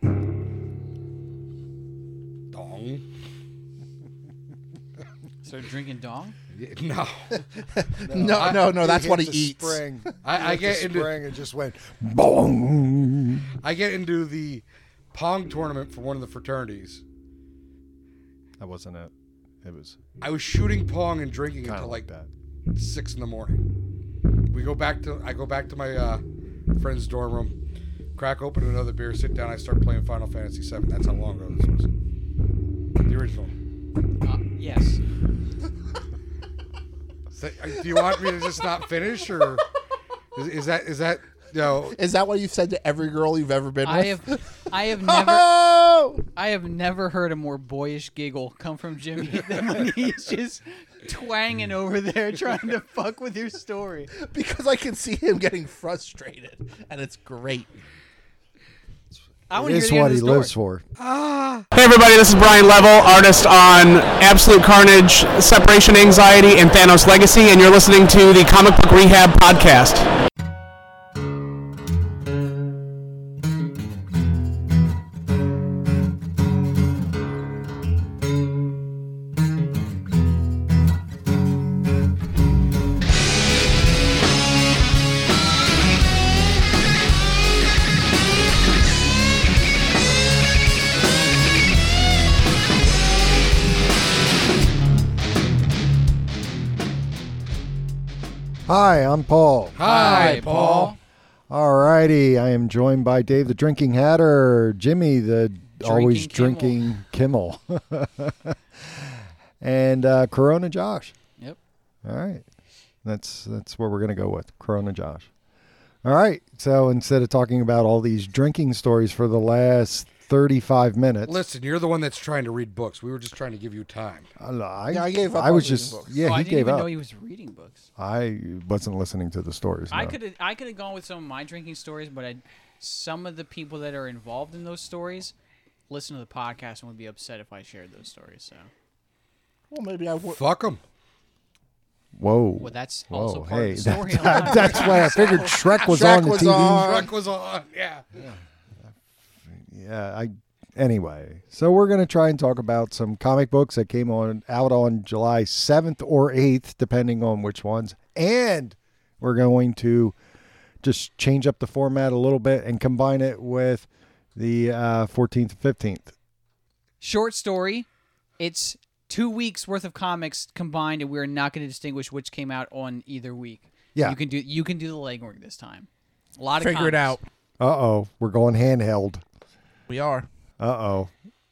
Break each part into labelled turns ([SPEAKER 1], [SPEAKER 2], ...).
[SPEAKER 1] Dong.
[SPEAKER 2] Start drinking dong.
[SPEAKER 1] Yeah, No,
[SPEAKER 3] No,
[SPEAKER 1] I-
[SPEAKER 3] Oh, no, no. That's
[SPEAKER 4] hit
[SPEAKER 3] what he
[SPEAKER 4] the
[SPEAKER 3] eats.
[SPEAKER 4] Spring.
[SPEAKER 1] I-
[SPEAKER 4] He
[SPEAKER 1] I
[SPEAKER 4] hit the
[SPEAKER 1] get into-
[SPEAKER 4] spring and just went.
[SPEAKER 3] Boom.
[SPEAKER 1] I get into the pong tournament for one of the fraternities.
[SPEAKER 5] That wasn't it. It was
[SPEAKER 1] I was shooting pong and drinking
[SPEAKER 5] kind
[SPEAKER 1] until
[SPEAKER 5] of
[SPEAKER 1] like
[SPEAKER 5] like that.
[SPEAKER 1] six in the morning. We go back to I go back to my uh, friend's dorm room, crack open another beer, sit down. I start playing Final Fantasy VII. That's how long ago this was. The original.
[SPEAKER 2] Uh, yes.
[SPEAKER 1] So, uh, do you want me to just not finish, or is, is that is that no?
[SPEAKER 3] Is that what you've said to every girl you've ever been
[SPEAKER 2] I
[SPEAKER 3] with?
[SPEAKER 2] have, I have never,
[SPEAKER 3] Oh!
[SPEAKER 2] I have never heard a more boyish giggle come from Jimmy than when he's just twanging over there trying to fuck with your story.
[SPEAKER 3] because I can see him getting frustrated, and it's great.
[SPEAKER 2] I want to hear
[SPEAKER 4] It's
[SPEAKER 2] the end of
[SPEAKER 4] what he
[SPEAKER 2] the story.
[SPEAKER 4] lives for.
[SPEAKER 6] Hey everybody, this is Brian Level, artist on Absolute Carnage, Separation Anxiety, and Thanos Legacy, and you're listening to the Comic Book Rehab Podcast.
[SPEAKER 4] Hi, I'm Paul.
[SPEAKER 1] Hi, Paul.
[SPEAKER 4] Alrighty, I am joined by Dave the Drinking Hatter, Jimmy the always
[SPEAKER 2] Kimmel.
[SPEAKER 4] drinking Kimmel, and uh, Corona Josh.
[SPEAKER 2] Yep.
[SPEAKER 4] All right, that's that's where we're gonna go with Corona Josh. All right, so instead of talking about all these drinking stories for the last thirty-five minutes,
[SPEAKER 1] Listen, you're the one that's trying to read books. We were just trying to give you time.
[SPEAKER 4] I, I,
[SPEAKER 3] Yeah, I gave up
[SPEAKER 4] I
[SPEAKER 3] on
[SPEAKER 4] was
[SPEAKER 3] reading
[SPEAKER 4] just
[SPEAKER 3] books.
[SPEAKER 4] yeah,
[SPEAKER 2] oh,
[SPEAKER 4] he
[SPEAKER 2] I didn't
[SPEAKER 4] gave
[SPEAKER 2] even
[SPEAKER 4] up.
[SPEAKER 2] know he was reading books.
[SPEAKER 4] I wasn't listening to the stories.
[SPEAKER 2] I
[SPEAKER 4] no.
[SPEAKER 2] could have I could have gone with some of my drinking stories, but I, some of the people that are involved in those stories listen to the podcast and would be upset if I shared those stories. So,
[SPEAKER 3] Well, maybe I would.
[SPEAKER 1] Fuck them.
[SPEAKER 4] Whoa.
[SPEAKER 2] well, that's
[SPEAKER 4] Whoa,
[SPEAKER 2] also part
[SPEAKER 4] hey,
[SPEAKER 2] of the
[SPEAKER 4] that-
[SPEAKER 2] story.
[SPEAKER 4] That's why I figured Shrek was
[SPEAKER 3] Shrek
[SPEAKER 4] on the
[SPEAKER 3] was
[SPEAKER 4] TV.
[SPEAKER 3] on.
[SPEAKER 1] Truck was on. Yeah.
[SPEAKER 4] Yeah, I anyway. So we're going to try and talk about some comic books that came on out on July 7th or 8th depending on which ones. And we're going to just change up the format a little bit and combine it with the uh, 14th and 15th.
[SPEAKER 2] Short story. It's two weeks worth of comics combined, and we're not going to distinguish which came out on either week.
[SPEAKER 4] Yeah.
[SPEAKER 2] you can do you can do the legwork this time. A lot of
[SPEAKER 3] Figure it
[SPEAKER 2] comics.
[SPEAKER 3] out.
[SPEAKER 4] Uh-oh, we're going handheld.
[SPEAKER 3] We are.
[SPEAKER 4] Uh-oh.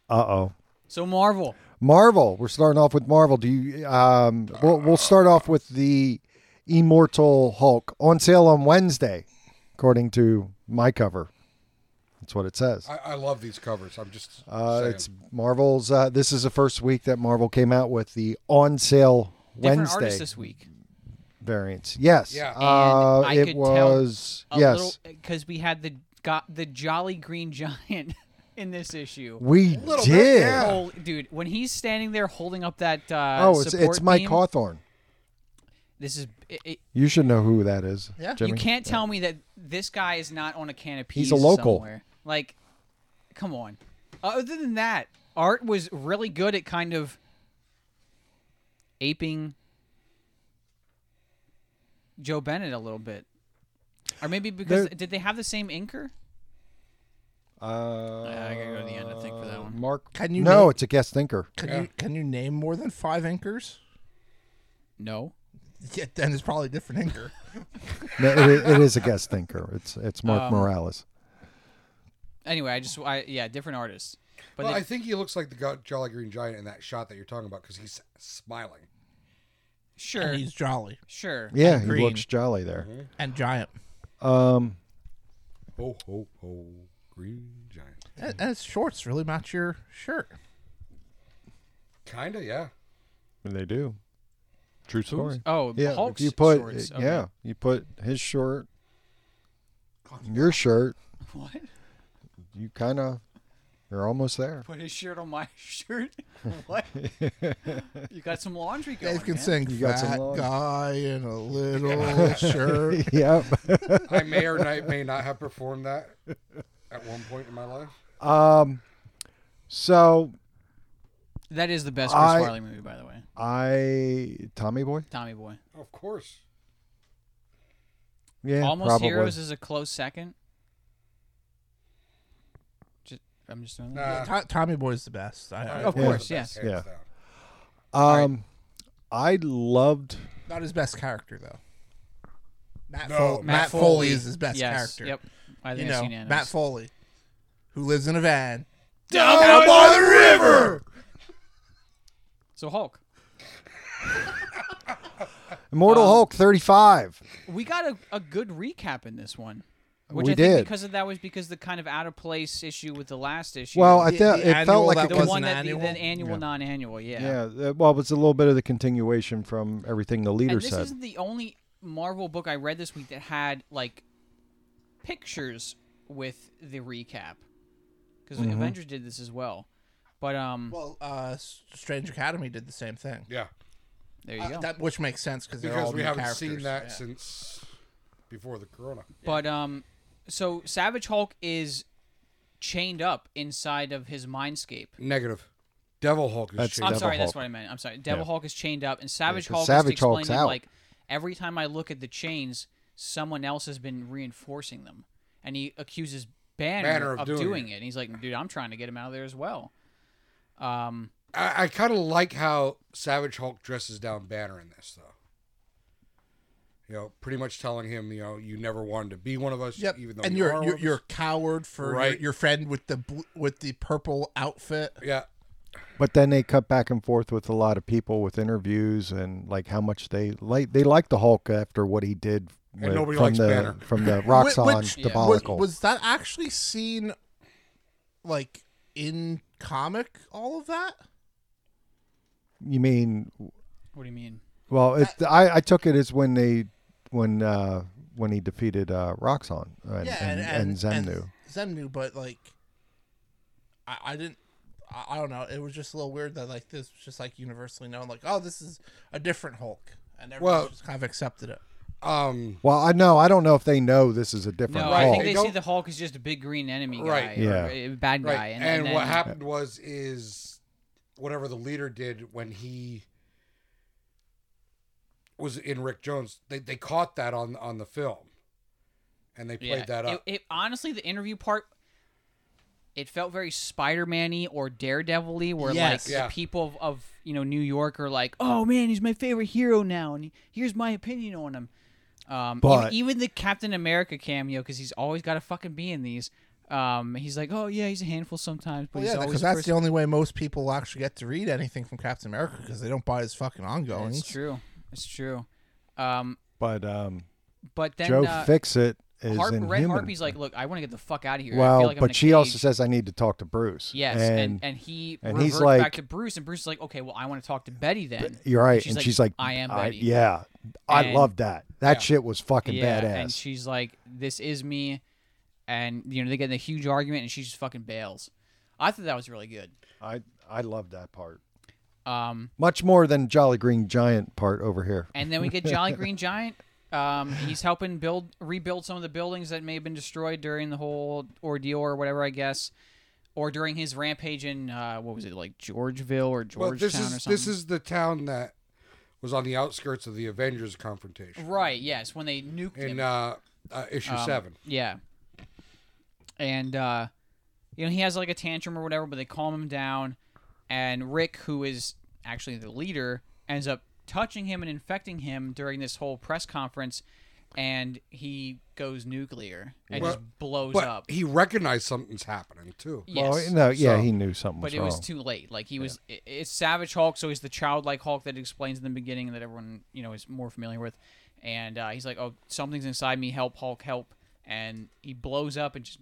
[SPEAKER 4] Uh-oh.
[SPEAKER 2] So Marvel,
[SPEAKER 4] Marvel. We're starting off with Marvel. Do you? Um, we'll, we'll start off with the Immortal Hulk on sale on Wednesday, according to my cover. That's what it says.
[SPEAKER 1] I, I love these covers. I'm just.
[SPEAKER 4] Uh,
[SPEAKER 1] saying.
[SPEAKER 4] it's Marvel's. Uh, this is the first week that Marvel came out with the on sale
[SPEAKER 2] different
[SPEAKER 4] Wednesday
[SPEAKER 2] artists this week.
[SPEAKER 4] variants. Yes.
[SPEAKER 1] Yeah. And
[SPEAKER 4] Uh,
[SPEAKER 2] I
[SPEAKER 4] it
[SPEAKER 2] could tell
[SPEAKER 4] was
[SPEAKER 2] A
[SPEAKER 4] yes.
[SPEAKER 2] because we had the got the Jolly Green Giant in this issue.
[SPEAKER 4] we
[SPEAKER 1] Little bit,
[SPEAKER 4] did.
[SPEAKER 1] yeah.
[SPEAKER 2] Oh, dude, when he's standing there holding up that uh,
[SPEAKER 4] Oh, it's
[SPEAKER 2] support
[SPEAKER 4] it's Mike
[SPEAKER 2] beam,
[SPEAKER 4] Hawthorne.
[SPEAKER 2] This is it, it-
[SPEAKER 4] You should know who that is.
[SPEAKER 3] Yeah. You
[SPEAKER 4] Jimmy.
[SPEAKER 2] you can't tell me that this guy is not on a canopy.
[SPEAKER 4] He's a local.
[SPEAKER 2] Somewhere. Like, come on. Other than that, art was really good at kind of aping Joe Bennett a little bit, or maybe because
[SPEAKER 4] There-
[SPEAKER 2] did they have the same inker?
[SPEAKER 4] Uh,
[SPEAKER 2] I gotta go to the end. I think for that one.
[SPEAKER 4] Mark.
[SPEAKER 3] Can you
[SPEAKER 4] no,
[SPEAKER 3] name-
[SPEAKER 4] it's a guest thinker.
[SPEAKER 3] Can you can you name more than five inkers?
[SPEAKER 2] No.
[SPEAKER 3] Yeah, then it's probably a different inker.
[SPEAKER 4] No, it, i- it is a guest thinker. It's it's Mark Morales.
[SPEAKER 2] Anyway, I just I yeah, different artists. But
[SPEAKER 1] Well,
[SPEAKER 2] they-
[SPEAKER 1] I think he looks like the go- Jolly Green Giant in that shot that you're talking about because he's smiling.
[SPEAKER 2] sure,
[SPEAKER 3] he's jolly
[SPEAKER 2] sure.
[SPEAKER 4] Yeah,
[SPEAKER 3] and
[SPEAKER 4] he
[SPEAKER 3] green. Mm-hmm.
[SPEAKER 4] looks jolly there.
[SPEAKER 3] and giant.
[SPEAKER 4] Um,
[SPEAKER 1] Ho ho ho, Green Giant.
[SPEAKER 3] And, and his shorts really match your shirt.
[SPEAKER 1] Kinda, yeah.
[SPEAKER 4] they do.
[SPEAKER 5] True story.
[SPEAKER 2] Oh,
[SPEAKER 4] Yeah,
[SPEAKER 2] Hulk's
[SPEAKER 4] if you put
[SPEAKER 2] shorts.
[SPEAKER 4] it-
[SPEAKER 2] Okay.
[SPEAKER 4] yeah, you put his shirt, your shirt,
[SPEAKER 2] What?
[SPEAKER 4] you kind of you're almost there.
[SPEAKER 2] Put his shirt on my shirt. What? you got some laundry going.
[SPEAKER 3] Dave can
[SPEAKER 2] man.
[SPEAKER 3] sing
[SPEAKER 4] You got some
[SPEAKER 3] "Fat
[SPEAKER 4] love."
[SPEAKER 3] Guy in a Little Shirt."
[SPEAKER 4] yep.
[SPEAKER 1] I may or not, may not have performed that at one point in my life.
[SPEAKER 4] Um, so
[SPEAKER 2] That is the best Chris
[SPEAKER 4] I-
[SPEAKER 2] Farley movie, by the way.
[SPEAKER 4] I Tommy Boy.
[SPEAKER 2] Tommy Boy.
[SPEAKER 1] Of course.
[SPEAKER 4] Yeah,
[SPEAKER 2] Almost
[SPEAKER 4] probably.
[SPEAKER 2] Heroes is a close second. Just, I'm just doing that.
[SPEAKER 1] Nah.
[SPEAKER 3] To- Tommy Boy's the best. I, I-
[SPEAKER 2] Of
[SPEAKER 4] Yeah.
[SPEAKER 2] course,
[SPEAKER 1] The
[SPEAKER 2] yes.
[SPEAKER 1] best, hands
[SPEAKER 4] Yeah.
[SPEAKER 1] down.
[SPEAKER 4] Um, I loved.
[SPEAKER 3] Not his best character though. Matt,
[SPEAKER 1] No,
[SPEAKER 3] Fol-
[SPEAKER 1] Matt
[SPEAKER 3] Matt Foley.
[SPEAKER 2] Foley.
[SPEAKER 3] is his best
[SPEAKER 2] yes.
[SPEAKER 3] character.
[SPEAKER 2] Yep. I
[SPEAKER 3] You
[SPEAKER 2] think it's
[SPEAKER 3] know,
[SPEAKER 2] unanimous.
[SPEAKER 3] Matt Foley, who lives in a van.
[SPEAKER 1] Down by the river.
[SPEAKER 2] so Hulk.
[SPEAKER 4] Immortal Hulk 35.
[SPEAKER 2] We got a, a good recap in this one. Which
[SPEAKER 4] We
[SPEAKER 2] I think
[SPEAKER 4] did.
[SPEAKER 2] because of that was because the kind of out of place issue with the last issue.
[SPEAKER 4] Well, I
[SPEAKER 3] The-
[SPEAKER 4] thought
[SPEAKER 3] the
[SPEAKER 4] it
[SPEAKER 3] annual
[SPEAKER 4] felt like
[SPEAKER 3] that
[SPEAKER 4] it
[SPEAKER 2] the
[SPEAKER 3] was
[SPEAKER 2] one
[SPEAKER 3] an
[SPEAKER 2] that the, the
[SPEAKER 3] annual?
[SPEAKER 2] annual, non-annual, yeah.
[SPEAKER 4] Yeah, uh, well, it's a little bit of the continuation from everything the leader
[SPEAKER 2] And this
[SPEAKER 4] said.
[SPEAKER 2] isn't the only Marvel book I read this week that had like pictures with the recap, because Avengers did this as well. But um,
[SPEAKER 3] Well, uh, S- Strange Academy did the same thing.
[SPEAKER 1] Yeah,
[SPEAKER 2] there you go.
[SPEAKER 3] uh, That which makes sense because they're all
[SPEAKER 1] because we
[SPEAKER 3] new
[SPEAKER 1] haven't
[SPEAKER 3] characters.
[SPEAKER 1] seen that since before the Corona.
[SPEAKER 2] But um, so Savage Hulk is chained up inside of his mindscape.
[SPEAKER 1] Negative. Devil Hulk is
[SPEAKER 4] That's-
[SPEAKER 1] shit.
[SPEAKER 2] I'm
[SPEAKER 4] Devil
[SPEAKER 2] sorry, that's
[SPEAKER 4] Hulk.
[SPEAKER 2] what I meant. I'm sorry. Devil Hulk is chained up, and Savage
[SPEAKER 4] 'cause
[SPEAKER 2] Hulk
[SPEAKER 4] Savage
[SPEAKER 2] is explaining
[SPEAKER 4] Hulk's out.
[SPEAKER 2] like every time I look at the chains, someone else has been reinforcing them, and he accuses Banner,
[SPEAKER 1] Banner of
[SPEAKER 2] of,
[SPEAKER 1] doing
[SPEAKER 2] doing,
[SPEAKER 1] it.
[SPEAKER 2] it. And he's like, "Dude, I'm trying to get him out of there as well." Um,
[SPEAKER 1] I, I kind of like how Savage Hulk dresses down Banner in this, though. You know, pretty much telling him, you know, you never wanted to be one of us,
[SPEAKER 3] Yep.
[SPEAKER 1] even though
[SPEAKER 3] and
[SPEAKER 1] you
[SPEAKER 3] you're
[SPEAKER 1] are
[SPEAKER 3] you're,
[SPEAKER 1] one
[SPEAKER 3] you're
[SPEAKER 1] of
[SPEAKER 3] a coward for
[SPEAKER 1] Right.
[SPEAKER 3] your, your friend with the bl- with the purple outfit.
[SPEAKER 1] us. yeah,
[SPEAKER 4] But then they cut back and forth with a lot of people with interviews and like how much they like they liked the Hulk after what he did
[SPEAKER 1] And
[SPEAKER 4] with-
[SPEAKER 1] nobody
[SPEAKER 4] from
[SPEAKER 1] likes
[SPEAKER 4] the
[SPEAKER 1] Banner.
[SPEAKER 4] from the
[SPEAKER 3] Which-
[SPEAKER 4] Roxxon
[SPEAKER 3] which-
[SPEAKER 2] Yeah.
[SPEAKER 3] Was,
[SPEAKER 4] debacle.
[SPEAKER 3] was that actually seen, like in comic? All of that.
[SPEAKER 4] you mean
[SPEAKER 2] what do you mean?
[SPEAKER 1] Uh,
[SPEAKER 4] well? It, I I took it as when they when uh when he defeated uh Roxxon and and, and, Zemnu.
[SPEAKER 3] Zemnu, but like, I, I didn't. I, I don't know. It was just a little weird that like this was just like universally known. Like, oh, this is a different Hulk, and everyone
[SPEAKER 1] Well-
[SPEAKER 3] just kind of accepted it.
[SPEAKER 1] um,
[SPEAKER 4] Well, I know I don't know if they know this is a different
[SPEAKER 2] No,
[SPEAKER 4] Hulk.
[SPEAKER 2] I think
[SPEAKER 1] They
[SPEAKER 2] they, see
[SPEAKER 1] don't-
[SPEAKER 2] the Hulk as just a big green enemy guy,
[SPEAKER 1] Right.
[SPEAKER 4] Yeah.
[SPEAKER 2] or a bad guy,
[SPEAKER 1] right.
[SPEAKER 2] and,
[SPEAKER 1] And,
[SPEAKER 2] and
[SPEAKER 1] what
[SPEAKER 2] then-
[SPEAKER 1] happened was is whatever the leader did when he was in Rick Jones, they they caught that on on the film, and they played that up.
[SPEAKER 2] It, it- honestly, the interview part, it felt very Spider-Man-y or Daredevil-y, where
[SPEAKER 3] Yes.
[SPEAKER 2] like
[SPEAKER 1] Yeah.
[SPEAKER 2] the people of, of you know New York are like, "Oh man, he's my favorite hero now, and here's my opinion on him." Um, even-
[SPEAKER 4] But-
[SPEAKER 2] even, the Captain America cameo, because he's always got to fucking be in these. Um, he's like, "Oh yeah, he's a handful sometimes, but
[SPEAKER 3] Well,
[SPEAKER 2] he's
[SPEAKER 3] yeah,
[SPEAKER 2] always
[SPEAKER 3] because
[SPEAKER 2] the
[SPEAKER 3] that's
[SPEAKER 2] first-
[SPEAKER 3] the only way most people actually get to read anything from Captain America because they don't buy his fucking ongoings.
[SPEAKER 2] It's true. It's true. Um,
[SPEAKER 4] But um
[SPEAKER 2] but then
[SPEAKER 4] Joe
[SPEAKER 2] uh,
[SPEAKER 4] Fix It is
[SPEAKER 2] Harp,
[SPEAKER 4] in
[SPEAKER 2] Red
[SPEAKER 4] human.
[SPEAKER 2] Harpy's like, "Look, I want to get the fuck out of here." I feel
[SPEAKER 4] well,
[SPEAKER 2] like I'm in
[SPEAKER 4] but
[SPEAKER 2] a
[SPEAKER 4] she also
[SPEAKER 2] cage."
[SPEAKER 4] says I need to talk to Bruce.
[SPEAKER 2] Yes, and and, he
[SPEAKER 4] and
[SPEAKER 2] reverts
[SPEAKER 4] he's like-
[SPEAKER 2] back to Bruce, and Bruce is like, okay, well, I want to talk to Betty then.
[SPEAKER 4] You're right.
[SPEAKER 2] And she's
[SPEAKER 4] and
[SPEAKER 2] like,
[SPEAKER 4] she's like,
[SPEAKER 2] "I am Betty."
[SPEAKER 4] yeah, I
[SPEAKER 2] And-
[SPEAKER 4] love that. That shit was fucking
[SPEAKER 2] yeah,
[SPEAKER 4] badass.
[SPEAKER 2] and she's like, this is me, and you know they get in a huge argument, and she just fucking bails. I thought that was really good.
[SPEAKER 4] I I love that part
[SPEAKER 2] Um,
[SPEAKER 4] much more than Jolly Green Giant part over here.
[SPEAKER 2] and then we get Jolly Green Giant. Um, he's helping build rebuild some of the buildings that may have been destroyed during the whole ordeal or whatever, I guess, or during his rampage in uh, what was it like Georgeville or Georgetown
[SPEAKER 1] Well, this
[SPEAKER 2] or
[SPEAKER 1] is
[SPEAKER 2] something.
[SPEAKER 1] this is the town that was on the outskirts of the Avengers confrontation
[SPEAKER 2] right. Yes, when they nuked him.
[SPEAKER 1] in uh, uh, issue seven.
[SPEAKER 2] Yeah. And uh you know, he has like a tantrum or whatever, but they calm him down and Rick, who is actually the leader, ends up touching him and infecting him during this whole press conference and he goes nuclear and
[SPEAKER 1] Well,
[SPEAKER 2] just blows
[SPEAKER 1] But
[SPEAKER 2] up.
[SPEAKER 1] he recognized something's happening too.
[SPEAKER 2] yes.
[SPEAKER 4] Oh no, yeah,
[SPEAKER 1] So-
[SPEAKER 4] he knew something was
[SPEAKER 2] but it
[SPEAKER 4] wrong.
[SPEAKER 2] was too late. Like he was, i- it's Savage Hulk, so he's the childlike Hulk that it explains in the beginning that everyone you know is more familiar with, and uh, he's like, "Oh, something's inside me. Help, Hulk, help!" And he blows up and just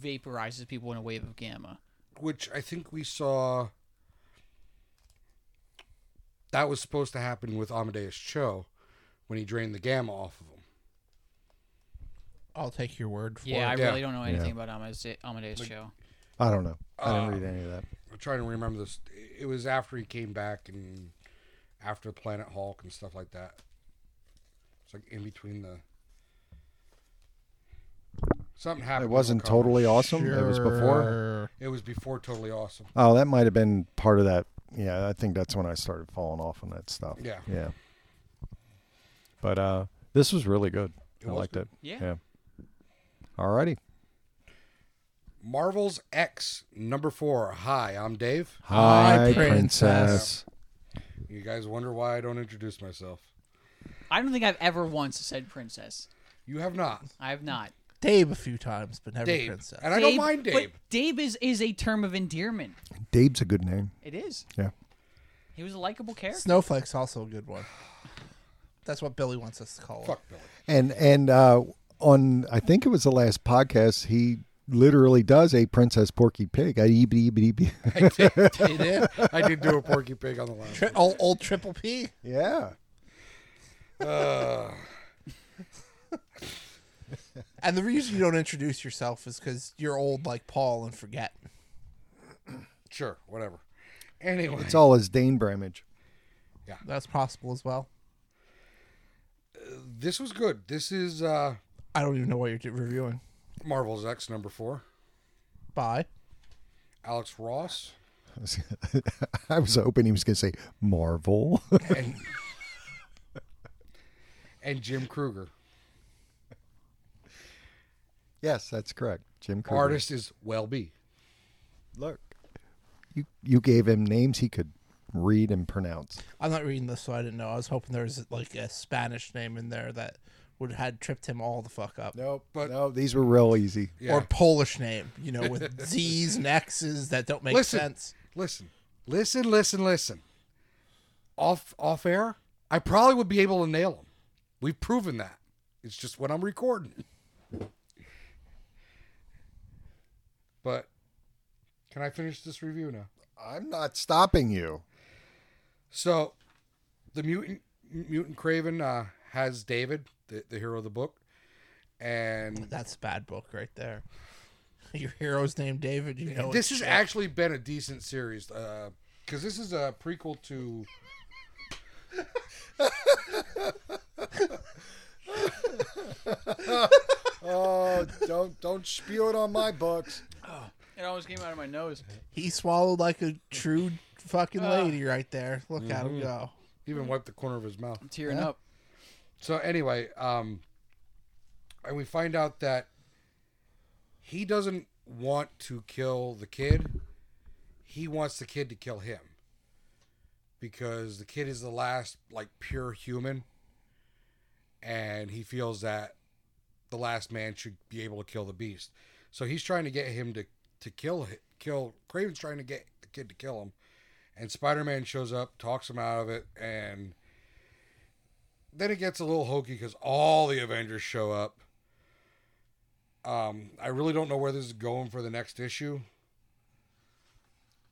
[SPEAKER 2] vaporizes people in a wave of gamma.
[SPEAKER 1] which I think we saw that was supposed to happen with Amadeus Cho when he drained the gamma off of him.
[SPEAKER 3] I'll take your word for
[SPEAKER 2] Yeah, I
[SPEAKER 3] it.
[SPEAKER 1] Yeah.
[SPEAKER 2] really don't know anything about Amadeus, Amadeus show.
[SPEAKER 4] I don't know. I
[SPEAKER 1] Uh,
[SPEAKER 2] Um,
[SPEAKER 4] didn't read any of that.
[SPEAKER 1] I'm trying to remember this. It was after he came back and after Planet Hulk and stuff like that. It's like in between the something happened.
[SPEAKER 4] It
[SPEAKER 1] with
[SPEAKER 4] wasn't
[SPEAKER 1] Wakanda.
[SPEAKER 4] totally awesome. It was before.
[SPEAKER 3] Sure.
[SPEAKER 1] It was before totally awesome.
[SPEAKER 4] Oh, that might have been part of that yeah, I think that's when I started falling off on that stuff.
[SPEAKER 1] Yeah.
[SPEAKER 4] Yeah. But uh this was really good.
[SPEAKER 1] It
[SPEAKER 4] I
[SPEAKER 1] was
[SPEAKER 4] liked
[SPEAKER 1] good.
[SPEAKER 4] it.
[SPEAKER 2] Yeah.
[SPEAKER 4] Alrighty.
[SPEAKER 1] Marvel's X number four. Hi, I'm Dave.
[SPEAKER 3] Hi,
[SPEAKER 4] Hi, princess.
[SPEAKER 3] princess.
[SPEAKER 1] You guys wonder why I don't introduce myself.
[SPEAKER 2] I don't think I've ever once said princess.
[SPEAKER 1] You have not,
[SPEAKER 2] I have not.
[SPEAKER 3] Dave a few times, but never
[SPEAKER 1] Dave,
[SPEAKER 3] princess.
[SPEAKER 1] and I don't
[SPEAKER 2] Dabe-
[SPEAKER 1] mind
[SPEAKER 2] but
[SPEAKER 1] Dave.
[SPEAKER 2] Dabe is, is a term of endearment.
[SPEAKER 4] Dave's a good name.
[SPEAKER 2] It is.
[SPEAKER 4] Yeah.
[SPEAKER 2] He was a likable character.
[SPEAKER 3] Snowflake's also a good one. That's what Billy wants us to call
[SPEAKER 1] Fuck Billy.
[SPEAKER 4] And and uh on I think it was the last podcast he literally does a princess porky pig. I eebity eebity eebity.
[SPEAKER 3] it. He did.
[SPEAKER 1] I did do a Porky Pig on the last.
[SPEAKER 3] Tri- old, old Triple P.
[SPEAKER 4] Yeah.
[SPEAKER 3] And the reason you don't introduce yourself is because you're old like Paul and forget.
[SPEAKER 1] Sure, whatever. Anyway,
[SPEAKER 4] It's all his Dane Bramage.
[SPEAKER 3] That's possible as well.
[SPEAKER 1] this was good. This is uh,
[SPEAKER 3] I don't even know what you're do- reviewing.
[SPEAKER 1] Marvel's X number four.
[SPEAKER 3] Bye.
[SPEAKER 1] Alex Ross
[SPEAKER 4] I was hoping he was gonna say Marvel.
[SPEAKER 1] and and Jim Kruger.
[SPEAKER 4] yes, that's correct. Jim Kruger.
[SPEAKER 1] Artist is Welby.
[SPEAKER 4] Look. You you gave him names he could read and pronounce.
[SPEAKER 3] I'm not reading this, so I didn't know. I was hoping there was like a Spanish name in there that would had tripped him all the fuck up.
[SPEAKER 4] Nope.
[SPEAKER 1] but-
[SPEAKER 4] no, these were real easy.
[SPEAKER 1] Yeah.
[SPEAKER 3] Or Polish name, you know, with Z's and X's that don't make
[SPEAKER 1] Listen.
[SPEAKER 3] sense.
[SPEAKER 1] Listen, listen, listen, listen. Off off air, I probably would be able to nail him. We've proven that. It's just when I'm recording. But can I finish this review now?
[SPEAKER 4] I'm not stopping you.
[SPEAKER 1] So, the mutant mutant Craven uh, has David, the, the hero of the book, and
[SPEAKER 3] That's a bad book right there. Your hero's name David. You know
[SPEAKER 1] this has
[SPEAKER 3] it's shit.
[SPEAKER 1] actually been a decent series because this is a prequel to.
[SPEAKER 4] Oh, don't don't spew it on my books.
[SPEAKER 2] It always came out of my nose.
[SPEAKER 3] he swallowed like a true fucking lady right there. Look at
[SPEAKER 1] Mm-hmm.
[SPEAKER 3] him go.
[SPEAKER 1] Even wiped the corner of his mouth.
[SPEAKER 2] I'm tearing up.
[SPEAKER 1] So anyway, um, and we find out that he doesn't want to kill the kid. He wants the kid to kill him because the kid is the last like pure human, and he feels that the last man should be able to kill the beast. So he's trying to get him to to kill hi- kill. Craven's trying to get the kid to kill him, and Spider Man shows up, talks him out of it, and then it gets a little hokey because all the Avengers show up. Um, I really don't know where this is going for the next issue,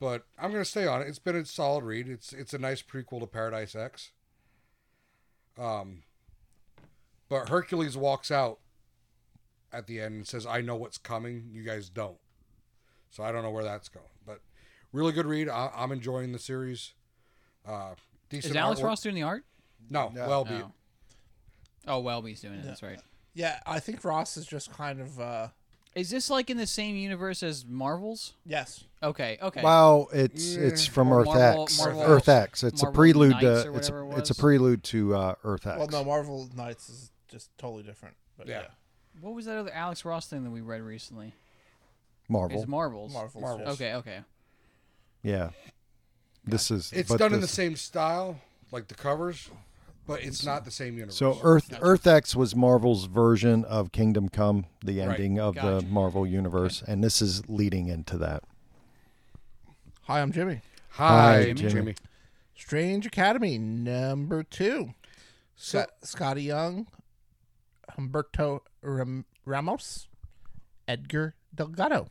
[SPEAKER 1] but I'm gonna stay on it. It's been a solid read. It's it's a nice prequel to Paradise X. Um, but Hercules walks out at the end and says, "I know what's coming. You guys don't." So I don't know where that's going, but really good read. I, I'm enjoying the series. Uh, decent
[SPEAKER 2] Is Alex
[SPEAKER 1] artwork.
[SPEAKER 2] Ross doing the art?
[SPEAKER 1] No, well, be
[SPEAKER 2] No. Oh, Welby's doing it. That's right.
[SPEAKER 3] Yeah, I think Ross is just kind of uh
[SPEAKER 2] Is this like in the same universe as Marvel's?
[SPEAKER 3] yes.
[SPEAKER 2] Okay, okay.
[SPEAKER 4] Wow, it's
[SPEAKER 1] Yeah.
[SPEAKER 4] it's from
[SPEAKER 2] Or
[SPEAKER 4] Earth
[SPEAKER 2] Marvel-
[SPEAKER 4] X.
[SPEAKER 2] Marvel-
[SPEAKER 4] Earth X. It's
[SPEAKER 2] Marvel
[SPEAKER 4] a prelude
[SPEAKER 2] Knights or
[SPEAKER 4] to it's
[SPEAKER 2] whatever
[SPEAKER 4] a,
[SPEAKER 2] it
[SPEAKER 4] it's a
[SPEAKER 2] was.
[SPEAKER 4] prelude to uh, Earth X.
[SPEAKER 3] Well, no, Marvel Knights is just totally different. But yeah,
[SPEAKER 1] Yeah.
[SPEAKER 2] What was that other Alex Ross thing that we read recently?
[SPEAKER 4] Marvel.
[SPEAKER 2] It's Marvel's.
[SPEAKER 3] Marvel's
[SPEAKER 1] Marvel.
[SPEAKER 3] just-
[SPEAKER 2] Okay, okay.
[SPEAKER 4] yeah. This is
[SPEAKER 1] It's
[SPEAKER 4] but
[SPEAKER 1] done in the
[SPEAKER 4] this-
[SPEAKER 1] same style, like the covers, but it's not the same universe.
[SPEAKER 4] So Earth Earth X was Marvel's version of Kingdom Come, the
[SPEAKER 1] Right.
[SPEAKER 4] ending of
[SPEAKER 2] Gotcha.
[SPEAKER 4] the Marvel universe, and this is leading into that.
[SPEAKER 3] Hi, I'm Jimmy.
[SPEAKER 1] hi,
[SPEAKER 4] Hi,
[SPEAKER 1] Jimmy.
[SPEAKER 4] Jimmy.
[SPEAKER 3] Strange Academy number two.
[SPEAKER 1] So,
[SPEAKER 3] Scott, Scotty Young, Humberto Ram- Ramos, Edgar Delgado.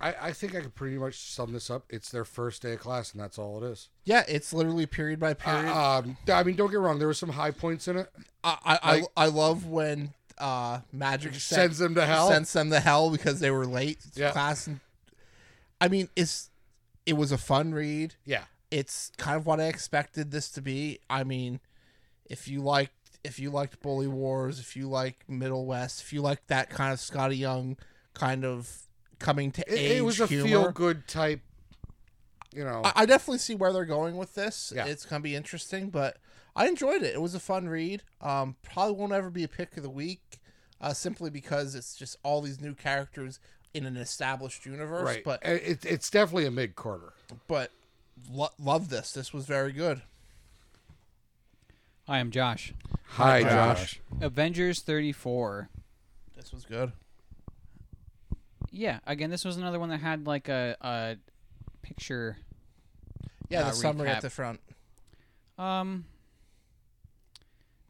[SPEAKER 1] I, I think I could pretty much sum this up. It's their first day of class, and that's all it is.
[SPEAKER 3] Yeah, it's literally period by period.
[SPEAKER 1] Uh, um, I mean, don't get me wrong. There were some high points in it.
[SPEAKER 3] I, uh, I, I, I love when uh, Magic sent-
[SPEAKER 1] Sends them to hell.
[SPEAKER 3] Sends them to hell because they were late to
[SPEAKER 1] Yeah.
[SPEAKER 3] class. And, I mean, it's it was a fun read.
[SPEAKER 1] Yeah,
[SPEAKER 3] It's kind of what I expected this to be. I mean, if you liked if you liked Bully Wars, if you like Middle West, if you like that kind of Scotty Young kind of coming to
[SPEAKER 1] it,
[SPEAKER 3] age
[SPEAKER 1] it was a
[SPEAKER 3] humor,
[SPEAKER 1] feel good type you know,
[SPEAKER 3] I, I definitely see where they're going with this.
[SPEAKER 1] Yeah.
[SPEAKER 3] It's gonna be interesting, but I enjoyed it. It was a fun read. Um, probably won't ever be a pick of the week, uh, simply because it's just all these new characters in an established universe.
[SPEAKER 1] right?
[SPEAKER 3] But
[SPEAKER 1] And it, it's definitely a mid quarter.
[SPEAKER 4] Oh,
[SPEAKER 3] but lo- love this. This was very good.
[SPEAKER 2] I am Josh.
[SPEAKER 1] Hi, Josh.
[SPEAKER 2] Avengers 34.
[SPEAKER 3] This was good.
[SPEAKER 2] Yeah, again, this was another one that had like a, a picture.
[SPEAKER 3] Yeah,
[SPEAKER 2] Uh,
[SPEAKER 3] the summary
[SPEAKER 2] recap.
[SPEAKER 3] at the front.
[SPEAKER 2] Um,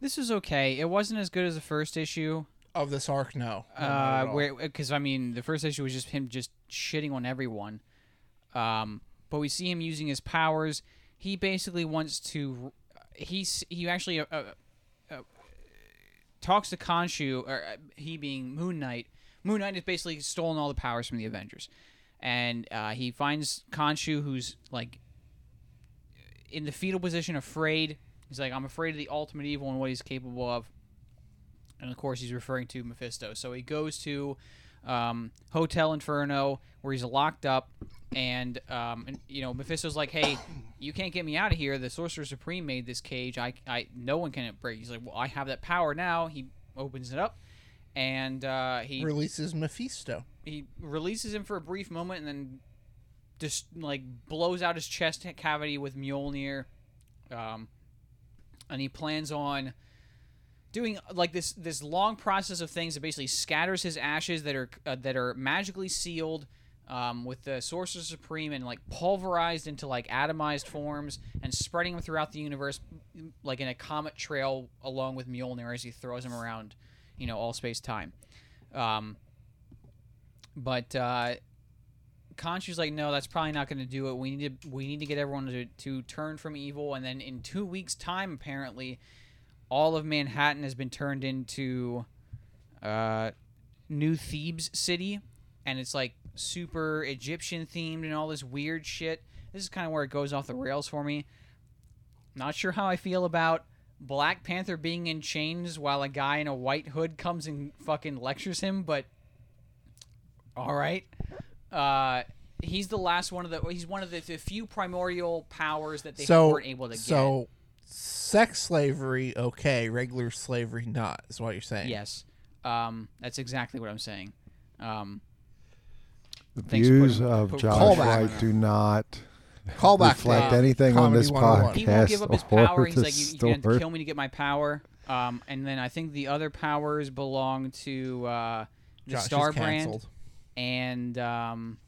[SPEAKER 2] this is okay. It wasn't as good as the first issue.
[SPEAKER 3] of this arc no No, not
[SPEAKER 2] Uh,
[SPEAKER 3] at all.
[SPEAKER 2] where because I mean the first issue was just him just shitting on everyone, um, but we see him using his powers. He basically wants to. He's he actually uh, uh, uh, talks to Khonshu, or uh, he being Moon Knight. Moon Knight has basically stolen all the powers from the Avengers, and uh, he finds Khonshu, who's like in the fetal position, afraid. He's like, I'm afraid of the ultimate evil and what he's capable of and of course he's referring to Mephisto. So he goes to um, Hotel Inferno where he's locked up, and, um, and you know Mephisto's like, "Hey, you can't get me out of here. The Sorcerer Supreme made this cage. I, I, no one can break." He's like, "Well, I have that power now." He opens it up, and uh, he
[SPEAKER 3] releases Mephisto.
[SPEAKER 2] he releases him for a brief moment and then just like blows out his chest cavity with Mjolnir, um, and he plans on doing like this this long process of things that basically scatters his ashes that are uh, that are magically sealed. Um, with the Sorcerer Supreme and like pulverized into like atomized forms and spreading them throughout the universe, m- like in a comet trail, along with Mjolnir as he throws them around, you know, all space time. Um, but uh Khonshu's like, no, that's probably not going to do it. We need to we need to get everyone to, to turn from evil, and then in two weeks' time, apparently, all of Manhattan has been turned into uh, New Thebes City, and it's like super Egyptian themed and all this weird shit. This is kind of where it goes off the rails for me. Not sure how I feel about Black Panther being in chains while a guy in a white hood comes and fucking lectures him, but all right. Uh, he's the last one of the. He's one of the, the few primordial powers that they
[SPEAKER 3] so
[SPEAKER 2] weren't able to get.
[SPEAKER 3] so sex slavery okay, regular slavery not is what you're saying.
[SPEAKER 2] Yes. Um, that's exactly what I'm saying. Um,
[SPEAKER 4] The
[SPEAKER 2] Thanks for putting-
[SPEAKER 4] views of
[SPEAKER 2] put-
[SPEAKER 4] Josh
[SPEAKER 3] callback.
[SPEAKER 4] White do not
[SPEAKER 3] Callback
[SPEAKER 4] reflect
[SPEAKER 3] to
[SPEAKER 4] anything on
[SPEAKER 3] Comedy
[SPEAKER 4] this
[SPEAKER 3] 101.
[SPEAKER 4] podcast.
[SPEAKER 2] he won't give up his
[SPEAKER 4] or
[SPEAKER 2] power. He's
[SPEAKER 4] the
[SPEAKER 2] like, you, you're gonna
[SPEAKER 4] story.
[SPEAKER 2] kill me to get my power. Um, and then I think the other powers belong to uh, the
[SPEAKER 3] Josh is
[SPEAKER 2] Star Brand
[SPEAKER 3] canceled.
[SPEAKER 2] and um,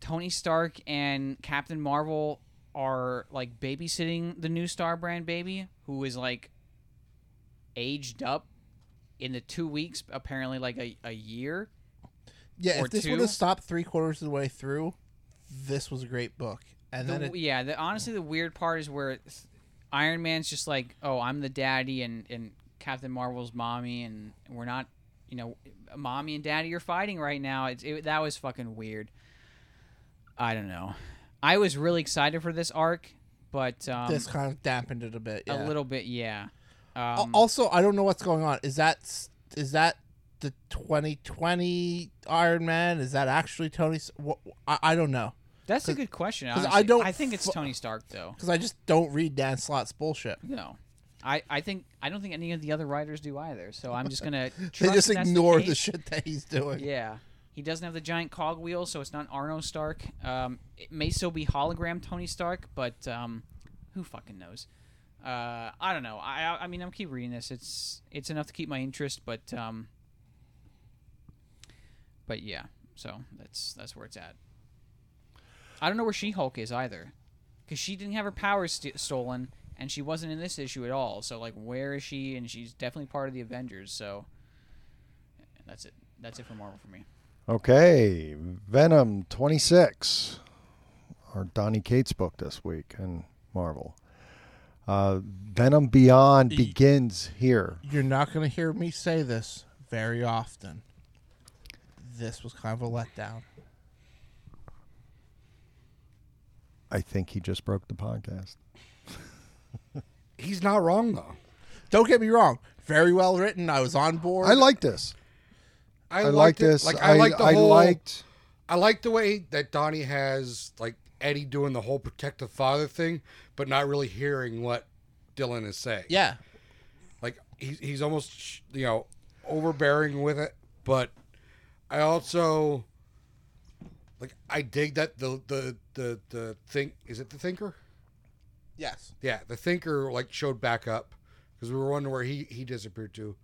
[SPEAKER 2] Tony Stark and Captain Marvel are like babysitting the new Star Brand baby, who is like aged up in the two weeks, apparently like a, a year.
[SPEAKER 3] Yeah,
[SPEAKER 2] or
[SPEAKER 3] if this
[SPEAKER 2] two.
[SPEAKER 3] would have stopped three quarters of the way through, this was a great book. And
[SPEAKER 2] The-
[SPEAKER 3] then it,
[SPEAKER 2] yeah, the, honestly, the weird part is where it's- Iron Man's just like, "Oh, I'm the daddy," and and Captain Marvel's mommy, and we're not, you know, mommy and daddy are fighting right now. It's it, that was fucking weird. I don't know. I was really excited for this arc, but um,
[SPEAKER 3] this kind of dampened it a bit. Yeah. Oh,
[SPEAKER 2] a little bit, yeah.
[SPEAKER 3] Al-
[SPEAKER 2] Um,
[SPEAKER 3] also, I don't know what's going on. Is that s- is that the 2020 Iron Man? Is that actually Tony? S- wh- I, I don't know
[SPEAKER 2] that's a good question.
[SPEAKER 3] 'cause I
[SPEAKER 2] honestly.
[SPEAKER 3] don't
[SPEAKER 2] I think it's
[SPEAKER 3] fu-
[SPEAKER 2] Tony Stark though.
[SPEAKER 3] because I just don't read Dan Slott's bullshit.
[SPEAKER 2] No. I, I think I don't think any of the other writers do either, so I'm just gonna.
[SPEAKER 3] They
[SPEAKER 2] trust
[SPEAKER 3] just
[SPEAKER 2] that's
[SPEAKER 3] ignore the,
[SPEAKER 2] case.
[SPEAKER 3] shit that he's doing.
[SPEAKER 2] Yeah. He doesn't have the giant cogwheel, so it's not Arno Stark. Um, it may still be hologram Tony Stark, but um, who fucking knows? Uh, I don't know. I I- I mean, I'm keep reading this. It's it's enough to keep my interest, but um, but yeah. So that's that's where it's at. I don't know where She Hulk is either, because she didn't have her powers st- stolen, and she wasn't in this issue at all. So like, where is she? And she's definitely part of the Avengers. So that's it. That's it for Marvel for me.
[SPEAKER 4] Okay, Venom 26, our Donnie Cates book this week in Marvel. Uh, Venom Beyond begins here.
[SPEAKER 3] You're not going to hear me say this very often. This was kind of a letdown.
[SPEAKER 4] I think he just broke the podcast.
[SPEAKER 1] He's not wrong though.
[SPEAKER 3] Don't get me wrong. Very well written. I was on board.
[SPEAKER 4] I like this. I, like
[SPEAKER 1] liked it.
[SPEAKER 4] this.
[SPEAKER 1] Like I, like the whole.
[SPEAKER 4] liked
[SPEAKER 1] I like the way that Donnie has like Eddie doing the whole protective father thing, but not really hearing what Dylan is saying.
[SPEAKER 3] Yeah.
[SPEAKER 1] like he's he's almost you know overbearing with it, but I also like I dig that the the the the think is it the thinker?
[SPEAKER 3] Yes.
[SPEAKER 1] Yeah, the thinker like showed back up because we were wondering where he he disappeared to.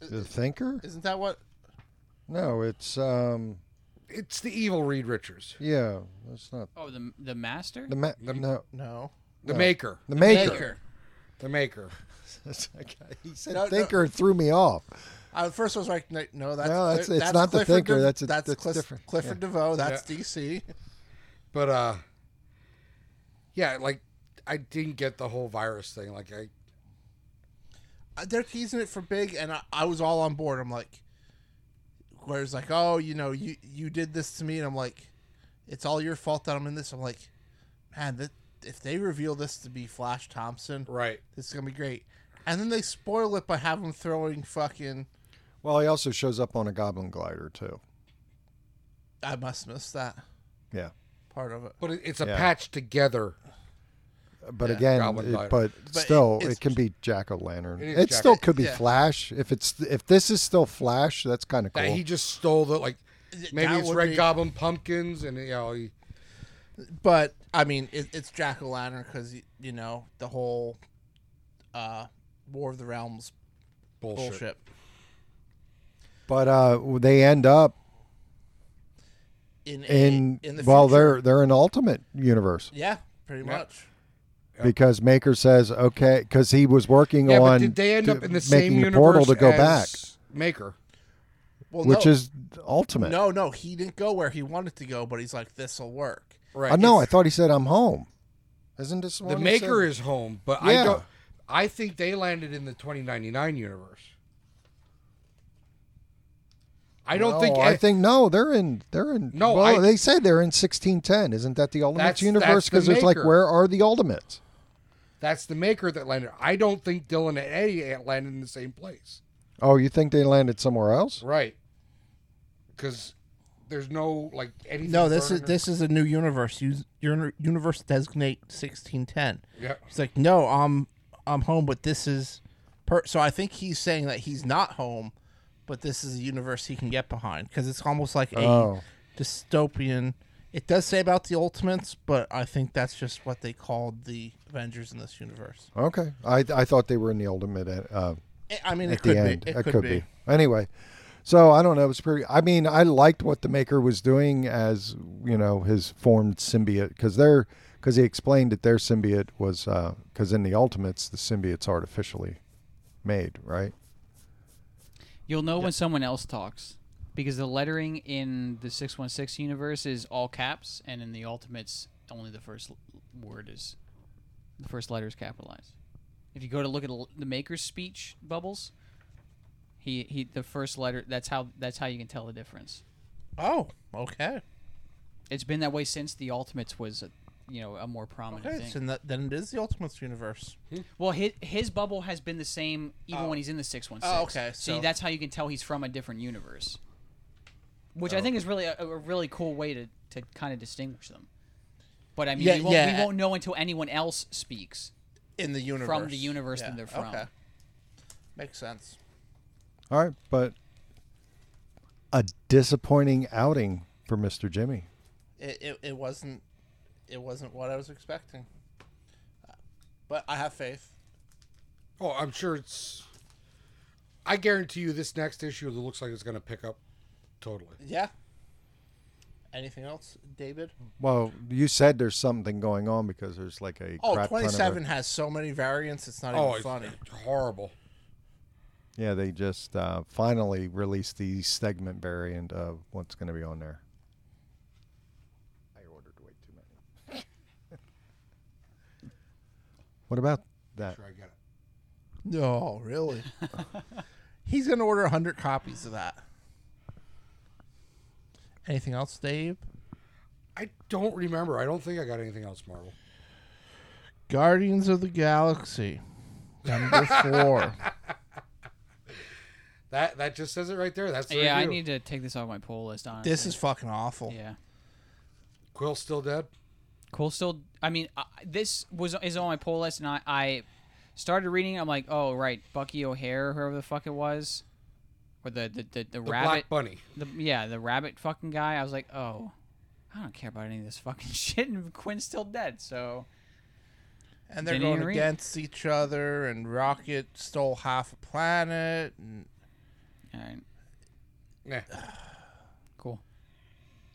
[SPEAKER 4] The thinker?
[SPEAKER 3] Isn't that what?
[SPEAKER 4] No, it's um.
[SPEAKER 1] It's the evil Reed Richards,
[SPEAKER 4] Yeah, that's not
[SPEAKER 2] Oh, the the master.
[SPEAKER 4] the ma-
[SPEAKER 1] The-
[SPEAKER 4] no
[SPEAKER 3] No.
[SPEAKER 1] the
[SPEAKER 4] No.
[SPEAKER 1] maker,
[SPEAKER 4] the maker.
[SPEAKER 3] Baker.
[SPEAKER 1] the maker.
[SPEAKER 4] That's like- he said
[SPEAKER 3] No, no.
[SPEAKER 4] thinker and threw me off.
[SPEAKER 3] I at first was like, no, no, that's
[SPEAKER 4] No, that's-
[SPEAKER 3] Cli-
[SPEAKER 4] it's not the
[SPEAKER 3] Clifford
[SPEAKER 4] thinker,
[SPEAKER 3] De-
[SPEAKER 4] that's a-
[SPEAKER 3] that's,
[SPEAKER 4] that's
[SPEAKER 3] Cliff-
[SPEAKER 4] different,
[SPEAKER 3] Clifford DeVoe. That's DC.
[SPEAKER 1] But uh, yeah, like I didn't get the whole virus thing. Like I
[SPEAKER 3] Uh, They're teasing it for big, and I, I was all on board. I'm like, where's like, oh, you know, you you did this to me, and I'm like, it's all your fault that I'm in this. I'm like, man, that if they reveal this to be Flash Thompson,
[SPEAKER 1] right.
[SPEAKER 3] this is gonna be great. And then they spoil it by having him throwing fucking.
[SPEAKER 4] Well, he also shows up on a goblin glider too.
[SPEAKER 3] I must miss that
[SPEAKER 4] Yeah,
[SPEAKER 3] part of it.
[SPEAKER 1] But it, it's a
[SPEAKER 4] Yeah.
[SPEAKER 1] patch together.
[SPEAKER 4] but
[SPEAKER 3] Yeah,
[SPEAKER 4] again,
[SPEAKER 1] goblin
[SPEAKER 4] it-
[SPEAKER 1] glider.
[SPEAKER 4] but,
[SPEAKER 3] But
[SPEAKER 4] still, it,
[SPEAKER 3] it- it's-
[SPEAKER 4] can be jack o' lantern.
[SPEAKER 1] It
[SPEAKER 4] It,
[SPEAKER 1] is Jack-
[SPEAKER 4] still could be
[SPEAKER 3] yeah.
[SPEAKER 4] Flash. If it's if this is still Flash, that's kind of cool.
[SPEAKER 1] That he just stole the like.
[SPEAKER 3] Th-
[SPEAKER 1] Maybe
[SPEAKER 3] that
[SPEAKER 1] it's
[SPEAKER 3] would
[SPEAKER 1] Red
[SPEAKER 3] be-
[SPEAKER 1] Goblin pumpkins, and you know, he,
[SPEAKER 3] But I mean, it, it's Jack o' lantern because you know the whole uh, War of the Realms
[SPEAKER 1] bullshit.
[SPEAKER 3] bullshit.
[SPEAKER 4] but uh, they end up
[SPEAKER 3] In
[SPEAKER 4] in,
[SPEAKER 3] in the
[SPEAKER 4] well,
[SPEAKER 3] future.
[SPEAKER 4] they're they're in alternate universe
[SPEAKER 3] yeah, pretty
[SPEAKER 1] Yeah.
[SPEAKER 3] much.
[SPEAKER 4] because Maker says okay because he was working
[SPEAKER 1] Yeah,
[SPEAKER 4] on
[SPEAKER 1] but did they end
[SPEAKER 4] to-
[SPEAKER 1] up in the same
[SPEAKER 4] making
[SPEAKER 1] universe
[SPEAKER 4] the portal to go
[SPEAKER 1] as
[SPEAKER 4] back,
[SPEAKER 1] Maker?
[SPEAKER 3] Well,
[SPEAKER 4] which
[SPEAKER 3] no,
[SPEAKER 4] is ultimate.
[SPEAKER 3] no, no. He didn't go where he wanted to go, but he's like, this will work.
[SPEAKER 1] Right.
[SPEAKER 4] I know. Uh, I thought he said I'm home. Isn't this
[SPEAKER 1] the Maker is home, but I
[SPEAKER 4] Yeah.
[SPEAKER 1] don't. I think they landed in the 2099 universe. I don't think. e-
[SPEAKER 4] I
[SPEAKER 1] a-
[SPEAKER 4] think no. They're in. They're in.
[SPEAKER 1] No,
[SPEAKER 4] well,
[SPEAKER 1] I-
[SPEAKER 4] they say they're in 1610. Isn't that the
[SPEAKER 1] That's-
[SPEAKER 4] Ultimates universe?
[SPEAKER 1] that's the
[SPEAKER 4] Because it's like,
[SPEAKER 1] Maker.
[SPEAKER 4] where are the Ultimates?
[SPEAKER 1] that's the Maker that landed. I don't think Dylan and Eddie landed in the same place.
[SPEAKER 4] Oh, you think they landed somewhere else?
[SPEAKER 1] Right. Because there's no like anything.
[SPEAKER 3] No, this is
[SPEAKER 1] burning-
[SPEAKER 3] this is a new universe. Use your universe designate sixteen ten.
[SPEAKER 1] Yeah.
[SPEAKER 3] He's like, no, I'm I'm home, but this is. Per-. So I think he's saying that he's not home, but this is a universe he can get behind because it's almost like a
[SPEAKER 4] Oh.
[SPEAKER 3] dystopian. It does say about the Ultimates, but I think that's just what they called the Avengers in this universe.
[SPEAKER 4] Okay. I I thought they were in the Ultimate. Uh,
[SPEAKER 3] I- I mean,
[SPEAKER 4] at
[SPEAKER 3] it could
[SPEAKER 4] the end.
[SPEAKER 3] be. It,
[SPEAKER 4] That could, be. Anyway, so I don't know. It was pretty. I mean, I liked what the maker was doing as you know his formed symbiote because they're because he explained that their symbiote was because in the Ultimates the symbiote's artificially made, right?
[SPEAKER 2] You'll know when someone else talks because the lettering in the 616 universe is all caps, and in the Ultimates, only the first l- word is the first letter is capitalized. If you go to look at l- the Maker's speech bubbles, he, he the first letter that's how that's how you can tell the difference.
[SPEAKER 3] Oh, okay.
[SPEAKER 2] It's been that way since the Ultimates was, a, you know, a more prominent
[SPEAKER 3] Okay,
[SPEAKER 2] thing.
[SPEAKER 3] so that, then it is the Ultimates universe.
[SPEAKER 2] Well, his, his bubble has been the same even when he's in the 616.
[SPEAKER 3] Oh, okay, so-
[SPEAKER 2] See, that's how you can tell he's from a different universe. Which
[SPEAKER 3] Oh,
[SPEAKER 2] I think is really a, a really cool way to, to kind of distinguish them. But I mean,
[SPEAKER 3] Yeah,
[SPEAKER 2] we, won't,
[SPEAKER 3] yeah.
[SPEAKER 2] we won't know until anyone else speaks.
[SPEAKER 3] In the universe.
[SPEAKER 2] the universe that they're from.
[SPEAKER 3] Okay. Makes sense.
[SPEAKER 4] All right, but a disappointing outing for Mister Jimmy.
[SPEAKER 3] it, it, it wasn't it wasn't what I was expecting. But I have faith.
[SPEAKER 1] Oh, I'm sure it's. I guarantee you, this next issue it looks like it's going to pick up totally.
[SPEAKER 3] Yeah. Anything else, David?
[SPEAKER 4] Well, you said there's something going on because there's like a
[SPEAKER 3] Oh,
[SPEAKER 4] crap ton of-
[SPEAKER 3] 27 has so many variants, it's not
[SPEAKER 1] Oh,
[SPEAKER 3] even
[SPEAKER 1] it's
[SPEAKER 3] funny.
[SPEAKER 1] horrible.
[SPEAKER 4] Yeah, they just uh, finally released the segment variant of what's going to be on there. I ordered way too many. what about that?
[SPEAKER 1] Sure, I get it.
[SPEAKER 3] No, really. He's going to order 100 copies of that. Anything else, Dave?
[SPEAKER 1] I don't remember. I don't think I got anything else, Marvel.
[SPEAKER 3] Guardians of the Galaxy, number four.
[SPEAKER 1] That that just says it right there. That's the
[SPEAKER 2] yeah, I
[SPEAKER 1] review.
[SPEAKER 2] need to take this off my poll list. Honestly,
[SPEAKER 3] This is fucking awful.
[SPEAKER 2] yeah.
[SPEAKER 1] Quill still dead.
[SPEAKER 2] Cool. Still, I mean, uh, this was is on my poll list, and I, I started reading. it, I'm like, oh right, Bucky O'Hare, whoever the fuck it was, or the the the, the,
[SPEAKER 1] The Black
[SPEAKER 2] rabbit,
[SPEAKER 1] Bunny.
[SPEAKER 2] the yeah, the rabbit fucking guy. I was like, oh, I don't care about any of this fucking shit, and Quinn's still dead. So
[SPEAKER 3] And they're
[SPEAKER 2] Didn't
[SPEAKER 3] going
[SPEAKER 2] even read it.
[SPEAKER 3] against each other, and Rocket stole half a planet. And
[SPEAKER 2] all right,
[SPEAKER 1] Nah.
[SPEAKER 2] cool.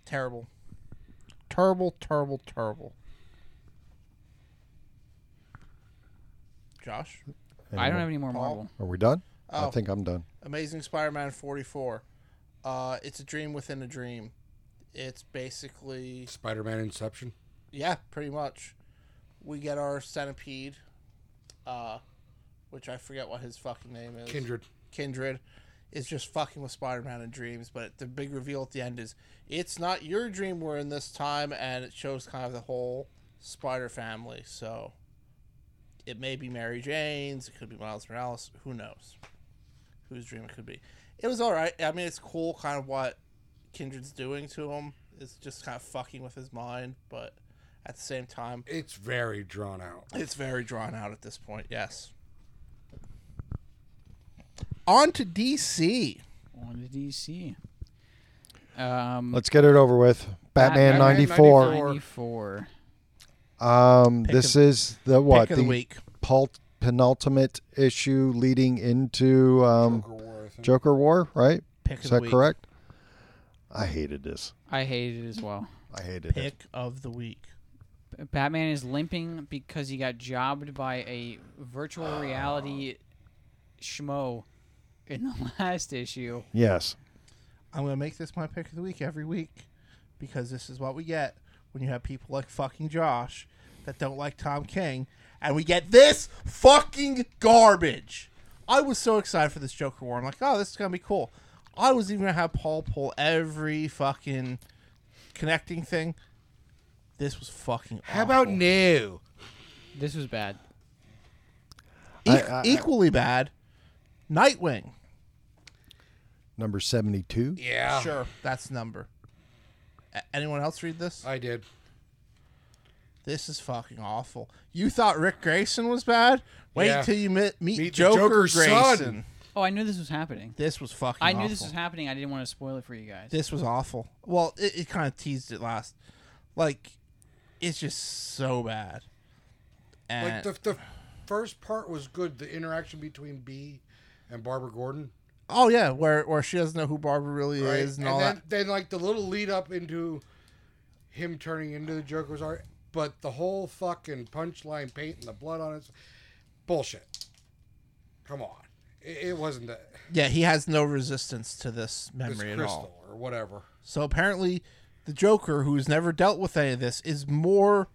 [SPEAKER 3] terrible. Terrible, terrible, terrible. Josh?
[SPEAKER 2] I don't
[SPEAKER 4] Anyway,
[SPEAKER 2] have any more Marvel.
[SPEAKER 4] Are we done? I
[SPEAKER 3] Oh.
[SPEAKER 4] think I'm done.
[SPEAKER 3] Amazing Spider-Man 44. Uh, it's a dream within a dream. It's basically
[SPEAKER 1] Spider-Man Inception.
[SPEAKER 3] yeah, pretty much. We get our centipede, uh, which I forget what his fucking name is.
[SPEAKER 1] Kindred.
[SPEAKER 3] Kindred is just fucking with Spider-Man in dreams, but the big reveal at the end is it's not your dream we're in this time, and it shows kind of the whole Spider family. So it may be Mary Jane's, it could be Miles Morales, who knows whose dream it could be. It was all right. I mean, it's cool, kind of what Kindred's doing to him. It's just kind of fucking with his mind, but at the same time,
[SPEAKER 1] It's very drawn out.
[SPEAKER 3] it's very drawn out at this point. Yes. On to DC.
[SPEAKER 2] On to DC. Um,
[SPEAKER 4] Let's get it over with.
[SPEAKER 2] Batman
[SPEAKER 4] Batman, 94.
[SPEAKER 2] 94.
[SPEAKER 4] Um,
[SPEAKER 3] Pick
[SPEAKER 4] this
[SPEAKER 3] of-
[SPEAKER 4] is the what
[SPEAKER 3] Pick of the, week.
[SPEAKER 4] pul- penultimate issue leading into um,
[SPEAKER 1] Joker War, I think.
[SPEAKER 4] Joker War, right?
[SPEAKER 3] Pick
[SPEAKER 4] Is
[SPEAKER 3] of the
[SPEAKER 4] that
[SPEAKER 3] week.
[SPEAKER 4] correct? I hated this.
[SPEAKER 2] I hated it as well.
[SPEAKER 4] I hated it.
[SPEAKER 3] Pick of the week.
[SPEAKER 2] Batman is limping because he got jobbed by a virtual reality schmo in the last issue.
[SPEAKER 4] Yes.
[SPEAKER 3] I'm gonna make this my pick of the week every week because this is what we get when you have people like fucking Josh that don't like Tom King, and we get this fucking garbage. I was so excited for this Joker War. I'm like, oh, this is gonna be cool. I was even gonna have Paul pull every fucking connecting thing. This was fucking.
[SPEAKER 1] How about
[SPEAKER 3] awful.
[SPEAKER 1] new?
[SPEAKER 2] This was bad.
[SPEAKER 3] E-
[SPEAKER 4] I- I- I-
[SPEAKER 3] equally bad? Nightwing.
[SPEAKER 4] Number 72.
[SPEAKER 1] Yeah,
[SPEAKER 3] Sure, that's number. A- anyone else read this?
[SPEAKER 1] I did.
[SPEAKER 3] This is fucking awful. You thought Rick Grayson was bad? Wait
[SPEAKER 1] Yeah.
[SPEAKER 3] till you meet, meet,
[SPEAKER 1] Meet the
[SPEAKER 3] Joker
[SPEAKER 1] Joker's
[SPEAKER 3] Grayson.
[SPEAKER 1] son.
[SPEAKER 2] Oh, I knew this was happening.
[SPEAKER 3] This was fucking.
[SPEAKER 2] I knew
[SPEAKER 3] awful.
[SPEAKER 2] this was happening. I didn't want to spoil it for you guys.
[SPEAKER 3] This was awful. Well, it, it kind of teased it last. Like, it's just so bad.
[SPEAKER 1] Like
[SPEAKER 3] And
[SPEAKER 1] the, the first part was good. The interaction between B and Barbara Gordon,
[SPEAKER 3] oh yeah, where where she doesn't know who Barbara really
[SPEAKER 1] right?
[SPEAKER 3] is and,
[SPEAKER 1] and
[SPEAKER 3] all
[SPEAKER 1] then,
[SPEAKER 3] that.
[SPEAKER 1] then like the little lead up into him turning into the Joker was art, but the whole fucking punchline paint and the blood on it's bullshit. Come on, it, it wasn't that.
[SPEAKER 3] Yeah, he has no resistance to this
[SPEAKER 1] It's
[SPEAKER 3] memory at all.
[SPEAKER 1] crystal or whatever.
[SPEAKER 3] So apparently, the Joker, who's never dealt with any of this, is more,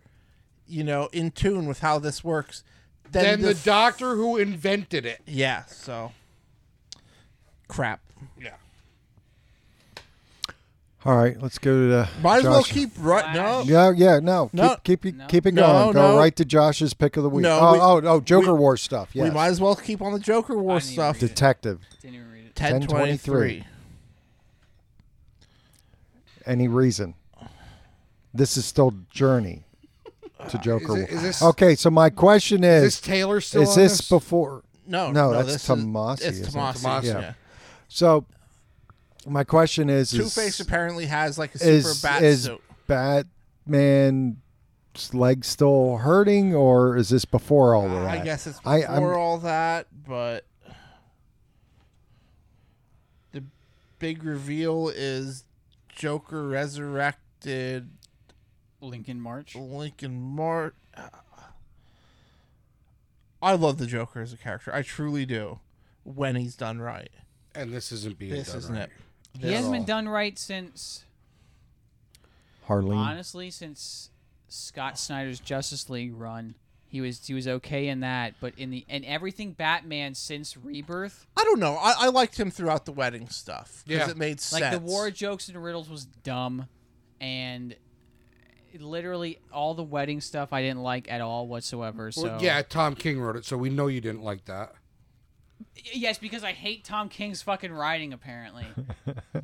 [SPEAKER 3] you know, in tune with how this works than
[SPEAKER 1] Then the
[SPEAKER 3] f-
[SPEAKER 1] doctor who invented it.
[SPEAKER 3] Yeah, so crap.
[SPEAKER 1] Yeah.
[SPEAKER 4] All right, let's go to uh, the.
[SPEAKER 3] Might as well
[SPEAKER 4] Josh.
[SPEAKER 3] keep right no.
[SPEAKER 4] Yeah, yeah, no.
[SPEAKER 3] No.
[SPEAKER 4] Keep keep,
[SPEAKER 2] No.
[SPEAKER 4] keep it
[SPEAKER 3] No,
[SPEAKER 4] going. Go
[SPEAKER 3] no.
[SPEAKER 4] right to Josh's pick of the week.
[SPEAKER 3] No,
[SPEAKER 4] oh,
[SPEAKER 3] we-
[SPEAKER 4] oh, oh, Joker
[SPEAKER 3] we-
[SPEAKER 4] War stuff. Yes.
[SPEAKER 3] We might as well keep on the Joker
[SPEAKER 2] I
[SPEAKER 3] war
[SPEAKER 2] didn't even
[SPEAKER 3] stuff.
[SPEAKER 2] read it.
[SPEAKER 4] Detective.
[SPEAKER 2] Didn't even read it.
[SPEAKER 3] 1023.
[SPEAKER 4] Any reason? This is still Journey to
[SPEAKER 3] Uh,
[SPEAKER 4] Joker
[SPEAKER 1] it-
[SPEAKER 4] War.
[SPEAKER 1] is this-
[SPEAKER 4] okay, so my question
[SPEAKER 1] Is
[SPEAKER 4] is:
[SPEAKER 1] this Taylor still
[SPEAKER 4] Is
[SPEAKER 1] on
[SPEAKER 4] this before?
[SPEAKER 3] No,
[SPEAKER 4] No,
[SPEAKER 3] no,
[SPEAKER 4] that's
[SPEAKER 3] this
[SPEAKER 4] Tomasi,
[SPEAKER 3] Is,
[SPEAKER 4] isn't
[SPEAKER 3] it's
[SPEAKER 4] it?
[SPEAKER 3] Tomasi.
[SPEAKER 1] Tomasi,
[SPEAKER 3] yeah.
[SPEAKER 4] yeah. So, my question is:
[SPEAKER 3] Two
[SPEAKER 4] is-
[SPEAKER 3] Face apparently has like a super
[SPEAKER 4] is
[SPEAKER 3] bat
[SPEAKER 4] is
[SPEAKER 3] suit.
[SPEAKER 4] Batman's leg still hurting, or is this before all of that?
[SPEAKER 3] I guess it's
[SPEAKER 4] I-
[SPEAKER 3] before
[SPEAKER 4] I'm-
[SPEAKER 3] all that, but the big reveal is Joker resurrected
[SPEAKER 2] Lincoln March.
[SPEAKER 3] Lincoln Mart. I love the Joker as a character. I truly do. When he's done right,
[SPEAKER 1] And this isn't being
[SPEAKER 3] this
[SPEAKER 1] done
[SPEAKER 3] isn't
[SPEAKER 1] right.
[SPEAKER 3] it.
[SPEAKER 2] He hasn't been
[SPEAKER 4] all.
[SPEAKER 2] done right since,
[SPEAKER 4] Harleen.
[SPEAKER 2] honestly, since Scott Snyder's Justice League run. He was he was okay in that, but in the and everything Batman since Rebirth,
[SPEAKER 3] I don't know. I, I liked him throughout the wedding stuff because
[SPEAKER 1] Yeah.
[SPEAKER 3] it made sense.
[SPEAKER 2] Like the war jokes and riddles was dumb, and literally all the wedding stuff I didn't like at all whatsoever. So
[SPEAKER 1] Well, yeah, Tom King wrote it, so we know you didn't like that.
[SPEAKER 2] Yes, because I hate Tom King's fucking writing. Apparently,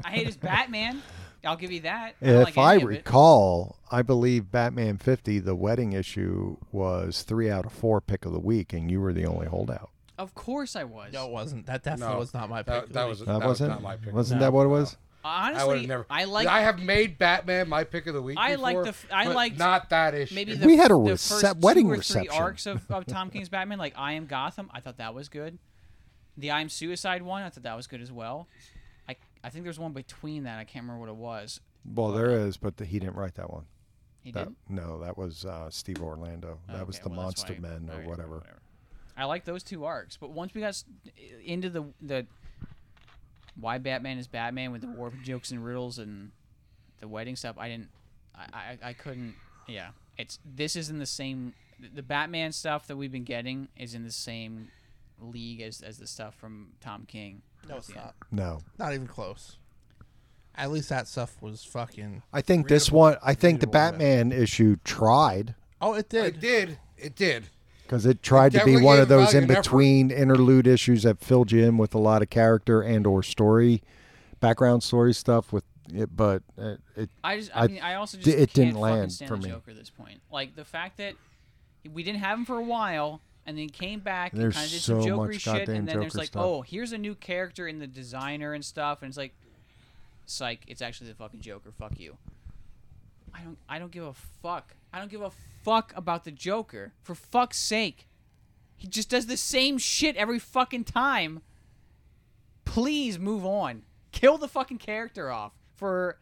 [SPEAKER 2] I hate his Batman. I'll give you that. I don't
[SPEAKER 4] If
[SPEAKER 2] like
[SPEAKER 4] I
[SPEAKER 2] any of it.
[SPEAKER 4] recall, I believe Batman 50, the wedding issue, was three out of four pick of the week, and you were the only holdout.
[SPEAKER 2] of course I was.
[SPEAKER 3] No, it wasn't. That definitely
[SPEAKER 1] No,
[SPEAKER 3] was not my pick.
[SPEAKER 1] that-
[SPEAKER 3] of the
[SPEAKER 1] that
[SPEAKER 3] week.
[SPEAKER 1] was-
[SPEAKER 4] That, wasn't,
[SPEAKER 1] not my pick.
[SPEAKER 4] Wasn't
[SPEAKER 3] No,
[SPEAKER 4] that what it was?
[SPEAKER 2] honestly,
[SPEAKER 1] I would have never.
[SPEAKER 2] I like.
[SPEAKER 1] I have made Batman my pick of the week.
[SPEAKER 2] I like
[SPEAKER 1] before,
[SPEAKER 2] the f- I
[SPEAKER 1] but
[SPEAKER 2] liked
[SPEAKER 1] not that issue.
[SPEAKER 2] maybe
[SPEAKER 1] Maybe
[SPEAKER 2] the,
[SPEAKER 4] We had a
[SPEAKER 2] the
[SPEAKER 4] recep-
[SPEAKER 2] first
[SPEAKER 4] wedding
[SPEAKER 2] two or
[SPEAKER 4] reception.
[SPEAKER 2] three arcs of, of Tom King's Batman, like I Am Gotham, I thought that was good. The I Am Suicide one, I thought that was good as well. I I think there's one between that. I can't remember what it was.
[SPEAKER 4] Well, there is, but he didn't write that one.
[SPEAKER 2] He did.
[SPEAKER 4] That, no, that was uh, Steve Orlando. That was
[SPEAKER 2] Oh, Okay,
[SPEAKER 4] the
[SPEAKER 2] well, that's
[SPEAKER 4] Monster
[SPEAKER 2] why-
[SPEAKER 4] Men or
[SPEAKER 2] alright,
[SPEAKER 4] whatever.
[SPEAKER 2] I like those two arcs, but once we got s- into the the why Batman is Batman with the warp jokes and riddles and the wedding stuff, I didn't, I, I, I couldn't. Yeah, it's this is in the same. The Batman stuff that we've been getting is in the same league as as the stuff from Tom King.
[SPEAKER 3] no,
[SPEAKER 2] towards
[SPEAKER 3] it's
[SPEAKER 2] the end.
[SPEAKER 3] not.
[SPEAKER 4] No,
[SPEAKER 3] Not even close. At least that stuff was fucking.
[SPEAKER 4] I think this one. I think the Batman issue tried
[SPEAKER 3] Oh, it did.
[SPEAKER 1] it did. It did.
[SPEAKER 4] because it tried to be
[SPEAKER 1] definitely
[SPEAKER 4] one
[SPEAKER 1] gave
[SPEAKER 4] of those
[SPEAKER 1] value
[SPEAKER 4] in
[SPEAKER 1] and effort.
[SPEAKER 4] between interlude issues that filled you in with a lot of character and or story, background story stuff. With it, but it, it
[SPEAKER 2] I just, I,
[SPEAKER 4] I-
[SPEAKER 2] mean, I also
[SPEAKER 4] di-
[SPEAKER 2] just
[SPEAKER 4] it
[SPEAKER 2] can't
[SPEAKER 4] didn't
[SPEAKER 2] fucking
[SPEAKER 4] land
[SPEAKER 2] stand
[SPEAKER 4] for
[SPEAKER 2] the
[SPEAKER 4] me.
[SPEAKER 2] Joker at this point. Like the fact that we didn't have him for a while, and then came back and
[SPEAKER 4] There's
[SPEAKER 2] kind of did some
[SPEAKER 4] so
[SPEAKER 2] jokery
[SPEAKER 4] much
[SPEAKER 2] shit,
[SPEAKER 4] goddamn
[SPEAKER 2] and then there's
[SPEAKER 4] Joker
[SPEAKER 2] like,
[SPEAKER 4] stuff.
[SPEAKER 2] oh, here's a new character in the designer and stuff, and it's like, psych, it's actually the fucking Joker. Fuck you. I don't, I don't give a fuck. I don't give a fuck about the Joker. For fuck's sake, he just does the same shit every fucking time. Please move on. Kill the fucking character off for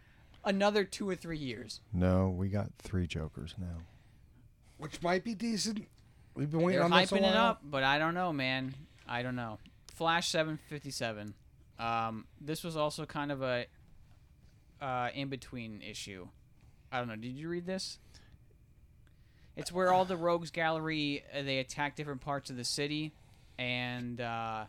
[SPEAKER 2] another two or three years.
[SPEAKER 4] no, we got three Jokers now.
[SPEAKER 1] Which might be decent. We've been waiting
[SPEAKER 2] They're
[SPEAKER 1] on this a
[SPEAKER 2] hyping it
[SPEAKER 1] while.
[SPEAKER 2] up, but I don't know, man. I don't know. Flash 757. Um, this was also kind of a uh, in between issue. I don't know. Did you read this? It's where all the rogues gallery uh, they attack different parts of the city, and uh,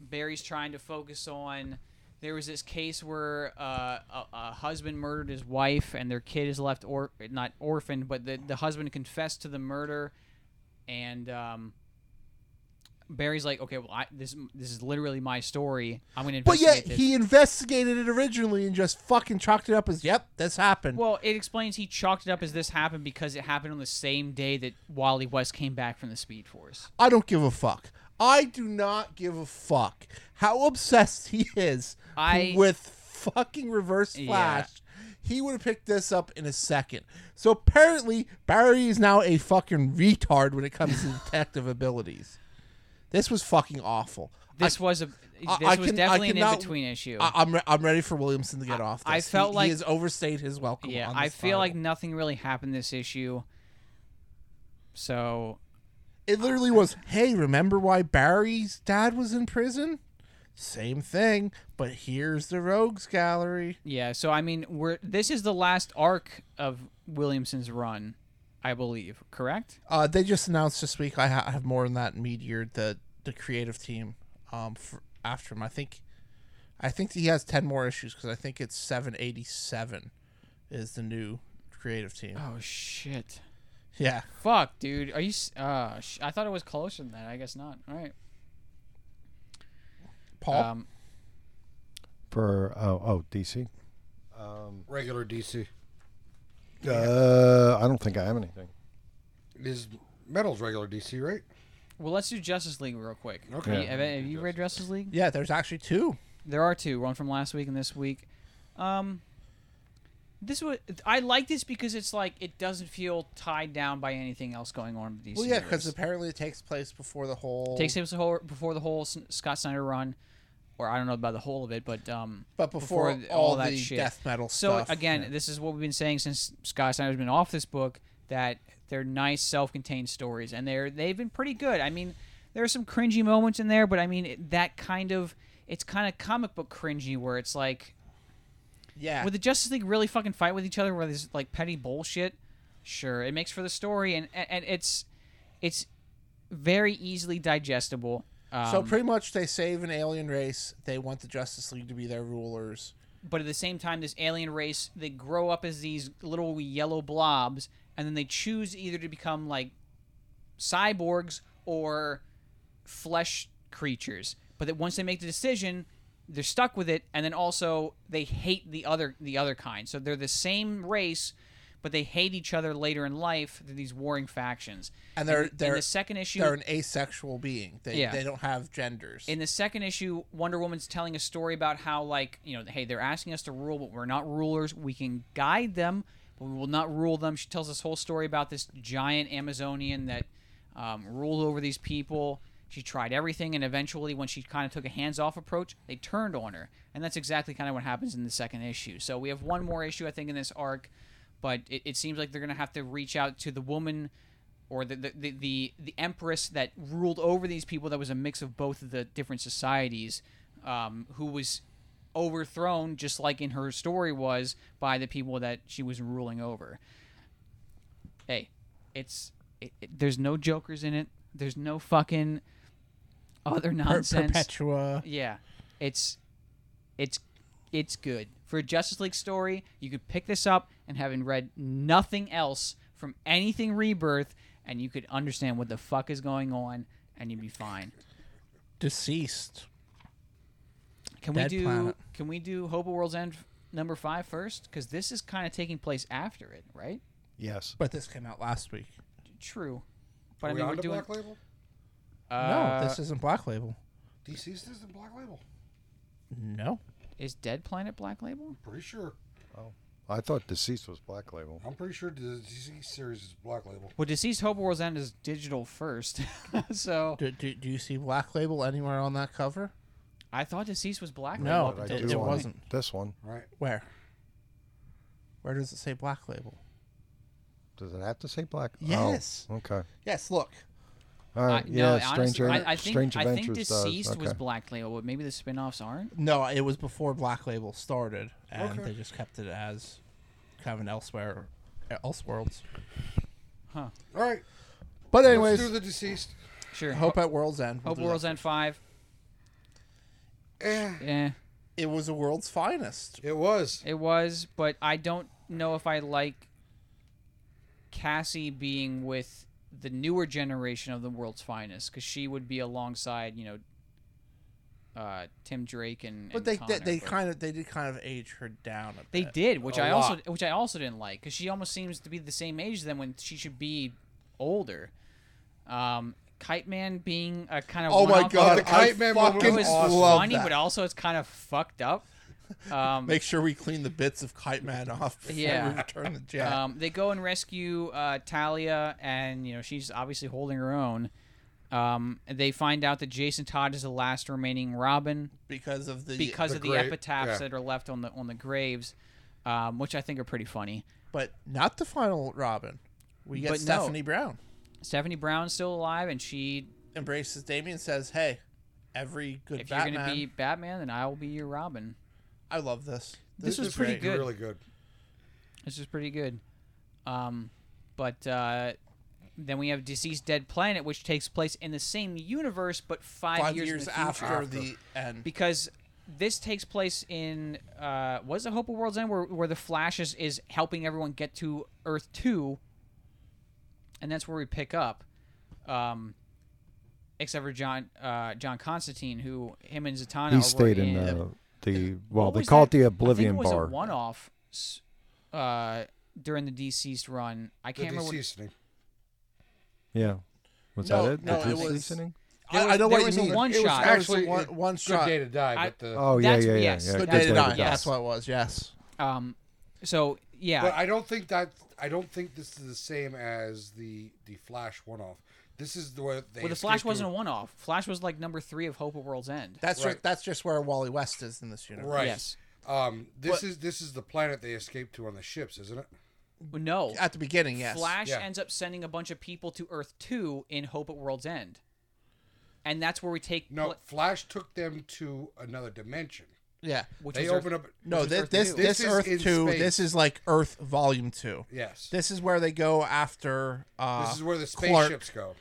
[SPEAKER 2] Barry's trying to focus on. There was this case where uh, a, a husband murdered his wife, and their kid is left or not orphaned, but the the husband confessed to the murder, and um, Barry's like, okay, well, I, this this is literally my story. I'm gonna.
[SPEAKER 3] But
[SPEAKER 2] Investigate
[SPEAKER 3] yet
[SPEAKER 2] this.
[SPEAKER 3] he investigated it originally and just fucking chalked it up as, "Yep, this happened."
[SPEAKER 2] Well, it explains he chalked it up as this happened because it happened on the same day that Wally West came back from the Speed Force.
[SPEAKER 3] I don't give a fuck. I do not give a fuck how obsessed he is
[SPEAKER 2] I-
[SPEAKER 3] with fucking Reverse
[SPEAKER 2] Yeah.
[SPEAKER 3] Flash. He would have picked this up in a second. So apparently, Barry is now a fucking retard when it comes to detective abilities. This was fucking awful.
[SPEAKER 2] This was a this
[SPEAKER 3] I- I
[SPEAKER 2] was
[SPEAKER 3] can- I
[SPEAKER 2] definitely an
[SPEAKER 3] cannot-
[SPEAKER 2] in between issue.
[SPEAKER 3] I, I'm, re- I'm ready for Williamson to get off. This.
[SPEAKER 2] I felt
[SPEAKER 3] he,
[SPEAKER 2] like-
[SPEAKER 3] he has overstayed his welcome.
[SPEAKER 2] yeah,
[SPEAKER 3] on
[SPEAKER 2] I
[SPEAKER 3] this
[SPEAKER 2] feel like
[SPEAKER 3] title.
[SPEAKER 2] nothing really happened this issue. So
[SPEAKER 3] it literally was. Hey, remember why Barry's dad was in prison? Same thing, but here's the rogues gallery.
[SPEAKER 2] yeah, so I mean, we're this is the last arc of Williamson's run, I believe. Correct?
[SPEAKER 3] Uh, they just announced this week. I, ha- I have more on that in Meteor, the the creative team. Um, for, after him, I think, I think he has ten more issues because I think it's seven eighty seven, is the new creative team.
[SPEAKER 2] Oh shit!
[SPEAKER 3] Yeah,
[SPEAKER 2] Fuck, dude. Are you? s- Uh, sh- I thought it was closer than that. I guess not. All right.
[SPEAKER 3] Paul.
[SPEAKER 2] Um,
[SPEAKER 4] For oh oh DC.
[SPEAKER 1] Regular DC.
[SPEAKER 4] Uh, I don't think I have anything.
[SPEAKER 1] Is metal's regular DC, right?
[SPEAKER 2] well, let's do Justice League real quick.
[SPEAKER 1] Okay.
[SPEAKER 2] Have, have you read Justice League?
[SPEAKER 3] yeah, there's actually two.
[SPEAKER 2] There are two, one from last week and this week. Um, this was I like this because it's like it doesn't feel tied down by anything else going on in the DC.
[SPEAKER 3] Well, yeah,
[SPEAKER 2] universe.
[SPEAKER 3] because apparently it takes place before the whole.
[SPEAKER 2] takes place before, before the whole S- Scott Snyder run, or I don't know about the whole of it, but um,
[SPEAKER 3] But before all
[SPEAKER 2] that
[SPEAKER 3] the
[SPEAKER 2] shit.
[SPEAKER 3] death metal
[SPEAKER 2] So
[SPEAKER 3] stuff,
[SPEAKER 2] again, this is what we've been saying since Scott Snyder's been off this book that they're nice self-contained stories, and they're they've been pretty good. I mean, there are some cringy moments in there, but I mean it, that kind of it's kind of comic book cringy where it's like
[SPEAKER 3] yeah,
[SPEAKER 2] would the Justice League really fucking fight with each other with this like petty bullshit? Sure, it makes for the story, and and, and it's it's very easily digestible. Um,
[SPEAKER 3] so pretty much they save an alien race. They want the Justice League to be their rulers.
[SPEAKER 2] but at the same time, this alien race they grow up as these little yellow blobs, and then they choose either to become like cyborgs or flesh creatures. but that once they make the decision, they're stuck with it, and then also they hate the other the other kind. So they're the same race, but they hate each other later in life. They're these warring factions,
[SPEAKER 3] And they're-
[SPEAKER 2] in, the- in
[SPEAKER 3] they're-
[SPEAKER 2] the second issue.
[SPEAKER 3] They're an asexual being. They
[SPEAKER 2] Yeah.
[SPEAKER 3] they don't have genders.
[SPEAKER 2] In the second issue, Wonder Woman's telling a story about how, like, you know, hey, they're asking us to rule, but we're not rulers. We can guide them, but we will not rule them. She tells this whole story about this giant Amazonian that um, ruled over these people. She tried everything, and eventually, when she kind of took a hands off approach, they turned on her. And that's exactly kind of what happens in the second issue. So we have one more issue, I think, in this arc, but it, it seems like they're going to have to reach out to the woman or the the, the the the empress that ruled over these people that was a mix of both of the different societies um, who was overthrown just like in her story was by the people that she was ruling over hey it's it, it- there's no jokers in it there's no fucking other
[SPEAKER 3] Per-
[SPEAKER 2] nonsense
[SPEAKER 3] Perpetua.
[SPEAKER 2] yeah, it's it's it's good for a Justice League story. You could pick this up and having read nothing else from anything Rebirth, and you could understand what the fuck is going on, and you'd be fine.
[SPEAKER 3] Deceased.
[SPEAKER 2] Can
[SPEAKER 3] Dead
[SPEAKER 2] we do
[SPEAKER 3] Planet.
[SPEAKER 2] Can we do Hope of World's End f- number five first? Because this is kind of taking place after it, right?
[SPEAKER 4] Yes.
[SPEAKER 3] But this came out last week.
[SPEAKER 2] True, but
[SPEAKER 1] Are
[SPEAKER 2] I
[SPEAKER 1] we
[SPEAKER 2] mean
[SPEAKER 1] on
[SPEAKER 2] we're
[SPEAKER 1] to
[SPEAKER 2] doing
[SPEAKER 1] Black Label?
[SPEAKER 2] uh,
[SPEAKER 3] no, this isn't Black Label.
[SPEAKER 1] DC's this is Black Label.
[SPEAKER 3] No.
[SPEAKER 2] is Dead Planet Black Label.
[SPEAKER 1] I'm pretty sure.
[SPEAKER 4] I thought deceased was black label.
[SPEAKER 1] I'm pretty sure the DC series is Black Label.
[SPEAKER 2] Well, Deceased Hope of World's End is digital first, so
[SPEAKER 3] Do, do, do you see Black Label anywhere on that cover?
[SPEAKER 2] I thought Deceased was Black
[SPEAKER 3] No,
[SPEAKER 2] Label. up
[SPEAKER 3] but
[SPEAKER 4] I
[SPEAKER 2] until
[SPEAKER 3] it-
[SPEAKER 4] do
[SPEAKER 2] this
[SPEAKER 3] it
[SPEAKER 4] want
[SPEAKER 2] point.
[SPEAKER 3] wasn't.
[SPEAKER 4] This one.
[SPEAKER 1] Right.
[SPEAKER 3] Where? Where does it say Black Label?
[SPEAKER 4] Does it have to say black? Oh,
[SPEAKER 3] Yes.
[SPEAKER 4] okay.
[SPEAKER 3] Yes, look.
[SPEAKER 4] All
[SPEAKER 2] I,
[SPEAKER 4] right.
[SPEAKER 2] no,
[SPEAKER 4] Uh, yeah,
[SPEAKER 2] honestly,
[SPEAKER 4] Stranger,
[SPEAKER 2] I, I think
[SPEAKER 4] Strange
[SPEAKER 2] I
[SPEAKER 4] Adventures
[SPEAKER 2] think
[SPEAKER 4] does.
[SPEAKER 2] deceased was
[SPEAKER 4] Okay.
[SPEAKER 2] Black Label, but maybe the spin-offs aren't.
[SPEAKER 3] No, it was before Black Label started, and
[SPEAKER 1] Okay.
[SPEAKER 3] they just kept it as kind of an elsewhere, Elseworlds.
[SPEAKER 1] All right. Anyways, let's
[SPEAKER 3] But anyways,
[SPEAKER 1] do the deceased.
[SPEAKER 2] Sure.
[SPEAKER 3] Hope at World's End. we'll
[SPEAKER 2] Hope
[SPEAKER 3] do that.
[SPEAKER 2] World's End five.
[SPEAKER 1] Eh,
[SPEAKER 2] Eh,
[SPEAKER 3] It was the world's finest.
[SPEAKER 1] it was.
[SPEAKER 2] it was, but I don't know if I like Cassie being with the newer generation of the world's finest because she would be alongside, you know, uh, Tim Drake and.
[SPEAKER 3] But
[SPEAKER 2] and
[SPEAKER 3] they
[SPEAKER 2] Connor,
[SPEAKER 3] they, they
[SPEAKER 2] but-
[SPEAKER 3] kind of they did kind of age her down a bit.
[SPEAKER 2] They did, which
[SPEAKER 3] A
[SPEAKER 2] I also
[SPEAKER 3] lot.
[SPEAKER 2] which I also didn't like because she almost seems to be the same age then when she should be older. Um, Kite Man being a kind of
[SPEAKER 3] Oh my
[SPEAKER 2] one-off-
[SPEAKER 3] god!
[SPEAKER 1] The Kite
[SPEAKER 3] I
[SPEAKER 1] Man moment
[SPEAKER 2] it
[SPEAKER 3] fucking
[SPEAKER 1] was
[SPEAKER 2] was
[SPEAKER 1] awesome.
[SPEAKER 3] love
[SPEAKER 2] funny,
[SPEAKER 3] that.
[SPEAKER 2] but also it's kind of fucked up. Um,
[SPEAKER 3] Make sure we clean the bits of Kite Man off before
[SPEAKER 2] Yeah.
[SPEAKER 3] we return the jet.
[SPEAKER 2] um, they go and rescue uh, Talia, and you know she's obviously holding her own. Um, they find out that Jason Todd is the last remaining Robin.
[SPEAKER 3] because of the
[SPEAKER 2] because
[SPEAKER 1] The
[SPEAKER 2] of the
[SPEAKER 1] gra-
[SPEAKER 2] epitaphs
[SPEAKER 1] yeah.
[SPEAKER 2] that are left on the on the graves, um, which I think are pretty funny.
[SPEAKER 3] but not the final Robin. We get
[SPEAKER 2] But no.
[SPEAKER 3] Stephanie Brown
[SPEAKER 2] Stephanie Brown's still alive, and she
[SPEAKER 3] embraces Damien and says, "Hey, every good
[SPEAKER 2] if
[SPEAKER 3] Batman.
[SPEAKER 2] you're gonna be Batman, then I will be your Robin.
[SPEAKER 3] I love this.
[SPEAKER 2] This was
[SPEAKER 1] is
[SPEAKER 2] pretty
[SPEAKER 1] really-
[SPEAKER 2] good.
[SPEAKER 1] Really good.
[SPEAKER 2] This is pretty good. Um, but uh, then we have Deceased Dead Planet, which takes place in the same universe but five,
[SPEAKER 3] five
[SPEAKER 2] years,
[SPEAKER 3] years,
[SPEAKER 2] in the future.
[SPEAKER 3] after, the end.
[SPEAKER 2] because this takes place in uh, was the Hope of World's End where, where the Flash is, is helping everyone get to Earth two, and that's where we pick up. Um, except for John uh, John Constantine, who him and Zatanna
[SPEAKER 4] He
[SPEAKER 2] were
[SPEAKER 4] stayed in
[SPEAKER 2] in
[SPEAKER 4] the, the well,
[SPEAKER 2] what
[SPEAKER 4] they
[SPEAKER 2] was
[SPEAKER 4] call it
[SPEAKER 2] that?
[SPEAKER 4] the
[SPEAKER 2] I
[SPEAKER 4] Oblivion
[SPEAKER 2] think it was
[SPEAKER 4] Bar.
[SPEAKER 2] a one-off s- uh, during the deceased run. I
[SPEAKER 1] The
[SPEAKER 2] can't remember. What,
[SPEAKER 1] deceased thing.
[SPEAKER 4] Yeah. Was
[SPEAKER 3] No,
[SPEAKER 4] that it?
[SPEAKER 3] no,
[SPEAKER 4] the
[SPEAKER 3] it was-
[SPEAKER 4] listening?
[SPEAKER 3] I,
[SPEAKER 2] There
[SPEAKER 3] I know
[SPEAKER 2] was-
[SPEAKER 3] what
[SPEAKER 2] there was
[SPEAKER 3] you
[SPEAKER 2] a
[SPEAKER 3] mean.
[SPEAKER 2] one
[SPEAKER 3] It was
[SPEAKER 2] shot.
[SPEAKER 3] actually
[SPEAKER 1] Actually,
[SPEAKER 3] one,
[SPEAKER 1] it-
[SPEAKER 3] one
[SPEAKER 1] Good
[SPEAKER 3] shot.
[SPEAKER 1] day to die,
[SPEAKER 2] I-
[SPEAKER 1] but the
[SPEAKER 4] Oh yeah,
[SPEAKER 2] That's-
[SPEAKER 4] yeah, yeah.
[SPEAKER 2] yes,
[SPEAKER 4] yeah.
[SPEAKER 2] Good
[SPEAKER 3] Good
[SPEAKER 2] That's
[SPEAKER 3] day to
[SPEAKER 2] what it
[SPEAKER 3] die.
[SPEAKER 2] was.
[SPEAKER 3] That's
[SPEAKER 2] Yes.
[SPEAKER 3] what it was. Yes.
[SPEAKER 2] um, so yeah,
[SPEAKER 1] But I don't think that I don't think this is the same as the the Flash one off. This is the way they
[SPEAKER 2] well, the
[SPEAKER 1] escaped
[SPEAKER 2] Flash wasn't a
[SPEAKER 1] to-
[SPEAKER 2] one-off. Flash was like number three of Hope of World's End.
[SPEAKER 3] That's
[SPEAKER 1] Right.
[SPEAKER 3] just, that's just where Wally West is in this universe.
[SPEAKER 1] right.
[SPEAKER 2] Yes.
[SPEAKER 1] Um, this
[SPEAKER 3] But-
[SPEAKER 1] is this is the planet they escaped to on the ships, isn't it?
[SPEAKER 2] no,
[SPEAKER 3] At the beginning, yes.
[SPEAKER 2] Flash
[SPEAKER 1] Yeah.
[SPEAKER 2] ends up sending a bunch of people to Earth 2 in Hope at World's End. And that's where we take
[SPEAKER 1] No,
[SPEAKER 2] pla-
[SPEAKER 1] Flash took them to another dimension.
[SPEAKER 3] Yeah.
[SPEAKER 2] which
[SPEAKER 1] they
[SPEAKER 2] is Earth-
[SPEAKER 1] open up.
[SPEAKER 3] No,
[SPEAKER 2] Which is
[SPEAKER 3] this
[SPEAKER 2] Earth
[SPEAKER 3] this,
[SPEAKER 2] two.
[SPEAKER 3] this,
[SPEAKER 1] This is
[SPEAKER 3] Earth
[SPEAKER 1] in
[SPEAKER 3] two. This
[SPEAKER 1] space.
[SPEAKER 3] is like Earth Volume two.
[SPEAKER 1] Yes.
[SPEAKER 3] This is where they go after. Uh,
[SPEAKER 1] This is where the
[SPEAKER 3] Clark,
[SPEAKER 1] spaceships go,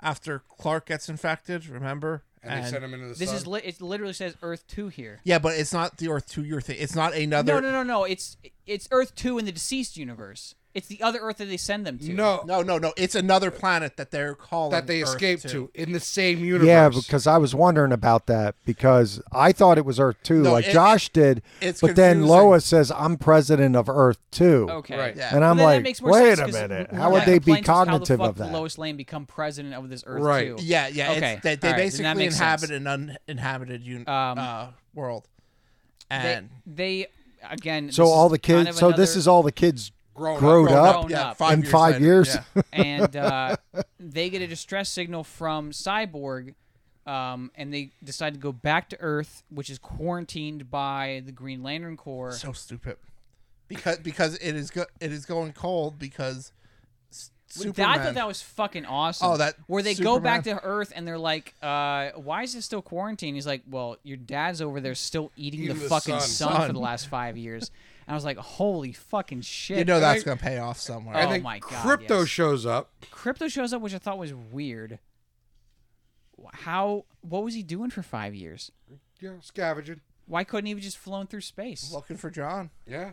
[SPEAKER 3] after Clark gets infected. Remember?
[SPEAKER 1] and, they send them into the
[SPEAKER 2] This
[SPEAKER 1] sun.
[SPEAKER 2] is li- it literally says Earth 2 here.
[SPEAKER 3] yeah, but it's not the Earth two year thing. It's not another.
[SPEAKER 2] No, no, no, no. It's it's Earth 2 in the deceased universe. It's the other Earth that they send them to.
[SPEAKER 1] No,
[SPEAKER 3] No, no, no. It's another planet that they're calling
[SPEAKER 1] that they
[SPEAKER 3] Earth
[SPEAKER 1] escaped to in the same universe.
[SPEAKER 4] Yeah, because I was wondering about that because I thought it was Earth 2
[SPEAKER 3] No,
[SPEAKER 4] like
[SPEAKER 3] it-
[SPEAKER 4] Josh did.
[SPEAKER 3] it's
[SPEAKER 4] but then
[SPEAKER 3] confusing.
[SPEAKER 4] Lois says, I'm president of Earth 2.
[SPEAKER 2] Okay.
[SPEAKER 1] Right.
[SPEAKER 3] Yeah.
[SPEAKER 4] And
[SPEAKER 2] Well,
[SPEAKER 4] I'm
[SPEAKER 2] then that
[SPEAKER 4] like,
[SPEAKER 2] makes more
[SPEAKER 4] wait
[SPEAKER 2] sense,
[SPEAKER 4] a
[SPEAKER 2] 'cause
[SPEAKER 4] minute.
[SPEAKER 2] w-
[SPEAKER 4] How
[SPEAKER 2] one
[SPEAKER 4] would
[SPEAKER 2] of
[SPEAKER 4] they
[SPEAKER 2] the
[SPEAKER 4] be
[SPEAKER 2] complaints was
[SPEAKER 4] cognitive
[SPEAKER 2] how the
[SPEAKER 4] of
[SPEAKER 2] fuck
[SPEAKER 4] that?
[SPEAKER 2] Did Lois Lane become president of this Earth
[SPEAKER 1] Right.
[SPEAKER 2] too.
[SPEAKER 3] Yeah, yeah.
[SPEAKER 2] Okay,
[SPEAKER 3] It's, they they
[SPEAKER 2] all right, then that
[SPEAKER 3] basically
[SPEAKER 2] makes
[SPEAKER 3] inhabit
[SPEAKER 2] sense.
[SPEAKER 3] an uninhabited un-
[SPEAKER 2] Um,
[SPEAKER 3] uh, world.
[SPEAKER 2] They,
[SPEAKER 3] And
[SPEAKER 2] they again.
[SPEAKER 4] So
[SPEAKER 2] this
[SPEAKER 4] all
[SPEAKER 2] is
[SPEAKER 4] the
[SPEAKER 2] kind
[SPEAKER 4] kids.
[SPEAKER 2] of
[SPEAKER 4] so this
[SPEAKER 2] another-
[SPEAKER 4] is all the kids
[SPEAKER 1] Grown up.
[SPEAKER 4] growed
[SPEAKER 2] Grown
[SPEAKER 4] up,
[SPEAKER 2] up.
[SPEAKER 3] yeah,
[SPEAKER 4] in five
[SPEAKER 3] later,
[SPEAKER 4] years.
[SPEAKER 3] yeah.
[SPEAKER 2] and uh, they get a distress signal from Cyborg, um, and they decide to go back to Earth, which is quarantined by the Green Lantern Corps.
[SPEAKER 3] so stupid because because it is go- it is going cold because s-
[SPEAKER 2] Th-
[SPEAKER 3] Superman.
[SPEAKER 2] I thought that was fucking awesome.
[SPEAKER 3] Oh, that
[SPEAKER 2] where they go back to Earth and they're like, uh, "Why is this still quarantined?" He's like, "Well, your dad's over there still eating,
[SPEAKER 1] Eating
[SPEAKER 2] the,
[SPEAKER 1] the
[SPEAKER 2] fucking sun,
[SPEAKER 1] sun.
[SPEAKER 2] for the last five years." And I was like, "Holy fucking shit!"
[SPEAKER 3] you know that's
[SPEAKER 1] think-
[SPEAKER 3] going to pay off somewhere.
[SPEAKER 2] I
[SPEAKER 1] And
[SPEAKER 2] Oh
[SPEAKER 1] then
[SPEAKER 2] my God,
[SPEAKER 1] Crypto
[SPEAKER 2] yes.
[SPEAKER 1] shows up.
[SPEAKER 2] Crypto shows up, which I thought was weird. How? What was he doing for five years?
[SPEAKER 1] Yeah, scavenging.
[SPEAKER 2] Why couldn't he have just flown through space?
[SPEAKER 3] Looking for John.
[SPEAKER 1] Yeah,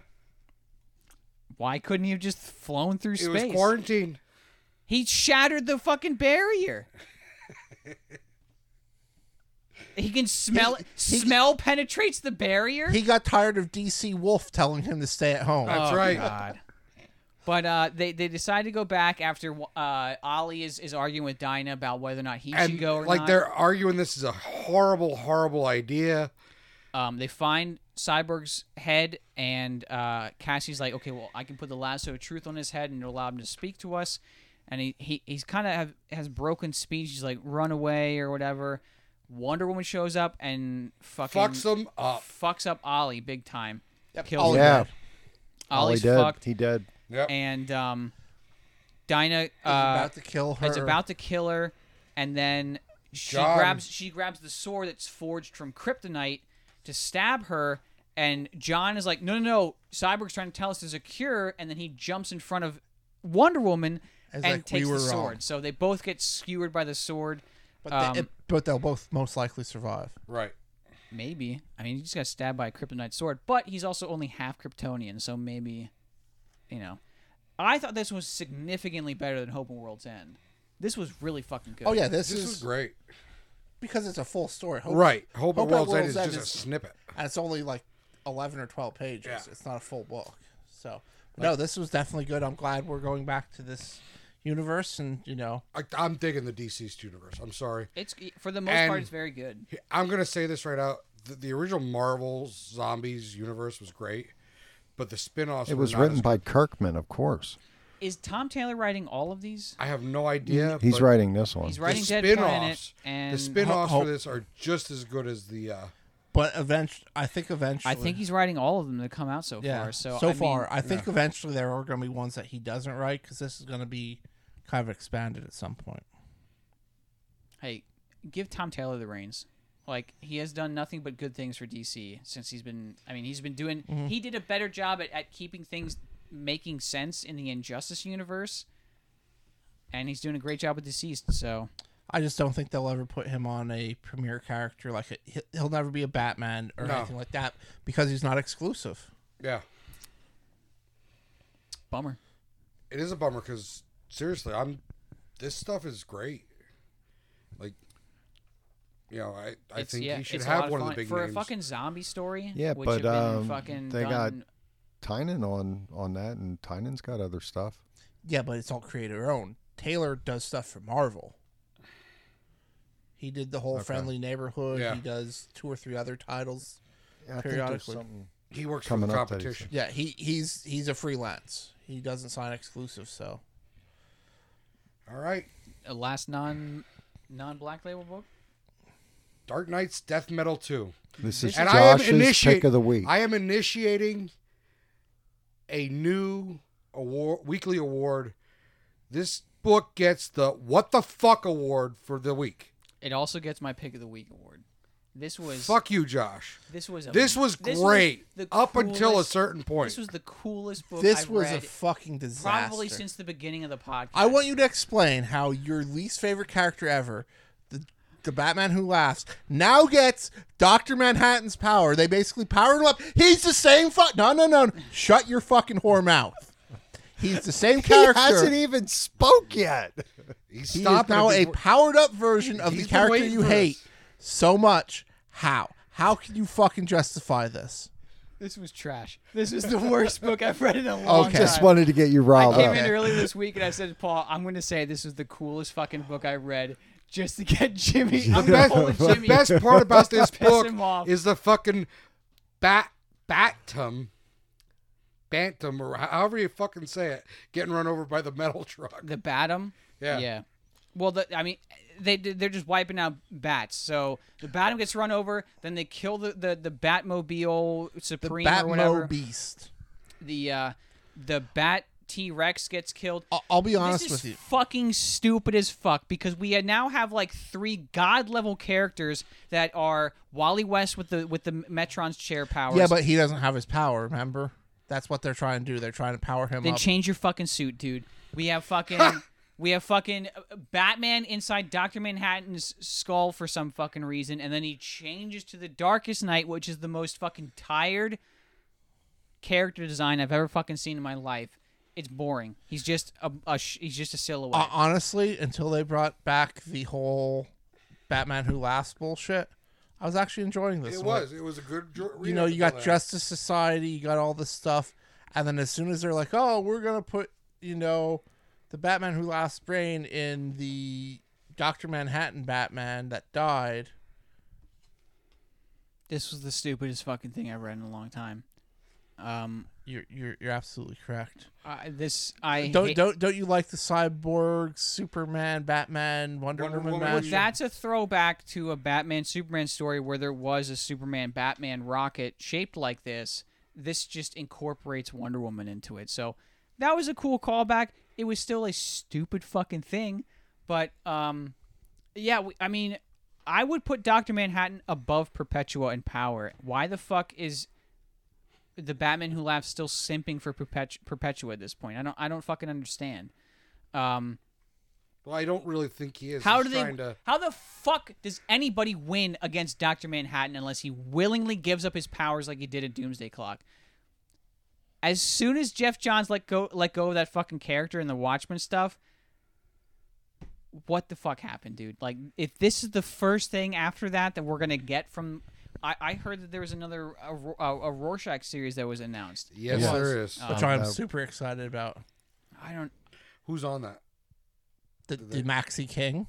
[SPEAKER 2] Why couldn't he have just flown through
[SPEAKER 1] it was
[SPEAKER 2] space?
[SPEAKER 1] quarantined.
[SPEAKER 2] he shattered the fucking barrier. he can smell it.
[SPEAKER 3] he-
[SPEAKER 2] Smell penetrates the barrier.
[SPEAKER 3] He got tired of DC Wolf telling him to stay at home.
[SPEAKER 1] That's
[SPEAKER 2] Oh,
[SPEAKER 1] right.
[SPEAKER 2] God. But uh, they they decide to go back after uh, Ollie is, is arguing with Dinah about whether or not he
[SPEAKER 1] And
[SPEAKER 2] should go or
[SPEAKER 1] like
[SPEAKER 2] not.
[SPEAKER 1] they're arguing, this is a horrible, horrible idea.
[SPEAKER 2] Um, they find Cyborg's head, and uh, Cassie's like, okay, well, I can put the lasso of truth on his head and allow him to speak to us. And he, he he's kind of have, has broken speech. He's like, run away or whatever. Wonder Woman shows up and fucking
[SPEAKER 1] Fucks them up.
[SPEAKER 2] fucks up Ollie big time. Kills
[SPEAKER 3] Ollie
[SPEAKER 2] him.
[SPEAKER 4] Yeah, all he
[SPEAKER 2] Ollie's
[SPEAKER 4] did.
[SPEAKER 2] fucked.
[SPEAKER 4] He did.
[SPEAKER 1] Yep.
[SPEAKER 2] And um, Dinah
[SPEAKER 3] He's
[SPEAKER 2] uh,
[SPEAKER 3] about to kill her.
[SPEAKER 2] It's about to kill her, and then she
[SPEAKER 1] John.
[SPEAKER 2] grabs she grabs the sword that's forged from kryptonite to stab her. And John is like, no, no, no. Cyborg's trying to tell us there's a cure, and then he jumps in front of Wonder Woman and
[SPEAKER 3] It's like, we
[SPEAKER 2] takes
[SPEAKER 3] were
[SPEAKER 2] the
[SPEAKER 3] wrong.
[SPEAKER 2] sword. So they both get skewered by the sword.
[SPEAKER 3] but,
[SPEAKER 2] um,
[SPEAKER 3] they, but they'll both most likely survive.
[SPEAKER 1] right.
[SPEAKER 2] Maybe. I mean, he just got stabbed by a kryptonite sword, but he's also only half Kryptonian, so maybe, you know. I thought this was significantly better than Hope and World's End. This was really fucking good.
[SPEAKER 3] Oh yeah, this,
[SPEAKER 1] This
[SPEAKER 3] is,
[SPEAKER 1] was great.
[SPEAKER 3] because it's a full story. Hope-
[SPEAKER 1] Right. Hope,
[SPEAKER 3] Hope
[SPEAKER 1] Hope
[SPEAKER 3] at
[SPEAKER 1] World's End
[SPEAKER 3] World's
[SPEAKER 1] is
[SPEAKER 3] End
[SPEAKER 1] just a
[SPEAKER 3] is-
[SPEAKER 1] snippet.
[SPEAKER 3] and it's only like 11 or 12 pages
[SPEAKER 1] Yeah.
[SPEAKER 3] it's not a full book so but no this was definitely good i'm glad we're going back to this universe and you know
[SPEAKER 1] I, I'm digging the DC's universe. I'm sorry.
[SPEAKER 2] It's for the most part,
[SPEAKER 1] And-
[SPEAKER 2] it's very good.
[SPEAKER 1] I'm gonna say this right out. The, the original Marvel zombies universe was great, but the spin-offs
[SPEAKER 4] It
[SPEAKER 1] were
[SPEAKER 4] was
[SPEAKER 1] not
[SPEAKER 4] written
[SPEAKER 1] as-
[SPEAKER 4] by Kirkman, of course.
[SPEAKER 2] Is Tom Taylor writing all of these?
[SPEAKER 1] I have no idea.
[SPEAKER 4] He's
[SPEAKER 1] but
[SPEAKER 4] writing this one.
[SPEAKER 2] He's writing Dead Planet
[SPEAKER 1] spin-offs-
[SPEAKER 2] and
[SPEAKER 1] The spin-offs
[SPEAKER 3] Ho-
[SPEAKER 1] for this are just as good as the. Uh,
[SPEAKER 3] but eventually i think eventually
[SPEAKER 2] I think he's writing all of them that come out so
[SPEAKER 3] yeah
[SPEAKER 2] far. So, I mean,
[SPEAKER 3] far i think eventually there are going to be ones that he doesn't write because this is going to be kind of expanded at some point
[SPEAKER 2] hey, give Tom Taylor the reins. Like he has done nothing but good things for DC since he's been. I mean, he's been doing.
[SPEAKER 4] Mm-hmm.
[SPEAKER 2] He did a better job at, at keeping things making sense in the Injustice universe, and he's doing a great job with Deceased. So
[SPEAKER 3] i just don't think they'll ever put him on a premier character like a, he- he'll never be a batman or
[SPEAKER 1] No.
[SPEAKER 3] anything like that because he's not exclusive
[SPEAKER 1] yeah,
[SPEAKER 2] bummer.
[SPEAKER 1] it is a bummer because seriously, I'm. This stuff is great. Like, you know, I I
[SPEAKER 2] It's-
[SPEAKER 1] think
[SPEAKER 2] yeah,
[SPEAKER 1] he should
[SPEAKER 2] it's a lot
[SPEAKER 1] have one of
[SPEAKER 2] fun.
[SPEAKER 1] the big
[SPEAKER 2] for
[SPEAKER 1] names.
[SPEAKER 2] a fucking zombie story.
[SPEAKER 4] Yeah,
[SPEAKER 2] which
[SPEAKER 4] but,
[SPEAKER 2] have been
[SPEAKER 4] um,
[SPEAKER 2] fucking
[SPEAKER 4] they got-
[SPEAKER 2] done
[SPEAKER 4] Tynan on on that, and Tynan's got other stuff.
[SPEAKER 3] Yeah, but it's all creator owned. Taylor does stuff for Marvel. He did the whole Friendly Neighborhood.
[SPEAKER 1] Yeah.
[SPEAKER 3] He does two or three other titles.
[SPEAKER 4] Yeah, I think there's
[SPEAKER 3] Periodically.
[SPEAKER 4] something-
[SPEAKER 1] he works for
[SPEAKER 4] coming
[SPEAKER 1] the
[SPEAKER 4] up that he's-
[SPEAKER 1] competition.
[SPEAKER 3] Yeah, he he's he's a freelance. He doesn't sign exclusive, so
[SPEAKER 1] All right,
[SPEAKER 2] a last non non black label book.
[SPEAKER 1] Dark Knight's Death Metal Two.
[SPEAKER 4] This is
[SPEAKER 1] and
[SPEAKER 4] Josh's
[SPEAKER 1] I am initiate-
[SPEAKER 4] pick of the week.
[SPEAKER 1] I am initiating a new award, weekly award. This book gets the "What the fuck" award for the week.
[SPEAKER 2] It also gets my pick of the week award. This was
[SPEAKER 1] Fuck you, Josh.
[SPEAKER 2] This was a,
[SPEAKER 1] This was
[SPEAKER 2] this
[SPEAKER 1] great
[SPEAKER 2] the
[SPEAKER 1] up until a
[SPEAKER 2] coolest-
[SPEAKER 1] certain point.
[SPEAKER 2] This was the coolest book.
[SPEAKER 3] this
[SPEAKER 2] I've
[SPEAKER 3] was a
[SPEAKER 2] read
[SPEAKER 3] fucking disaster.
[SPEAKER 2] probably since the beginning of the podcast.
[SPEAKER 3] I want you to explain how your least favorite character ever, the the Batman who laughs, now gets Doctor Manhattan's power. They basically powered him up. He's the same fuck. No, no, no. no. Shut your fucking whore mouth. He's the same
[SPEAKER 4] He
[SPEAKER 3] character.
[SPEAKER 4] hasn't even spoke yet.
[SPEAKER 1] He's
[SPEAKER 3] He
[SPEAKER 1] stopping
[SPEAKER 3] is now a
[SPEAKER 1] it before-
[SPEAKER 3] powered up version of
[SPEAKER 1] He's
[SPEAKER 3] the
[SPEAKER 1] been
[SPEAKER 3] character
[SPEAKER 1] waiting
[SPEAKER 3] you
[SPEAKER 1] for
[SPEAKER 3] hate
[SPEAKER 1] this.
[SPEAKER 3] so much. How? How can you fucking justify this?
[SPEAKER 2] This was trash. This is the worst book I've read in a long
[SPEAKER 3] Okay.
[SPEAKER 2] time.
[SPEAKER 4] Just wanted to get you
[SPEAKER 2] I
[SPEAKER 4] riled
[SPEAKER 2] came
[SPEAKER 4] up.
[SPEAKER 2] in earlier this week and I said, Paul, I'm going to say this is the coolest fucking book I read just to get Jimmy. I'm
[SPEAKER 1] The
[SPEAKER 2] going
[SPEAKER 1] best,
[SPEAKER 2] to hold
[SPEAKER 1] the
[SPEAKER 2] Jimmy.
[SPEAKER 1] best part about this
[SPEAKER 2] Piss
[SPEAKER 1] book
[SPEAKER 2] him off.
[SPEAKER 1] is the fucking bat bantam, bantam, or however you fucking say it, getting run over by the metal truck.
[SPEAKER 2] The Batum.
[SPEAKER 1] Yeah.
[SPEAKER 2] Yeah. Well, the, I mean, they they're just wiping out bats. So the Batum gets run over, then they kill the the, the Batmobile
[SPEAKER 3] The
[SPEAKER 2] Supreme or whatever.
[SPEAKER 3] Batmo Beast.
[SPEAKER 2] the uh, the Bat T Rex gets killed.
[SPEAKER 3] I'll, I'll be honest
[SPEAKER 2] this is
[SPEAKER 3] with you.
[SPEAKER 2] fucking stupid as fuck because we had- now have like three god level characters that are Wally West with the with the Metron's chair powers.
[SPEAKER 3] Yeah, but he doesn't have his power. Remember, that's what they're trying to do. They're trying to power him
[SPEAKER 2] then
[SPEAKER 3] up.
[SPEAKER 2] change your fucking suit, dude. We have fucking we have fucking uh, Batman inside Doctor Manhattan's skull for some fucking reason, and then he changes to the Darkest Night, which is the most fucking tired character design I've ever fucking seen in my life. It's boring. He's just a, a sh- he's just a silhouette.
[SPEAKER 3] Uh, honestly, until they brought back the whole Batman Who Laughs bullshit, I was actually enjoying this.
[SPEAKER 1] It
[SPEAKER 3] I'm
[SPEAKER 1] was. It was a good. dr-
[SPEAKER 3] like, you know,
[SPEAKER 1] read
[SPEAKER 3] you got
[SPEAKER 1] of that.
[SPEAKER 3] Justice Society, you got all this stuff, and then as soon as they're like, "Oh, we're gonna put," you know, the Batman Who Laughs brain in the Doctor Manhattan Batman that died.
[SPEAKER 2] This was the stupidest fucking thing I've read in a long time. Um,
[SPEAKER 3] You're you're you're absolutely correct.
[SPEAKER 2] I, this I
[SPEAKER 3] Don't
[SPEAKER 2] hate-
[SPEAKER 3] don't don't you like the cyborg, Superman, Batman, Wonder,
[SPEAKER 1] Wonder
[SPEAKER 3] Woman,
[SPEAKER 1] Woman.
[SPEAKER 3] match?
[SPEAKER 1] Well,
[SPEAKER 2] That's a throwback to a Batman Superman story where there was a Superman Batman rocket shaped like this. This just incorporates Wonder Woman into it. So that was a cool callback. It was still a stupid fucking thing, but um yeah, we- I mean I would put Dr. Manhattan above Perpetua in power. Why the fuck is the Batman who laughs still simping for Perpetu- Perpetua at this point? I don't I don't fucking understand. Um
[SPEAKER 1] Well, I don't really think he is.
[SPEAKER 2] how
[SPEAKER 1] He's
[SPEAKER 2] do they?
[SPEAKER 1] trying To,
[SPEAKER 2] How the fuck does anybody win against Doctor Manhattan unless he willingly gives up his powers like he did at Doomsday Clock? As soon as Jeff Johns let go let go of that fucking character in the Watchmen stuff, what the fuck happened, dude? Like, if this is the first thing after that that we're gonna get from, I, I heard that there was another a, Ro- a, a Rorschach series that was announced.
[SPEAKER 1] yes,
[SPEAKER 4] Yeah.
[SPEAKER 1] there is.
[SPEAKER 3] which I'm
[SPEAKER 4] Uh,
[SPEAKER 3] super excited about.
[SPEAKER 2] I don't.
[SPEAKER 1] Who's on that?
[SPEAKER 3] The, the Maxi King.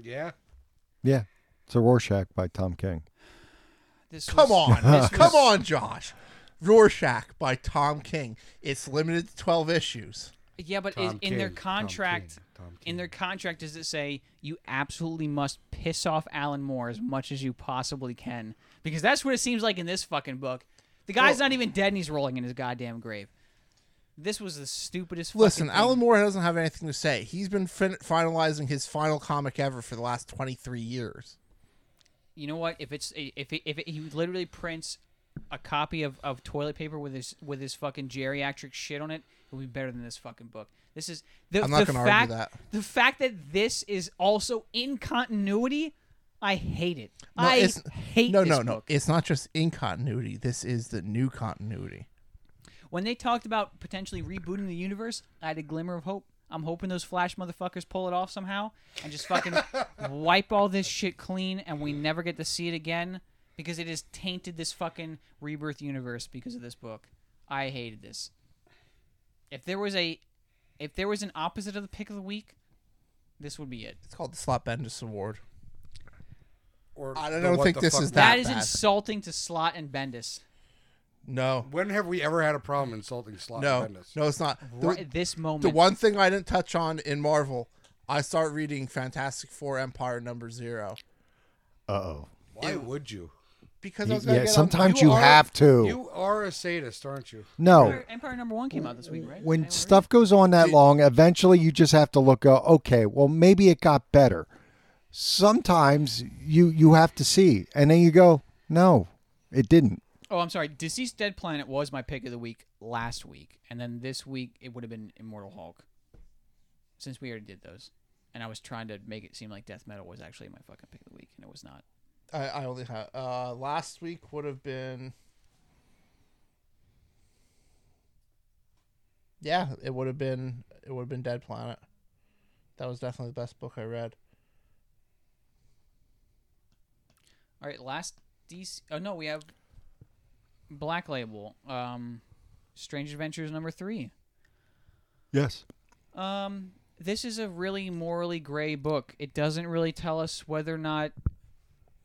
[SPEAKER 1] Yeah.
[SPEAKER 4] Yeah. It's a Rorschach by Tom King.
[SPEAKER 2] This
[SPEAKER 3] Come
[SPEAKER 2] was-
[SPEAKER 3] on,
[SPEAKER 2] this
[SPEAKER 3] come
[SPEAKER 2] was-
[SPEAKER 3] on, Josh. Rorschach by Tom King. It's limited to twelve issues.
[SPEAKER 2] Yeah, but is,
[SPEAKER 1] Tom
[SPEAKER 2] in their
[SPEAKER 1] King, Tom
[SPEAKER 2] contract,
[SPEAKER 1] King, Tom
[SPEAKER 2] in their contract, does it say you absolutely must piss off Alan Moore as much as you possibly can? Because that's what it seems like in this fucking book. The guy's not even dead, and he's rolling in his goddamn grave. This was the stupidest. fucking
[SPEAKER 3] Listen,
[SPEAKER 2] thing.
[SPEAKER 3] Alan Moore doesn't have anything to say. He's been fin- finalizing his final comic ever for the last twenty three years.
[SPEAKER 2] You know what? If it's if it, if it, he literally prints a copy of, of toilet paper with his with his fucking geriatric shit on it, it'll be better than this fucking book. This is the,
[SPEAKER 3] I'm not
[SPEAKER 2] the
[SPEAKER 3] gonna argue
[SPEAKER 2] fact
[SPEAKER 3] that.
[SPEAKER 2] the fact that this is also in continuity. I hate it.
[SPEAKER 3] No,
[SPEAKER 2] I
[SPEAKER 3] it's,
[SPEAKER 2] hate
[SPEAKER 3] no,
[SPEAKER 2] this
[SPEAKER 3] no, no.
[SPEAKER 2] book.
[SPEAKER 3] It's not just in continuity. This is the new continuity.
[SPEAKER 2] When they talked about potentially rebooting the universe, I had a glimmer of hope. I'm hoping those Flash motherfuckers pull it off somehow and just fucking wipe all this shit clean and we never get to see it again because it has tainted this fucking rebirth universe because of this book. I hated this. If there was a if there was an opposite of the pick of the week, this would be it.
[SPEAKER 3] It's called the Slot Bendis Award.
[SPEAKER 1] Or
[SPEAKER 3] I don't
[SPEAKER 1] the what
[SPEAKER 3] think
[SPEAKER 1] the
[SPEAKER 3] this
[SPEAKER 1] fuck-
[SPEAKER 3] is that
[SPEAKER 2] that is
[SPEAKER 3] bad.
[SPEAKER 2] insulting to Slot and Bendis.
[SPEAKER 3] No,
[SPEAKER 1] When have we ever had a problem insulting Slot
[SPEAKER 3] no,
[SPEAKER 1] Bendis?
[SPEAKER 3] no. It's not. The-
[SPEAKER 2] Right at this moment.
[SPEAKER 3] The one thing I didn't touch on in Marvel, I start reading Fantastic Four Empire number zero
[SPEAKER 4] Uh oh.
[SPEAKER 1] Why would you?
[SPEAKER 3] because I was gonna
[SPEAKER 4] Yeah,
[SPEAKER 3] get on-
[SPEAKER 4] sometimes you,
[SPEAKER 1] are-
[SPEAKER 4] have to.
[SPEAKER 1] You are a sadist, aren't you?
[SPEAKER 4] no.
[SPEAKER 3] Oh.
[SPEAKER 2] Empire, Empire number one came out this week, right?
[SPEAKER 4] When
[SPEAKER 2] Anyone read
[SPEAKER 4] stuff goes on that long, eventually you just have to look uh, okay, well maybe it got better. Sometimes you you have to see and then you go, no, it didn't.
[SPEAKER 2] Oh, I'm sorry. Deceased Dead Planet was my pick of the week last week, and then this week it would have been Immortal Hulk, since we already did those. And I was trying to make it seem like death metal was actually my fucking pick of the week, and it was not.
[SPEAKER 3] I, I only have uh, last week would have been yeah, it would have been it would have been Dead Planet. That was definitely the best book I read.
[SPEAKER 2] All right, last DC. Oh no, we have Black Label, um, Strange Adventures number three.
[SPEAKER 5] Yes.
[SPEAKER 2] Um, this is a really morally gray book. It doesn't really tell us whether or not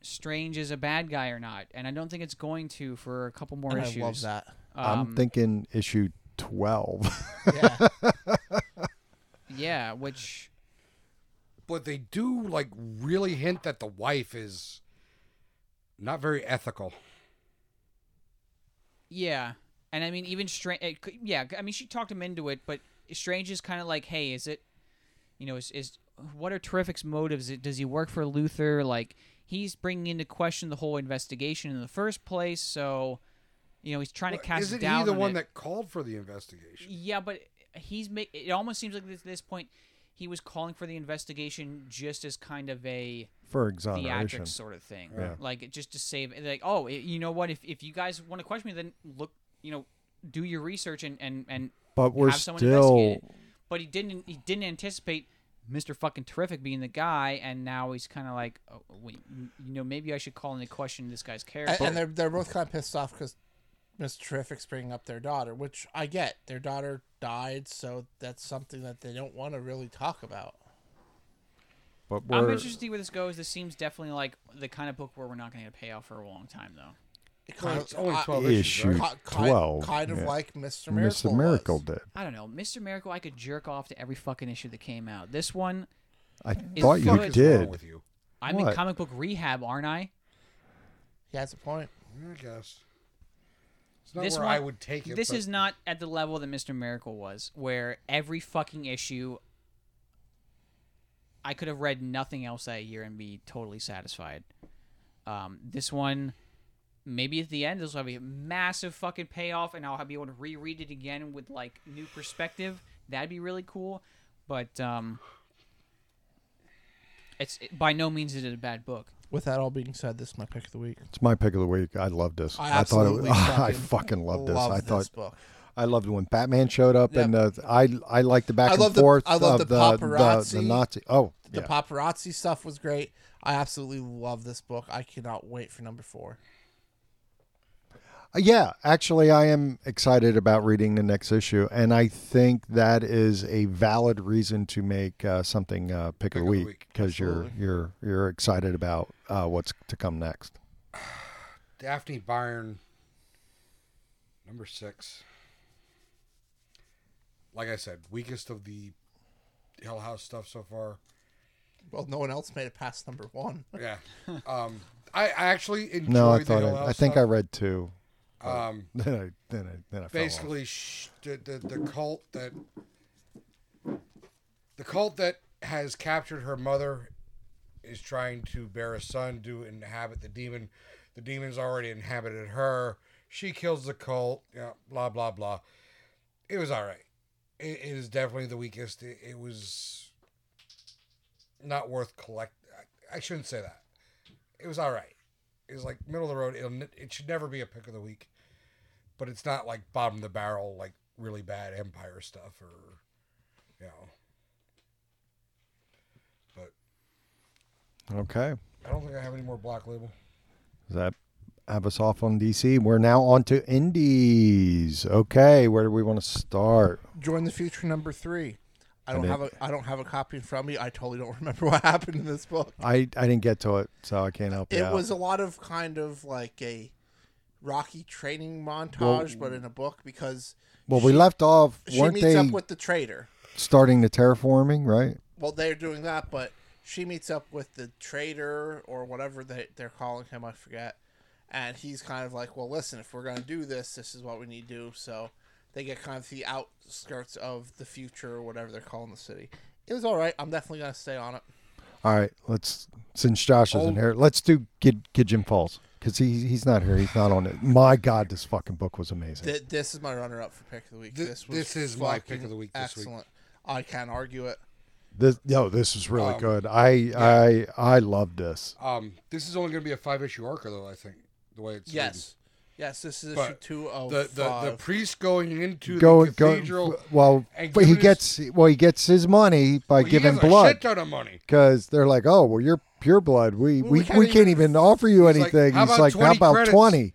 [SPEAKER 2] Strange is a bad guy or not, and I don't think it's going to for a couple more
[SPEAKER 3] And
[SPEAKER 2] issues.
[SPEAKER 3] I love that.
[SPEAKER 2] Um,
[SPEAKER 4] I'm thinking issue 12.
[SPEAKER 3] Yeah.
[SPEAKER 2] yeah, which
[SPEAKER 1] But they do like really hint that the wife is not very ethical.
[SPEAKER 2] yeah, and I mean even Strange. It, could- yeah, I mean she talked him into it, but Strange is kind of like, hey, is it, you know, is is what are Terrific's motives? Does he work for Luther? Like he's bringing into question the whole investigation in the first place, so. You know, he's trying to cast
[SPEAKER 1] Isn't
[SPEAKER 2] doubt
[SPEAKER 1] he the
[SPEAKER 2] on
[SPEAKER 1] one
[SPEAKER 2] it.
[SPEAKER 1] that called for the investigation?
[SPEAKER 2] Yeah, but he's make it almost seems like at this point he was calling for the investigation just as kind of a
[SPEAKER 4] for exoneration.
[SPEAKER 2] theatrics sort of thing.
[SPEAKER 4] Yeah.
[SPEAKER 2] Like it- just to save like oh, i- you know what if if you guys want to question me then look, you know, do your research and and and
[SPEAKER 4] But we're
[SPEAKER 2] have someone
[SPEAKER 4] still
[SPEAKER 2] investigate it. But he didn't he didn't anticipate Mr. fucking terrific being the guy and now he's kind of like oh, wait, m- you know maybe I should call into question this guy's character.
[SPEAKER 3] and, and they're they're both kind of pissed off because Miss Terrific's bringing up their daughter, which I get. Their daughter died, so that's something that they don't want to really talk about.
[SPEAKER 4] but
[SPEAKER 2] I'm
[SPEAKER 4] we're
[SPEAKER 2] interested to see where this goes. This seems definitely like the kind of book where we're not going to get a payoff for a long time though.
[SPEAKER 3] It
[SPEAKER 1] It's only
[SPEAKER 3] I-
[SPEAKER 1] twelve issues.
[SPEAKER 4] issue
[SPEAKER 1] right?
[SPEAKER 3] ki- ki-
[SPEAKER 4] 12,
[SPEAKER 3] kind of
[SPEAKER 4] yeah.
[SPEAKER 3] like Mr. Miracle.
[SPEAKER 4] Mr. Miracle
[SPEAKER 3] was.
[SPEAKER 4] did.
[SPEAKER 2] I don't know, Mr. Miracle. I could jerk off to every fucking issue that came out. This one,
[SPEAKER 4] I
[SPEAKER 2] Is the
[SPEAKER 4] thought you
[SPEAKER 2] fuck
[SPEAKER 1] What's
[SPEAKER 2] is
[SPEAKER 1] wrong
[SPEAKER 4] did.
[SPEAKER 1] with you?
[SPEAKER 2] I'm in
[SPEAKER 4] What?
[SPEAKER 2] comic book rehab, aren't I?
[SPEAKER 3] He has a point.
[SPEAKER 1] I guess. It's not
[SPEAKER 2] This
[SPEAKER 1] where
[SPEAKER 2] one-
[SPEAKER 1] I would take it.
[SPEAKER 2] This
[SPEAKER 1] but
[SPEAKER 2] is not at the level that Mr. Miracle was, where every fucking issue, I could have read nothing else that year and be totally satisfied. Um, this one, maybe at the end, this will be a massive fucking payoff, and I'll be able to reread it again with like new perspective. That'd be really cool, but um, it's by no means is it a bad book.
[SPEAKER 3] With that all being said, this is my pick of the week.
[SPEAKER 4] It's my pick of the week. I love this.
[SPEAKER 3] I
[SPEAKER 4] thought it was,
[SPEAKER 3] absolutely
[SPEAKER 4] I
[SPEAKER 3] fucking
[SPEAKER 4] fucking loved this.
[SPEAKER 3] Love
[SPEAKER 4] I thought
[SPEAKER 3] book.
[SPEAKER 4] I loved when Batman showed up
[SPEAKER 3] Yep.
[SPEAKER 4] and uh, I I liked the back
[SPEAKER 3] I love
[SPEAKER 4] and
[SPEAKER 3] the-
[SPEAKER 4] forth
[SPEAKER 3] I love
[SPEAKER 4] of
[SPEAKER 3] the
[SPEAKER 4] the, the,
[SPEAKER 3] paparazzi,
[SPEAKER 4] Nazi. Oh,
[SPEAKER 3] The
[SPEAKER 4] yeah.
[SPEAKER 3] paparazzi stuff was great. I absolutely love this book. I cannot wait for number four.
[SPEAKER 4] Uh, Yeah, actually, I am excited about reading the next issue, and I think that is a valid reason to make uh, something uh, pick, of the week because you're you're you're excited about uh, what's to come next.
[SPEAKER 1] Daphne Byrne, number six. Like I said, weakest of the Hell House stuff so far.
[SPEAKER 3] Well, no one else made it past number one.
[SPEAKER 1] Yeah. Um, I, I actually enjoyed
[SPEAKER 4] No, I
[SPEAKER 1] the
[SPEAKER 4] thought
[SPEAKER 1] Hill
[SPEAKER 4] I,
[SPEAKER 1] House
[SPEAKER 4] I think I
[SPEAKER 1] stuff.
[SPEAKER 4] read two.
[SPEAKER 1] um,
[SPEAKER 4] Then I then I then I fell off.
[SPEAKER 1] basically sh- the, the the cult that the cult that has captured her mother is trying to bear a son to inhabit the demon. The demon's already inhabited her. She kills the cult. Yeah, blah blah blah. It was all right. It, it is definitely the weakest. It, it was not worth collect. I, I shouldn't say that. It was all right. It was like middle of the road. It'll, n- it should never be a pick of the week but it's not like bottom of the barrel, like really bad Empire stuff or, you know. But
[SPEAKER 4] Okay,
[SPEAKER 1] I don't think I have any more Black Label.
[SPEAKER 4] does that have us off on DC? We're now on to indies. Okay, where do we want to start?
[SPEAKER 3] Join the Future number three. I
[SPEAKER 4] And
[SPEAKER 3] don't
[SPEAKER 4] it-
[SPEAKER 3] have a I don't have a copy in front of me. I totally don't remember what happened in this book.
[SPEAKER 4] I I didn't get to it, so I can't help you
[SPEAKER 3] It
[SPEAKER 4] out.
[SPEAKER 3] was a lot of kind of like a Rocky training montage, but in a book because
[SPEAKER 4] well, we left off.
[SPEAKER 3] she
[SPEAKER 4] Weren't
[SPEAKER 3] meets
[SPEAKER 4] they
[SPEAKER 3] up with the trader.
[SPEAKER 4] starting the terraforming? Right.
[SPEAKER 3] Well, they're doing that, but she meets up with the trader or whatever they, they're calling him. I forget. And he's kind of like, well, listen, if we're going to do this, this is what we need to do. So they get kind of the outskirts of the future or whatever they're calling the city. It was all right. I'm definitely going to stay on it.
[SPEAKER 4] All right, let's since Josh isn't
[SPEAKER 1] Old-
[SPEAKER 3] Oh.
[SPEAKER 4] here, let's do Gid, Gidjin Falls because he he's not here. He's not on it. My God, this fucking book was amazing.
[SPEAKER 3] Th- this is my runner up for pick of the week.
[SPEAKER 1] Th-
[SPEAKER 3] This, was
[SPEAKER 1] this is my pick
[SPEAKER 3] fucking
[SPEAKER 1] of the week this week.
[SPEAKER 3] excellent. I can't argue it.
[SPEAKER 4] this no, this is really
[SPEAKER 1] Um,
[SPEAKER 4] good. I I I love this.
[SPEAKER 1] Um, this is only going to be a five issue arc, though. I think the way it's
[SPEAKER 3] Yes. Yes, this is issue
[SPEAKER 1] But
[SPEAKER 3] two of
[SPEAKER 1] The, the, the priest going into
[SPEAKER 4] Go
[SPEAKER 1] the
[SPEAKER 4] go.
[SPEAKER 1] cathedral.
[SPEAKER 4] Well,
[SPEAKER 1] and
[SPEAKER 4] but he
[SPEAKER 1] giving his-
[SPEAKER 4] gets well. He gets his money by
[SPEAKER 1] Well, he
[SPEAKER 4] giving
[SPEAKER 1] has A shit
[SPEAKER 4] blood
[SPEAKER 1] ton of money.
[SPEAKER 4] because they're like, oh, well, you're pure blood. We
[SPEAKER 3] Well,
[SPEAKER 4] we,
[SPEAKER 3] we
[SPEAKER 4] we,
[SPEAKER 3] can't
[SPEAKER 4] can't
[SPEAKER 3] even-
[SPEAKER 4] even offer you
[SPEAKER 1] He's like,
[SPEAKER 4] anything.
[SPEAKER 1] "How
[SPEAKER 4] He's
[SPEAKER 1] about
[SPEAKER 4] like, how
[SPEAKER 1] 20
[SPEAKER 4] about
[SPEAKER 1] credits?"
[SPEAKER 4] twenty?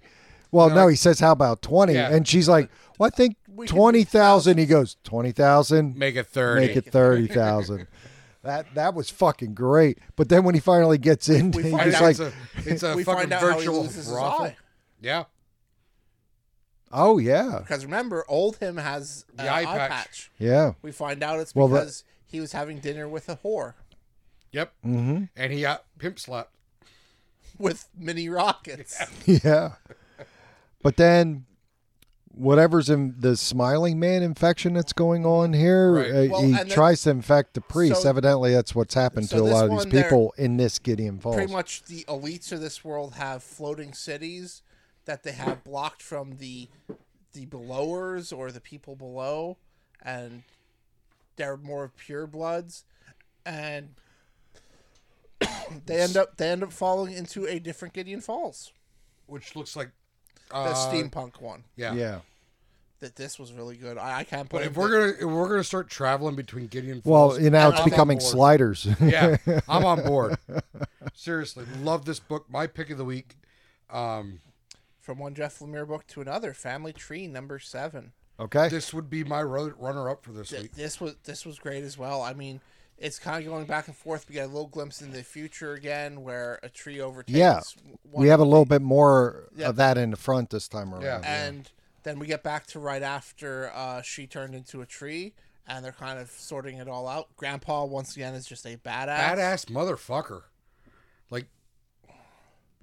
[SPEAKER 4] Well,
[SPEAKER 1] They're
[SPEAKER 4] no,
[SPEAKER 1] like-
[SPEAKER 4] he says, how about twenty?
[SPEAKER 1] Yeah.
[SPEAKER 4] And she's like, well, I think
[SPEAKER 3] We can do
[SPEAKER 4] twenty thousand. He goes, twenty thousand.
[SPEAKER 1] Make it thirty.
[SPEAKER 4] Make it thirty thousand. That, that was fucking great, but then when he finally gets in,
[SPEAKER 3] We
[SPEAKER 4] he's
[SPEAKER 3] find
[SPEAKER 4] just
[SPEAKER 3] out
[SPEAKER 4] like,
[SPEAKER 1] it's a, it's a
[SPEAKER 3] we
[SPEAKER 1] fucking
[SPEAKER 3] find out how he
[SPEAKER 1] virtual
[SPEAKER 3] loses his
[SPEAKER 1] brothel.
[SPEAKER 3] eye.
[SPEAKER 1] Yeah.
[SPEAKER 4] oh yeah,
[SPEAKER 3] Because remember, old him has
[SPEAKER 1] The
[SPEAKER 3] an
[SPEAKER 1] eye
[SPEAKER 3] eye,
[SPEAKER 1] patch.
[SPEAKER 3] patch.
[SPEAKER 4] yeah,
[SPEAKER 3] We find out it's
[SPEAKER 4] Well, that-
[SPEAKER 3] because he was having dinner with a whore
[SPEAKER 1] Yep.
[SPEAKER 4] hmm
[SPEAKER 1] And he got pimp slapped.
[SPEAKER 3] with mini rockets.
[SPEAKER 4] yeah. But then, whatever's in the smiling man infection that's going on here,
[SPEAKER 1] Right.
[SPEAKER 4] uh,
[SPEAKER 3] Well,
[SPEAKER 4] he
[SPEAKER 3] and the-
[SPEAKER 4] tries to infect the priest.
[SPEAKER 3] So-
[SPEAKER 4] Evidently, that's what's happened
[SPEAKER 3] so
[SPEAKER 4] to a
[SPEAKER 3] this
[SPEAKER 4] lot of these
[SPEAKER 3] one there-
[SPEAKER 4] people in this Gideon Falls.
[SPEAKER 3] Pretty much, the elites of this world have floating cities that they have blocked from the the belowers or the people below, and they're more pure bloods, and they end up they end up falling into a different Gideon Falls,
[SPEAKER 1] Which looks like
[SPEAKER 3] the
[SPEAKER 1] uh,
[SPEAKER 3] steampunk one.
[SPEAKER 1] Yeah.
[SPEAKER 4] yeah.
[SPEAKER 3] That this was really good. I, I can't
[SPEAKER 1] But
[SPEAKER 3] believe.
[SPEAKER 1] if we're gonna if we're gonna start traveling between Gideon Falls,
[SPEAKER 4] Well, you know, it's
[SPEAKER 1] I'm on
[SPEAKER 4] becoming
[SPEAKER 1] board.
[SPEAKER 4] sliders.
[SPEAKER 1] Yeah, I'm on board. Seriously, love this book. My pick of the week. Um,
[SPEAKER 3] from one Jeff Lemire book to another, Family Tree number seven.
[SPEAKER 4] okay.
[SPEAKER 1] this would be my runner up for this
[SPEAKER 3] Th-
[SPEAKER 1] week.
[SPEAKER 3] this was this was great as well. I mean, it's kind of going back and forth. We get a little glimpse in the future again, where a tree overtakes.
[SPEAKER 4] Yeah.
[SPEAKER 3] w- one
[SPEAKER 4] We have a little bit more
[SPEAKER 3] Yeah.
[SPEAKER 4] of that in the front this time around.
[SPEAKER 1] Yeah.
[SPEAKER 3] and then we get back to right after uh, she turned into a tree, and they're kind of sorting it all out. Grandpa once again is just a badass.
[SPEAKER 1] Badass motherfucker, like,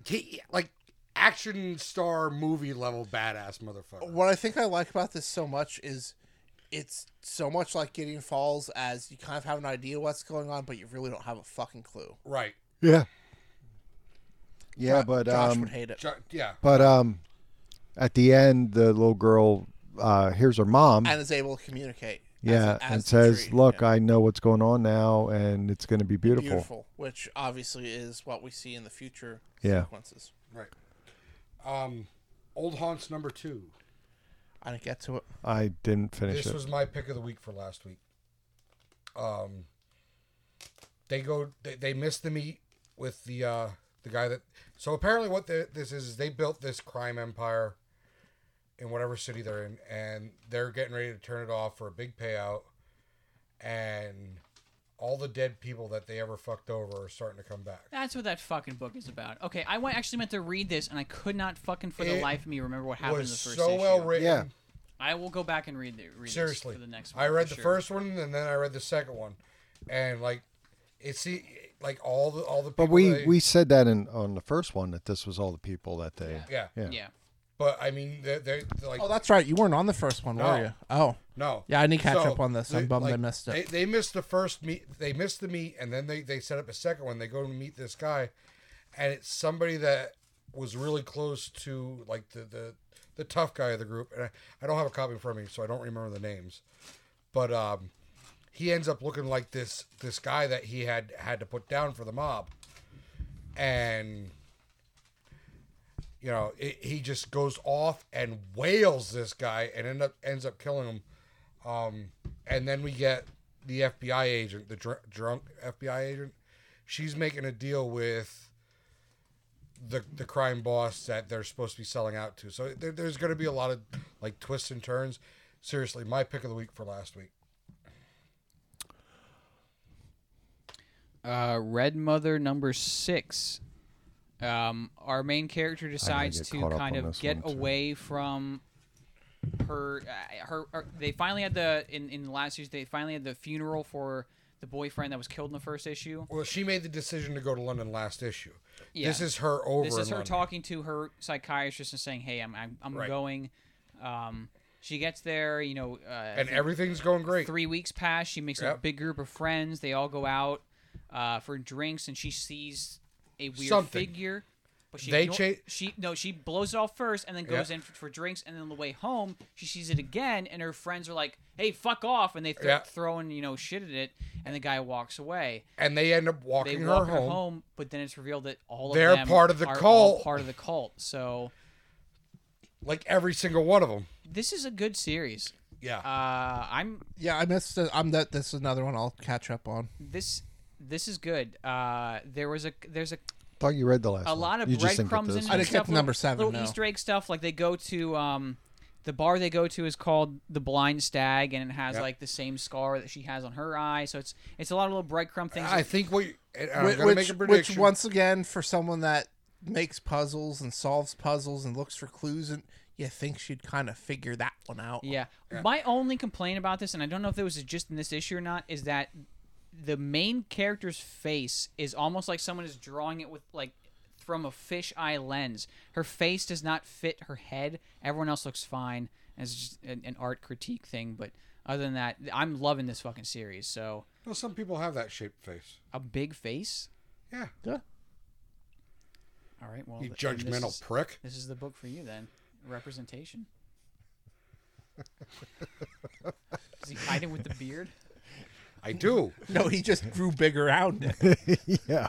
[SPEAKER 1] he, like action star movie level badass motherfucker.
[SPEAKER 3] What I think I like about this so much is. It's so much like Gideon Falls as you kind of have an idea what's going on, but you really don't have a fucking clue.
[SPEAKER 1] Right.
[SPEAKER 4] Yeah. Yeah,
[SPEAKER 3] Jo-
[SPEAKER 4] but
[SPEAKER 3] Josh
[SPEAKER 4] um,
[SPEAKER 3] would hate it.
[SPEAKER 1] Jo- Yeah.
[SPEAKER 4] but um, at the end, the little girl uh, hears her mom.
[SPEAKER 3] and is able to communicate. as-
[SPEAKER 4] yeah,
[SPEAKER 3] as
[SPEAKER 4] and
[SPEAKER 3] the
[SPEAKER 4] says,
[SPEAKER 3] tree.
[SPEAKER 4] "Look,
[SPEAKER 3] Yeah.
[SPEAKER 4] I know what's going on now, and it's going to be beautiful."
[SPEAKER 3] beautiful," which obviously is what we see in the future
[SPEAKER 4] Yeah.
[SPEAKER 3] sequences.
[SPEAKER 1] Right. Um, Old Haunts number two.
[SPEAKER 3] I didn't get to it.
[SPEAKER 4] I didn't finish
[SPEAKER 1] This
[SPEAKER 4] it.
[SPEAKER 1] was my pick of the week for last week. Um, they go. They, they miss the meet with the uh, the guy that. So apparently, what the, this is is they built this crime empire in whatever city they're in, and they're getting ready to turn it off for a big payout. And all the dead people that they ever fucked over are starting to come back.
[SPEAKER 2] That's what that fucking book is about. Okay, I went, actually meant to read this, and I could not fucking for the
[SPEAKER 1] It
[SPEAKER 2] life of me remember what happened in
[SPEAKER 1] Was
[SPEAKER 2] the first
[SPEAKER 1] so
[SPEAKER 2] issue.
[SPEAKER 1] well written.
[SPEAKER 4] Yeah.
[SPEAKER 2] I will go back and read the read this
[SPEAKER 1] Seriously,
[SPEAKER 2] for the next. One
[SPEAKER 1] I read
[SPEAKER 2] for
[SPEAKER 1] the
[SPEAKER 2] sure.
[SPEAKER 1] first one and then I read the second one, and like, it's the like all the all the. People
[SPEAKER 4] But we
[SPEAKER 1] they-
[SPEAKER 4] we said that in on the first one that this was all the people that they.
[SPEAKER 1] yeah.
[SPEAKER 4] Yeah.
[SPEAKER 2] Yeah.
[SPEAKER 1] But I mean, they're, they're like,
[SPEAKER 3] Oh, that's right. You weren't on the first one,
[SPEAKER 1] No.
[SPEAKER 3] were you? Oh,
[SPEAKER 1] no.
[SPEAKER 3] yeah, I need to catch up on this. I'm
[SPEAKER 1] they-
[SPEAKER 3] bummed I
[SPEAKER 1] like,
[SPEAKER 3] missed it.
[SPEAKER 1] They, they missed the first meet. They missed the meet, and then they, they set up a second one. They go and meet this guy, and it's somebody that was really close to like the the, the tough guy of the group. And I, I don't have a copy in front of me, so I don't remember the names. But um, he ends up looking like this this guy that he had had to put down for the mob, and you know, it, he just goes off and wails this guy and end up ends up killing him. Um, and then we get the FBI agent, the dr- drunk FBI agent. She's making a deal with the the crime boss that they're supposed to be selling out to. So there, there's going to be a lot of like twists and turns. Seriously, my pick of the week for last week.
[SPEAKER 2] Uh, Red Mother number six. Um, our main character decides
[SPEAKER 4] get
[SPEAKER 2] to
[SPEAKER 4] caught up
[SPEAKER 2] kind
[SPEAKER 4] on
[SPEAKER 2] of
[SPEAKER 4] this
[SPEAKER 2] get
[SPEAKER 4] one, too.
[SPEAKER 2] away from her, uh, her. Her. They finally had the in in the last issue. They finally had the funeral for the boyfriend that was killed in the first issue.
[SPEAKER 1] Well, she made the decision to go to London last issue.
[SPEAKER 2] Yeah.
[SPEAKER 1] This is her over.
[SPEAKER 2] This is
[SPEAKER 1] in
[SPEAKER 2] her
[SPEAKER 1] London.
[SPEAKER 2] talking to her psychiatrist and saying, "Hey, I'm I'm, I'm
[SPEAKER 1] Right.
[SPEAKER 2] going." Um, she gets there, you know, uh,
[SPEAKER 1] and everything's going great.
[SPEAKER 2] three weeks pass. She makes a
[SPEAKER 1] Yep.
[SPEAKER 2] big group of friends. They all go out uh, for drinks, and she sees a weird
[SPEAKER 1] Something.
[SPEAKER 2] figure. But she
[SPEAKER 1] They
[SPEAKER 2] igno-
[SPEAKER 1] cha-
[SPEAKER 2] she no she blows it off first, and then goes
[SPEAKER 1] Yep.
[SPEAKER 2] in for, for drinks. And then on the way home, she sees it again, and her friends are like, "Hey, fuck off!" And they th-
[SPEAKER 1] Yep.
[SPEAKER 2] throwing you know shit at it, and the guy walks away.
[SPEAKER 1] and they end up
[SPEAKER 2] They
[SPEAKER 1] walking her
[SPEAKER 2] walk her
[SPEAKER 1] home.
[SPEAKER 2] home. but then it's revealed that all
[SPEAKER 1] They're
[SPEAKER 2] of them
[SPEAKER 1] part of the
[SPEAKER 2] are all
[SPEAKER 1] cult.
[SPEAKER 2] part of the cult. So
[SPEAKER 1] Like every single one of them.
[SPEAKER 2] This is a good series.
[SPEAKER 1] Yeah.
[SPEAKER 2] Uh, I'm
[SPEAKER 3] Yeah, I missed. It. I'm that. This is another one I'll catch up on.
[SPEAKER 2] this. This is good. Uh, there was a there's a
[SPEAKER 4] Thought you read the last.
[SPEAKER 2] a
[SPEAKER 4] one.
[SPEAKER 2] lot of
[SPEAKER 4] You just think
[SPEAKER 2] breadcrumbs
[SPEAKER 4] this-
[SPEAKER 2] and
[SPEAKER 3] I just
[SPEAKER 2] stuff.
[SPEAKER 3] kept number seven
[SPEAKER 2] Little
[SPEAKER 3] now.
[SPEAKER 2] Easter egg stuff. Like they go to um, the bar they go to is called the Blind Stag, and it has
[SPEAKER 1] Yep.
[SPEAKER 2] like the same scar that she has on her eye. So it's it's a lot of little breadcrumb things.
[SPEAKER 1] I think what you, and I'm
[SPEAKER 3] Whi-
[SPEAKER 1] gonna
[SPEAKER 3] which,
[SPEAKER 1] make a
[SPEAKER 3] which
[SPEAKER 1] prediction.
[SPEAKER 3] once again, for someone that makes puzzles and solves puzzles and looks for clues, and you think she'd kind of figure that one out.
[SPEAKER 2] yeah. My only complaint about this, and I don't know if it was just in this issue or not, is that the main character's face is almost like someone is drawing it with like from a fisheye lens. Her face does not fit her head. Everyone else looks fine. It's just an, an art critique thing, but other than that, I'm loving this fucking series. So
[SPEAKER 1] No, some people have that shaped face.
[SPEAKER 2] a big face.
[SPEAKER 1] Yeah.
[SPEAKER 2] All right. Well,
[SPEAKER 1] You
[SPEAKER 2] th- then
[SPEAKER 1] judgmental
[SPEAKER 2] This is,
[SPEAKER 1] prick.
[SPEAKER 2] this is the book for you then. Representation. Is he hiding with the beard?
[SPEAKER 1] I do.
[SPEAKER 3] No, he just grew big around it. it
[SPEAKER 4] yeah.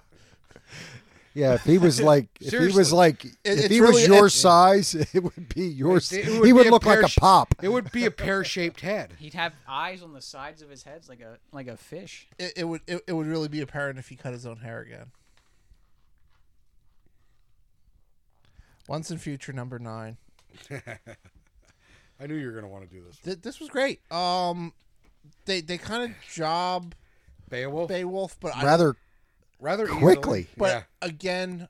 [SPEAKER 4] Yeah, if he was like, if he was
[SPEAKER 1] Seriously.
[SPEAKER 4] like, if
[SPEAKER 3] it's
[SPEAKER 4] he
[SPEAKER 3] really-
[SPEAKER 4] was your
[SPEAKER 3] it's-
[SPEAKER 4] size, it would be yours.
[SPEAKER 1] It
[SPEAKER 4] he
[SPEAKER 1] be
[SPEAKER 4] would look like
[SPEAKER 1] pear-sh-
[SPEAKER 4] a pop.
[SPEAKER 1] It would be a pear shaped head.
[SPEAKER 2] He'd have eyes on the sides of his heads like a like a fish.
[SPEAKER 3] it would it, it would really be apparent if he cut his own hair again. Once in future number nine.
[SPEAKER 1] I knew you were gonna want to do this.
[SPEAKER 3] Th- this was great. Um, they they kind of job
[SPEAKER 1] Beowulf.
[SPEAKER 3] Beowulf, but I
[SPEAKER 4] Rather,
[SPEAKER 1] Rather easily.
[SPEAKER 4] quickly.
[SPEAKER 3] But
[SPEAKER 1] yeah.
[SPEAKER 3] again,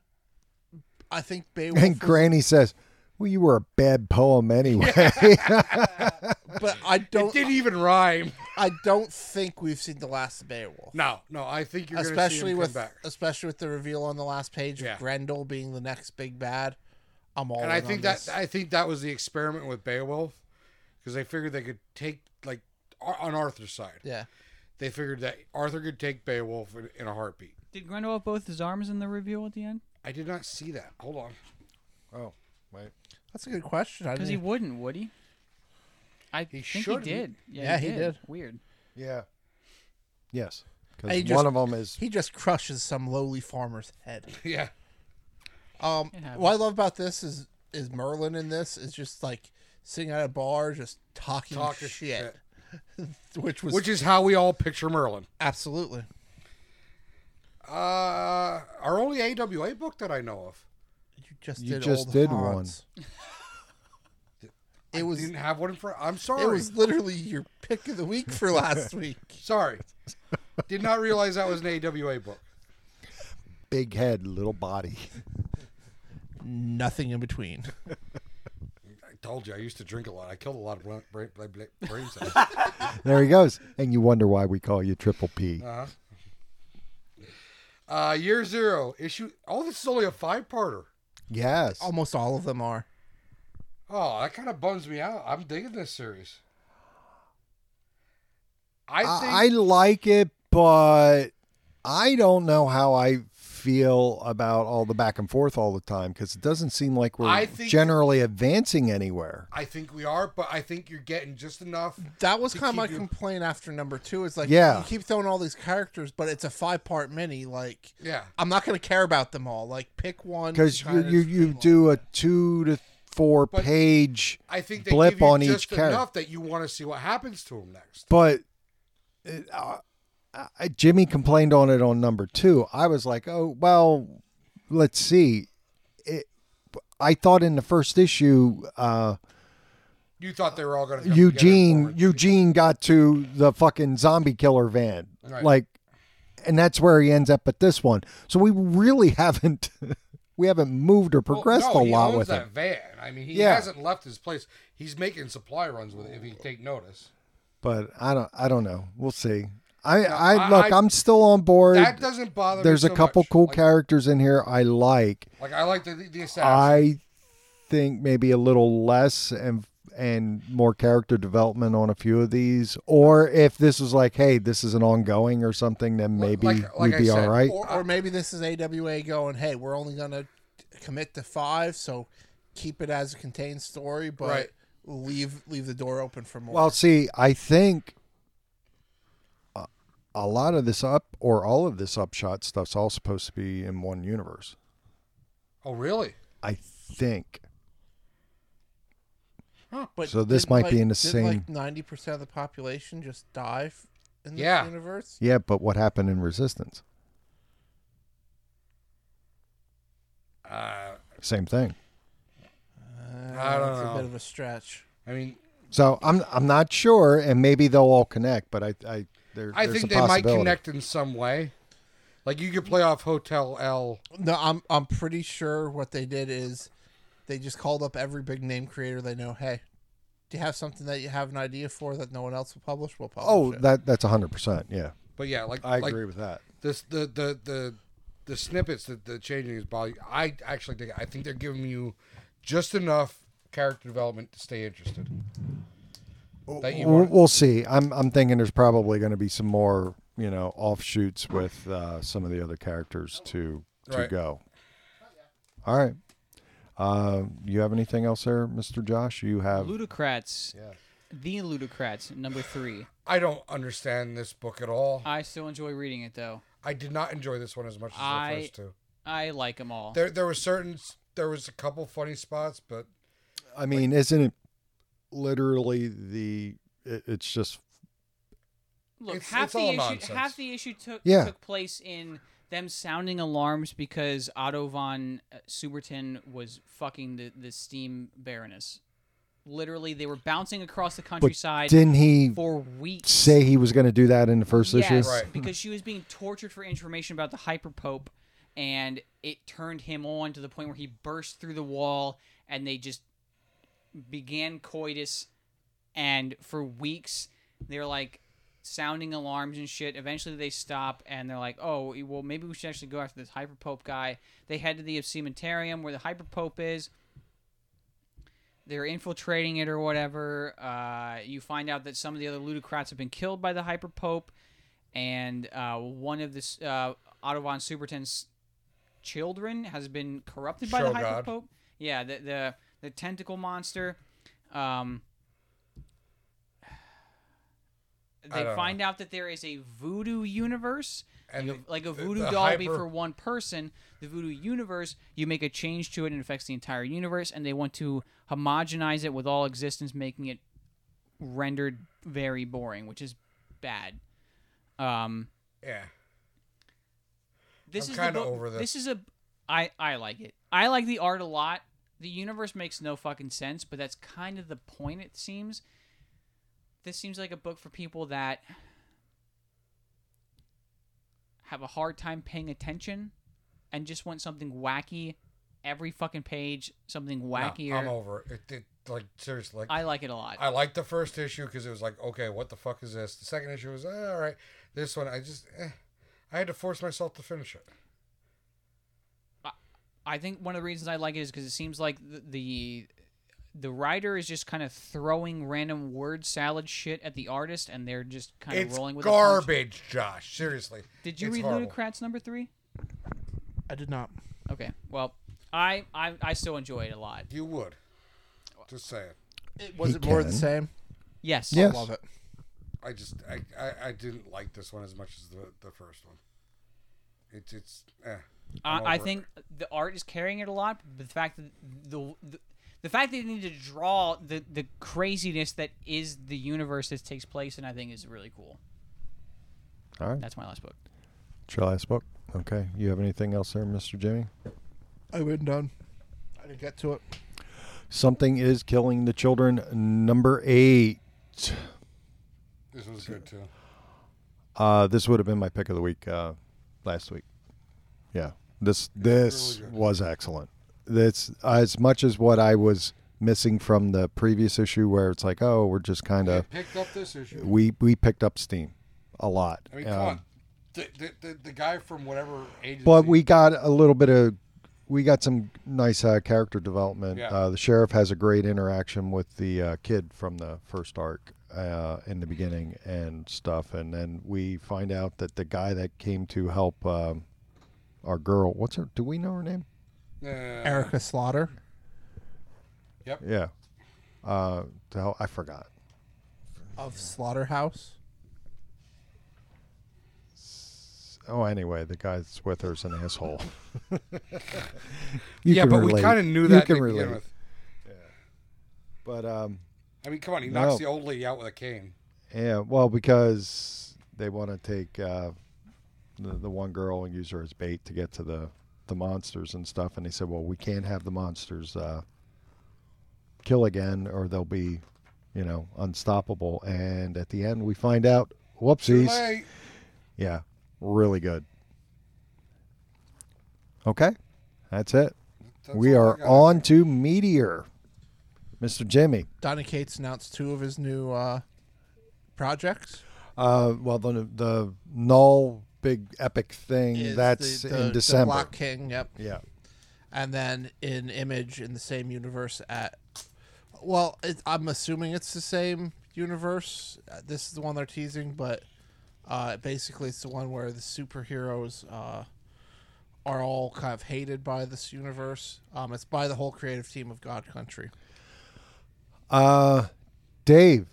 [SPEAKER 3] I think Beowulf.
[SPEAKER 4] and
[SPEAKER 3] was-
[SPEAKER 4] Granny says, "Well, you were a bad poem anyway."
[SPEAKER 3] but I
[SPEAKER 1] It
[SPEAKER 3] don't.
[SPEAKER 1] didn't even rhyme.
[SPEAKER 3] I don't think we've seen the last of Beowulf.
[SPEAKER 1] No, no. I think you're gonna see
[SPEAKER 3] especially
[SPEAKER 1] him
[SPEAKER 3] with
[SPEAKER 1] come back.
[SPEAKER 3] especially with the reveal on the last page,
[SPEAKER 1] Yeah.
[SPEAKER 3] of Grendel being the next big bad. I'm all.
[SPEAKER 1] and I
[SPEAKER 3] in
[SPEAKER 1] think
[SPEAKER 3] on
[SPEAKER 1] that
[SPEAKER 3] this.
[SPEAKER 1] I think that was the experiment with Beowulf, because they figured they could take like Ar- on Arthur's side.
[SPEAKER 3] yeah,
[SPEAKER 1] They figured that Arthur could take Beowulf in, in a heartbeat.
[SPEAKER 2] Did Grendel have both his arms in the reveal at the end?
[SPEAKER 1] I did not see that. Hold on.
[SPEAKER 4] oh, wait.
[SPEAKER 3] that's a good question. I
[SPEAKER 2] Because
[SPEAKER 3] didn't,
[SPEAKER 2] he wouldn't, would he? I
[SPEAKER 1] He
[SPEAKER 2] think
[SPEAKER 1] shouldn't.
[SPEAKER 2] he did. Yeah,
[SPEAKER 3] Yeah,
[SPEAKER 2] he,
[SPEAKER 3] he
[SPEAKER 2] did.
[SPEAKER 3] did.
[SPEAKER 2] Weird.
[SPEAKER 4] Yeah. Yes,
[SPEAKER 3] Hey,
[SPEAKER 4] because
[SPEAKER 3] just-
[SPEAKER 4] one of them is
[SPEAKER 3] he just crushes some lowly farmer's head.
[SPEAKER 1] Yeah.
[SPEAKER 3] Um,
[SPEAKER 2] happens.
[SPEAKER 3] what I love about this is is Merlin in this is just like sitting at a bar just talking
[SPEAKER 1] Talking
[SPEAKER 3] shit, which was
[SPEAKER 1] Which is how we all picture Merlin.
[SPEAKER 3] absolutely
[SPEAKER 1] Uh, our only AWA book that I know of.
[SPEAKER 3] you just
[SPEAKER 4] You
[SPEAKER 3] did
[SPEAKER 4] just
[SPEAKER 3] old
[SPEAKER 4] did
[SPEAKER 3] Hans. It was
[SPEAKER 1] Didn't have one in front. I'm sorry.
[SPEAKER 3] it was literally your pick of the week for last week.
[SPEAKER 1] Sorry. Did not realize that was an AWA book.
[SPEAKER 4] big head, little body.
[SPEAKER 3] Nothing in between.
[SPEAKER 1] I told you I used to drink a lot. I killed a lot of brain, brain, brain, brain cells.
[SPEAKER 4] There he goes, and you wonder why we call you Triple P.
[SPEAKER 1] Uh-huh. Uh, year zero issue. Oh, this is only a five-parter.
[SPEAKER 4] yes,
[SPEAKER 1] Um,
[SPEAKER 3] Almost all of them are.
[SPEAKER 1] Oh, that kind of bums me out. I'm digging this series. I think
[SPEAKER 4] I, I like it, but I don't know how I feel about all the back and forth all the time because it doesn't seem like
[SPEAKER 1] I
[SPEAKER 4] we're
[SPEAKER 1] think-
[SPEAKER 4] generally advancing anywhere.
[SPEAKER 1] I think we are, but I think you're getting just enough.
[SPEAKER 3] That was
[SPEAKER 1] To
[SPEAKER 3] kind of my
[SPEAKER 1] keep you-
[SPEAKER 3] complaint after number two. Is like,
[SPEAKER 4] Yeah.
[SPEAKER 3] you keep throwing all these characters, but it's a five part mini. Like,
[SPEAKER 1] Yeah.
[SPEAKER 3] I'm not going to care about them all. Like, pick one.
[SPEAKER 4] Because
[SPEAKER 3] to
[SPEAKER 4] you
[SPEAKER 3] kinda
[SPEAKER 4] you, you
[SPEAKER 3] streamline.
[SPEAKER 4] do a two to four
[SPEAKER 1] But-
[SPEAKER 4] page,
[SPEAKER 1] I think they
[SPEAKER 4] Blip
[SPEAKER 1] give you
[SPEAKER 4] on each
[SPEAKER 1] just
[SPEAKER 4] character.
[SPEAKER 1] enough that you want to see what happens to him next.
[SPEAKER 4] but it, uh, I, Jimmy complained on it on number two. I was like, oh well, let's see. It, I thought in the first issue. Uh,
[SPEAKER 1] You thought they were all going to
[SPEAKER 4] Eugene Eugene got to the fucking zombie killer van.
[SPEAKER 1] Right.
[SPEAKER 4] Like and that's where he ends up at this one. So we really haven't we haven't moved or progressed
[SPEAKER 1] well, no,
[SPEAKER 4] a
[SPEAKER 1] he
[SPEAKER 4] lot
[SPEAKER 1] owns
[SPEAKER 4] with
[SPEAKER 1] that
[SPEAKER 4] it.
[SPEAKER 1] van. I mean, he
[SPEAKER 4] Yeah.
[SPEAKER 1] hasn't left his place. He's making supply runs with it. If you take notice,
[SPEAKER 4] But I don't I don't know. We'll see. I, I
[SPEAKER 1] I-
[SPEAKER 4] look,
[SPEAKER 1] I-
[SPEAKER 4] I'm still on board.
[SPEAKER 1] that doesn't bother. me
[SPEAKER 4] There's a
[SPEAKER 1] so
[SPEAKER 4] couple
[SPEAKER 1] much.
[SPEAKER 4] cool
[SPEAKER 1] like,
[SPEAKER 4] characters in here I like.
[SPEAKER 1] Like I like the the assassin.
[SPEAKER 4] I think maybe a little less and and more character development on a few of these. Or if this was like, hey, this is an ongoing or something, then maybe
[SPEAKER 1] like- like
[SPEAKER 4] we'd
[SPEAKER 1] I
[SPEAKER 4] be all
[SPEAKER 1] said,
[SPEAKER 4] right.
[SPEAKER 3] Or, or maybe this is AWA going, hey, we're only going to commit to five, so keep it as a contained story, but
[SPEAKER 1] Right.
[SPEAKER 3] leave leave the door open for more.
[SPEAKER 4] Well, see, I think a- a lot of this up or all of this upshot stuff's all supposed to be in one universe.
[SPEAKER 1] oh, really?
[SPEAKER 4] I think.
[SPEAKER 3] But
[SPEAKER 4] So this
[SPEAKER 3] didn't,
[SPEAKER 4] might
[SPEAKER 3] like,
[SPEAKER 4] be in the
[SPEAKER 3] didn't,
[SPEAKER 4] same-
[SPEAKER 3] Like ninety percent of the population just die f- in this
[SPEAKER 1] Yeah.
[SPEAKER 3] universe.
[SPEAKER 4] Yeah, but what happened in Resistance?
[SPEAKER 1] Uh,
[SPEAKER 4] Same thing.
[SPEAKER 3] Uh,
[SPEAKER 1] I don't
[SPEAKER 3] it's
[SPEAKER 1] know.
[SPEAKER 3] a bit of a stretch.
[SPEAKER 1] I mean,
[SPEAKER 4] So I'm I'm not sure, and maybe they'll all connect. But I I there,
[SPEAKER 1] I
[SPEAKER 4] there's
[SPEAKER 1] think
[SPEAKER 4] a
[SPEAKER 1] they might
[SPEAKER 4] possibility.
[SPEAKER 1] connect in some way. Like you could play off Hotel L.
[SPEAKER 3] No, I'm I'm pretty sure what they did is they just called up every big name creator they know. Hey, do you have something that you have an idea for that no one else will publish? We'll publish.
[SPEAKER 4] Oh,
[SPEAKER 3] it."
[SPEAKER 4] that that's hundred percent. Yeah,
[SPEAKER 1] But yeah, like
[SPEAKER 4] I
[SPEAKER 1] like
[SPEAKER 4] agree with that.
[SPEAKER 1] This the the the the snippets that the changing is body. I actually think I think they're giving you just enough character development to stay interested.
[SPEAKER 4] Oh,
[SPEAKER 1] That you
[SPEAKER 4] We'll,
[SPEAKER 1] want.
[SPEAKER 4] we'll see. I'm I'm thinking there's probably going to be some more you know offshoots with uh, some of the other characters to to
[SPEAKER 1] Right.
[SPEAKER 4] go. All right. Uh, you have anything else there, Mister Josh? You have
[SPEAKER 2] Ludocrats. The Ludocrats, number three.
[SPEAKER 1] I don't understand this book at all.
[SPEAKER 2] I still enjoy reading it though.
[SPEAKER 1] I did not enjoy this one as much as
[SPEAKER 2] I-
[SPEAKER 1] the first two.
[SPEAKER 2] I like them all.
[SPEAKER 1] There there were certain there was a couple funny spots, but
[SPEAKER 4] I mean, isn't it literally the? It, it's just
[SPEAKER 2] Look,
[SPEAKER 1] It's-
[SPEAKER 2] half
[SPEAKER 1] it's
[SPEAKER 2] the
[SPEAKER 1] all
[SPEAKER 2] issue
[SPEAKER 1] nonsense.
[SPEAKER 2] half the issue took
[SPEAKER 4] Yeah.
[SPEAKER 2] took place in them sounding alarms because Otto von uh, Suberton was fucking the, the steam baroness. Literally, they were bouncing across the countryside
[SPEAKER 4] didn't he
[SPEAKER 2] for weeks.
[SPEAKER 4] say he was going to do that in the first
[SPEAKER 2] yes,
[SPEAKER 4] issue?
[SPEAKER 1] Right.
[SPEAKER 2] because she was being tortured for information about the hyperpope, and it turned him on to the point where he burst through the wall, and they just began coitus, and for weeks they're like sounding alarms and shit. Eventually they stop, and they're like, "Oh, well, maybe we should actually go after this hyperpope guy." They head to the cemeterium where the hyperpope is they're infiltrating it or whatever. Uh, you find out that some of the other ludocrats have been killed by the Hyper Pope, and uh, one of this uh, Otto von Superton's children has been corrupted by the
[SPEAKER 1] Sure,
[SPEAKER 2] Hyper
[SPEAKER 1] God.
[SPEAKER 2] Pope. Yeah, the the the tentacle monster. Um,
[SPEAKER 1] I
[SPEAKER 2] they
[SPEAKER 1] don't
[SPEAKER 2] find out that there is a voodoo universe
[SPEAKER 1] and
[SPEAKER 2] like a,
[SPEAKER 1] the-
[SPEAKER 2] like a
[SPEAKER 1] the-
[SPEAKER 2] voodoo
[SPEAKER 1] the
[SPEAKER 2] doll be
[SPEAKER 1] hyper-
[SPEAKER 2] for one person. The voodoo universe, you make a change to it and it affects the entire universe, and they want to homogenize it with all existence, making it rendered very boring, which is bad. Um,
[SPEAKER 1] yeah.
[SPEAKER 2] this
[SPEAKER 1] I'm
[SPEAKER 2] is
[SPEAKER 1] kinda
[SPEAKER 2] the book-
[SPEAKER 1] over this.
[SPEAKER 2] is a I I like it. I like the art a lot. The universe makes no fucking sense, but that's kind of the point. It seems. This seems like a book for people that have a hard time paying attention and just want something wacky every fucking page, something
[SPEAKER 1] No,
[SPEAKER 2] wackier.
[SPEAKER 1] I'm over it. it. It like seriously like
[SPEAKER 2] I like it a lot.
[SPEAKER 1] I liked the first issue because it was like, okay, what the fuck is this? The second issue was eh, all right. This one, I just, eh, I had to force myself to finish it.
[SPEAKER 2] I think one of the reasons I like it is because it seems like the, the the writer is just kind of throwing random word salad shit at the artist, and they're just kind of
[SPEAKER 1] It's
[SPEAKER 2] rolling with the punches.
[SPEAKER 1] garbage, Josh. Seriously.
[SPEAKER 2] Did you
[SPEAKER 1] It's
[SPEAKER 2] read
[SPEAKER 1] horrible.
[SPEAKER 2] Ludocrats number three?
[SPEAKER 3] I did not.
[SPEAKER 2] Okay, well, I I, I still enjoy it a lot.
[SPEAKER 1] You would. Just saying.
[SPEAKER 3] It, was
[SPEAKER 4] He
[SPEAKER 3] it more of the
[SPEAKER 4] can.
[SPEAKER 3] same?
[SPEAKER 2] Yes.
[SPEAKER 4] Yes.
[SPEAKER 3] Love it.
[SPEAKER 1] I just, I, I, I didn't like this one as much as the the first one. It's, it's, eh. I'm
[SPEAKER 2] I,
[SPEAKER 1] over
[SPEAKER 2] I
[SPEAKER 1] it.
[SPEAKER 2] think the art is carrying it a lot, but the fact that the, the the fact that they need to draw the the craziness that is the universe that takes place, and I think is really cool.
[SPEAKER 4] All right.
[SPEAKER 2] That's my last book.
[SPEAKER 4] It's your last book. Okay. You have anything else there, Mr. Jimmy?
[SPEAKER 3] I went done. I didn't get to it.
[SPEAKER 4] Something is killing the children. Number eight.
[SPEAKER 1] this was good too.
[SPEAKER 4] Uh, this would have been my pick of the week uh, last week. Yeah. This this
[SPEAKER 1] really good.
[SPEAKER 4] was excellent. That's as much as what I was missing from the previous issue, where it's like, oh, we're just kind
[SPEAKER 1] I
[SPEAKER 4] of
[SPEAKER 1] picked up this issue.
[SPEAKER 4] we we picked up steam a lot.
[SPEAKER 1] I mean, come
[SPEAKER 4] Um,
[SPEAKER 1] on. The, the, the, the guy from whatever agency.
[SPEAKER 4] But we got a little bit of, we got some nice uh, character development.
[SPEAKER 1] Yeah.
[SPEAKER 4] Uh, the sheriff has a great interaction with the uh, kid from the first arc uh, in the beginning and stuff, and then we find out that the guy that came to help um, our girl, what's her? Do we know her name?
[SPEAKER 1] Uh,
[SPEAKER 3] Erica Slaughter.
[SPEAKER 4] Yeah. Uh, to help, I forgot.
[SPEAKER 3] of Slaughterhouse.
[SPEAKER 4] Oh, anyway, the guy that's with her is an asshole. You
[SPEAKER 1] yeah,
[SPEAKER 4] can
[SPEAKER 1] but we
[SPEAKER 4] relate.
[SPEAKER 1] kind of knew
[SPEAKER 4] You
[SPEAKER 1] that
[SPEAKER 4] can
[SPEAKER 1] to begin
[SPEAKER 4] relate.
[SPEAKER 1] with.
[SPEAKER 4] But um,
[SPEAKER 1] I mean, come on, he
[SPEAKER 4] No.
[SPEAKER 1] knocks the old lady out with a cane.
[SPEAKER 4] yeah, well, because they want to take uh, the, the one girl and use her as bait to get to the the monsters and stuff, and they said, well, we can't have the monsters uh, kill again, or they'll be, you know, unstoppable. And at the end, we find out, whoopsies.
[SPEAKER 1] Like,
[SPEAKER 4] Yeah, really good. Okay, that's it.
[SPEAKER 1] that's
[SPEAKER 4] we
[SPEAKER 1] all I
[SPEAKER 4] are
[SPEAKER 1] got.
[SPEAKER 4] on to Meteor. Mr. Jimmy.
[SPEAKER 3] Donny Cates announced two of his new uh, projects.
[SPEAKER 4] Uh, well, the the null big epic thing
[SPEAKER 3] Is
[SPEAKER 4] Mm, that's
[SPEAKER 3] the- the-
[SPEAKER 4] in
[SPEAKER 3] The
[SPEAKER 4] December.
[SPEAKER 3] Black King, yep.
[SPEAKER 4] Yeah,
[SPEAKER 3] and then in image in the same universe at well it, i'm assuming it's the same universe Uh, this is the one they're teasing but uh, basically it's the one where the superheroes uh, are all kind of hated by this universe um, it's by the whole creative team of god country
[SPEAKER 4] uh, Dave.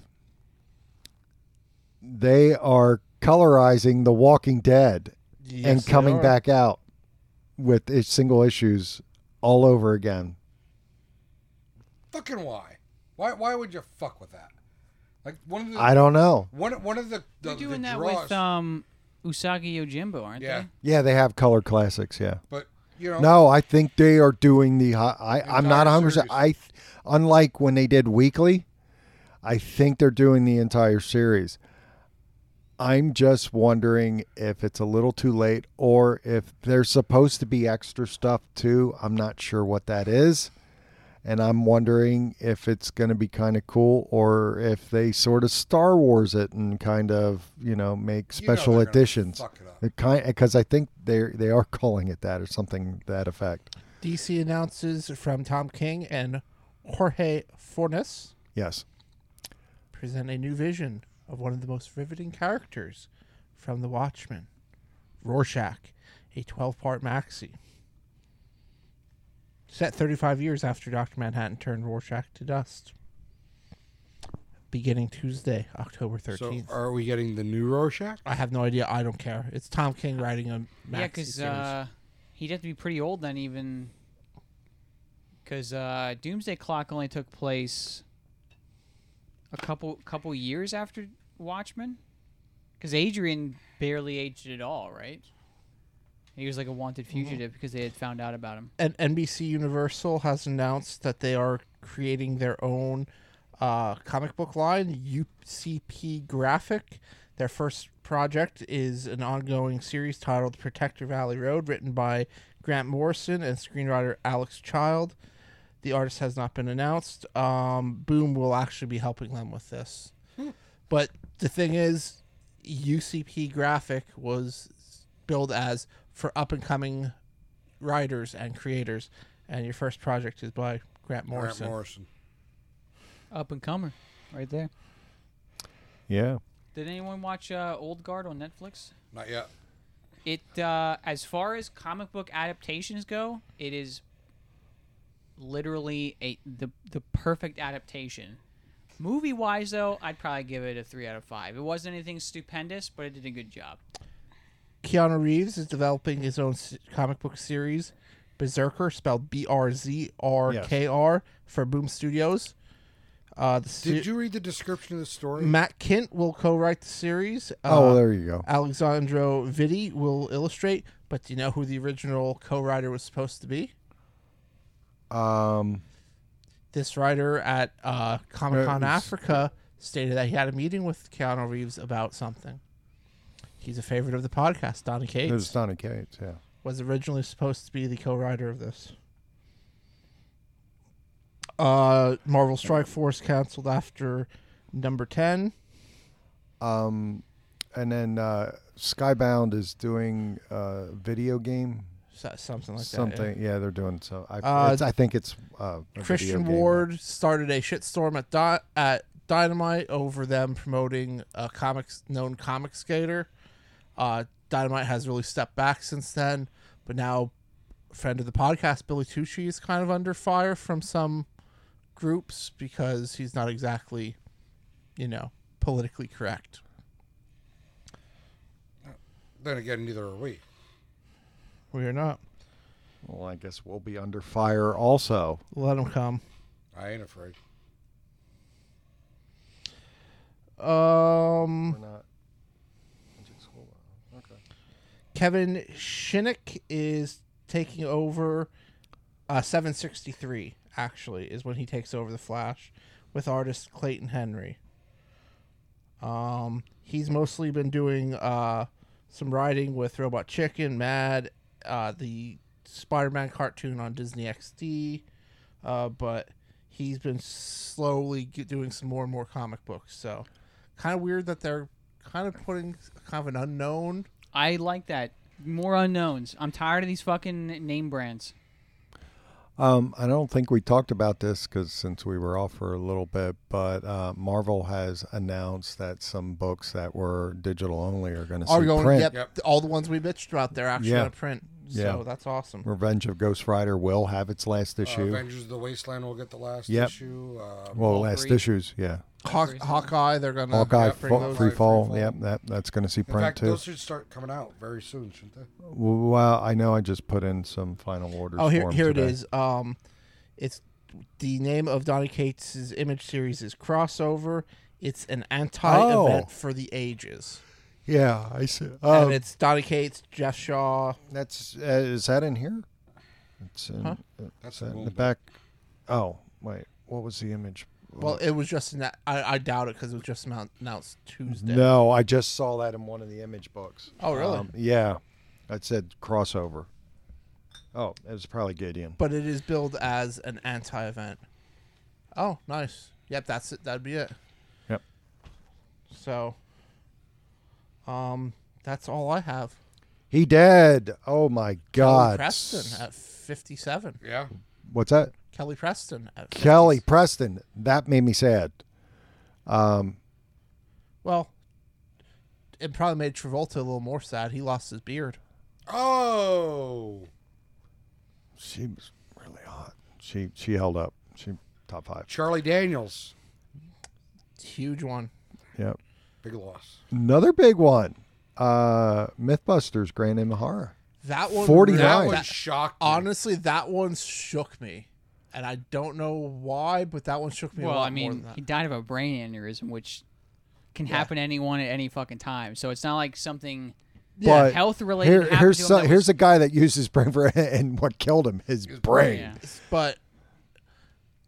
[SPEAKER 4] They are colorizing The Walking Dead and
[SPEAKER 3] they
[SPEAKER 4] coming
[SPEAKER 3] are.
[SPEAKER 4] back out with is- single issues all over again.
[SPEAKER 1] Fucking why? Why? Why would you fuck with that? Like one
[SPEAKER 3] Hmm.
[SPEAKER 1] of the
[SPEAKER 4] I don't know.
[SPEAKER 1] one one of the, the
[SPEAKER 2] They're doing
[SPEAKER 1] the
[SPEAKER 2] that
[SPEAKER 1] draws,
[SPEAKER 2] with um, Usagi Yojimbo, aren't
[SPEAKER 1] Yeah.
[SPEAKER 2] they?
[SPEAKER 4] Yeah, they have color classics. Yeah.
[SPEAKER 1] but you know
[SPEAKER 4] No, I think they are doing the. hi- I, I'm not
[SPEAKER 1] entire
[SPEAKER 4] 100. percent
[SPEAKER 1] series.
[SPEAKER 4] I, th- unlike when they did weekly, I think they're doing the entire series. I'm just wondering if it's a little too late or if there's supposed to be extra stuff too. I'm not sure what that is. And I'm wondering if it's going to be kind of cool or if they sort of Star Wars it and kind of, you know, make
[SPEAKER 1] you know
[SPEAKER 4] special
[SPEAKER 1] they're gonna
[SPEAKER 4] editions.
[SPEAKER 1] Fuck it up.
[SPEAKER 4] It kind because I think they they are calling it that or something to that effect.
[SPEAKER 3] dc announces from tom king and jorge fornes
[SPEAKER 4] Yes.
[SPEAKER 3] present a new vision of one of the most riveting characters from The Watchmen, Rorschach, a 12-part maxi. Set 35 years after Dr. Manhattan turned Rorschach to dust. Beginning Tuesday, October 13th.
[SPEAKER 1] So are we getting the new Rorschach?
[SPEAKER 3] I have no idea. I don't care. It's Tom King writing a maxi
[SPEAKER 2] Yeah, because
[SPEAKER 3] series.
[SPEAKER 2] uh, he'd have to be pretty old then, even. Because uh, Doomsday Clock only took place a couple couple years after Watchmen. Because Adrian barely aged at all, right? He was like a wanted fugitive because they had found out about him.
[SPEAKER 3] and NBC Universal has announced that they are creating their own uh, comic book line, UCP Graphic. Their first project is an ongoing series titled Protector Valley Road, written by Grant Morrison and screenwriter Alex Child. The artist has not been announced. Um, Boom will actually be helping them with this. But the thing is, UCP Graphic was billed as for up and coming writers and creators, and your first project is by Grant Morrison.
[SPEAKER 1] Grant Morrison.
[SPEAKER 2] Up and comer, right there.
[SPEAKER 4] Yeah.
[SPEAKER 2] Did anyone watch uh, Old Guard on Netflix?
[SPEAKER 1] Not yet.
[SPEAKER 2] It uh, as far as comic book adaptations go, it is literally a the the perfect adaptation. Movie wise though, I'd probably give it a three out of five. It wasn't anything stupendous, but it did a good job.
[SPEAKER 3] Keanu Reeves is developing his own s- comic book series, Berserker, spelled B R Z R K R, for Boom Studios. Uh, the stu-
[SPEAKER 1] Did you read the description of the story?
[SPEAKER 3] Matt Kent will co-write the series.
[SPEAKER 4] Oh,
[SPEAKER 3] Uh,
[SPEAKER 4] well, there you go.
[SPEAKER 3] Alexandro Vitti will illustrate. But do you know who the original co-writer was supposed to be?
[SPEAKER 4] Um,
[SPEAKER 3] this writer at uh, Comic Con
[SPEAKER 4] Uh, it's-
[SPEAKER 3] Africa stated that he had a meeting with Keanu Reeves about something. He's a favorite of the podcast. Donny
[SPEAKER 4] it was
[SPEAKER 3] Cates
[SPEAKER 4] Donny Cates. Yeah.
[SPEAKER 3] was originally supposed to be the co-writer of this. Uh, Marvel Strike Force canceled after number ten.
[SPEAKER 4] Um, and then uh, Skybound is doing a video game.
[SPEAKER 3] So- Something like that. yeah.
[SPEAKER 4] something. Yeah. they're doing so. I,
[SPEAKER 3] Uh,
[SPEAKER 4] it's, I think it's uh, a
[SPEAKER 3] Christian
[SPEAKER 4] video game.
[SPEAKER 3] Ward started a shitstorm at Di- at Dynamite over them promoting a comics known comic skater. Uh, Dynamite has really stepped back since then, but now friend of the podcast Billy Tucci is kind of under fire from some groups because he's not exactly, you know, politically correct.
[SPEAKER 1] Then again, neither are we.
[SPEAKER 3] We are not.
[SPEAKER 4] Well, I guess we'll be under fire also.
[SPEAKER 3] Let him come.
[SPEAKER 1] I ain't afraid.
[SPEAKER 3] Um,
[SPEAKER 4] not.
[SPEAKER 3] Kevin Shinnick is taking over. Uh, 763 actually is when he takes over the Flash with artist Clayton Henry. Um, he's mostly been doing uh, some writing with Robot Chicken, Mad, uh, the Spider-Man cartoon on Disney XD, uh, but he's been slowly get, doing some more and more comic books. So, kind of weird that they're kind of putting kind of an unknown.
[SPEAKER 2] I like that. More unknowns. I'm tired of these fucking name brands.
[SPEAKER 4] Um, I don't think we talked about this because since we were off for a little bit, but uh, Marvel has announced that some books that were digital only are going to
[SPEAKER 3] Are
[SPEAKER 4] see
[SPEAKER 3] going
[SPEAKER 4] print.
[SPEAKER 3] yep,
[SPEAKER 1] Yep.
[SPEAKER 3] all the ones we bitched about they're actually
[SPEAKER 4] Yeah.
[SPEAKER 3] out of print. So
[SPEAKER 4] Yeah.
[SPEAKER 3] that's awesome.
[SPEAKER 4] Revenge of Ghost Rider will have its last
[SPEAKER 1] Uh,
[SPEAKER 4] issue.
[SPEAKER 1] Avengers of the Wasteland will get the last
[SPEAKER 4] Yep.
[SPEAKER 1] issue. Uh,
[SPEAKER 4] well,
[SPEAKER 2] Wolverine.
[SPEAKER 4] last issues, yeah.
[SPEAKER 3] Hawk, Hawkeye, they're gonna
[SPEAKER 4] Hawkeye,
[SPEAKER 3] yeah, bring
[SPEAKER 4] Fa-
[SPEAKER 3] those
[SPEAKER 4] free,
[SPEAKER 1] Free
[SPEAKER 4] fall,
[SPEAKER 1] Fall.
[SPEAKER 4] Yep, that, that's going to see
[SPEAKER 1] in
[SPEAKER 4] print
[SPEAKER 1] fact,
[SPEAKER 4] too.
[SPEAKER 1] those should start coming out very soon, shouldn't they?
[SPEAKER 4] Well, I know I just put in some final orders.
[SPEAKER 3] Oh,
[SPEAKER 4] for
[SPEAKER 3] here,
[SPEAKER 4] 'em
[SPEAKER 3] here it
[SPEAKER 4] today.
[SPEAKER 3] is. Um, it's the name of Donny Cates' image series is crossover. It's an anti-event
[SPEAKER 4] Oh.
[SPEAKER 3] for the ages,
[SPEAKER 4] Yeah, I see.
[SPEAKER 3] and
[SPEAKER 4] Um,
[SPEAKER 3] it's Donny Cates, Jeff Shaw.
[SPEAKER 4] that's uh, is that in here? It's in,
[SPEAKER 3] Huh?
[SPEAKER 1] That's
[SPEAKER 4] it's in
[SPEAKER 1] a
[SPEAKER 4] the back. Oh, wait, what was the image? Um,
[SPEAKER 3] Well,
[SPEAKER 4] Oh.
[SPEAKER 3] it was just an, I, I doubt it because it was just amou- announced Tuesday.
[SPEAKER 4] No, I just saw that in one of the image books.
[SPEAKER 3] Oh, really?
[SPEAKER 4] Um, yeah, that said crossover. Oh, it was probably Gideon.
[SPEAKER 3] but it is billed as an anti-event. Oh, nice. Yep, that's it. That'd be it.
[SPEAKER 4] Yep.
[SPEAKER 3] So, um, that's all I have.
[SPEAKER 4] He dead. Oh my
[SPEAKER 3] Kelly
[SPEAKER 4] God.
[SPEAKER 3] Preston at fifty-seven.
[SPEAKER 1] Yeah.
[SPEAKER 4] What's that?
[SPEAKER 3] Kelly Preston. At
[SPEAKER 4] Kelly
[SPEAKER 3] 50s.
[SPEAKER 4] Preston. That made me sad. Um,
[SPEAKER 3] Well, it probably made Travolta a little more sad. He lost his beard.
[SPEAKER 1] Oh.
[SPEAKER 4] she was really hot. She she held up. She top five.
[SPEAKER 1] Charlie Daniels.
[SPEAKER 3] Huge one.
[SPEAKER 4] Yep.
[SPEAKER 1] Big loss.
[SPEAKER 4] Another big one. Uh, MythBusters Grand Imahara.
[SPEAKER 3] That one.
[SPEAKER 4] 49.
[SPEAKER 3] really-
[SPEAKER 1] That
[SPEAKER 4] Right.
[SPEAKER 1] one
[SPEAKER 3] that-
[SPEAKER 1] shocked me.
[SPEAKER 3] honestly, that one shook me, and I don't know why, but that one shook me. a
[SPEAKER 2] Well,
[SPEAKER 3] lot
[SPEAKER 2] I
[SPEAKER 3] more
[SPEAKER 2] mean,
[SPEAKER 3] than that.
[SPEAKER 2] he died of a brain aneurysm, which can happen to anyone at any fucking time. So it's not like something
[SPEAKER 4] Yeah, but
[SPEAKER 2] health related.
[SPEAKER 4] Here, here's so, here's a guy that used his brain for, and what killed him his brain.
[SPEAKER 2] yeah.
[SPEAKER 3] but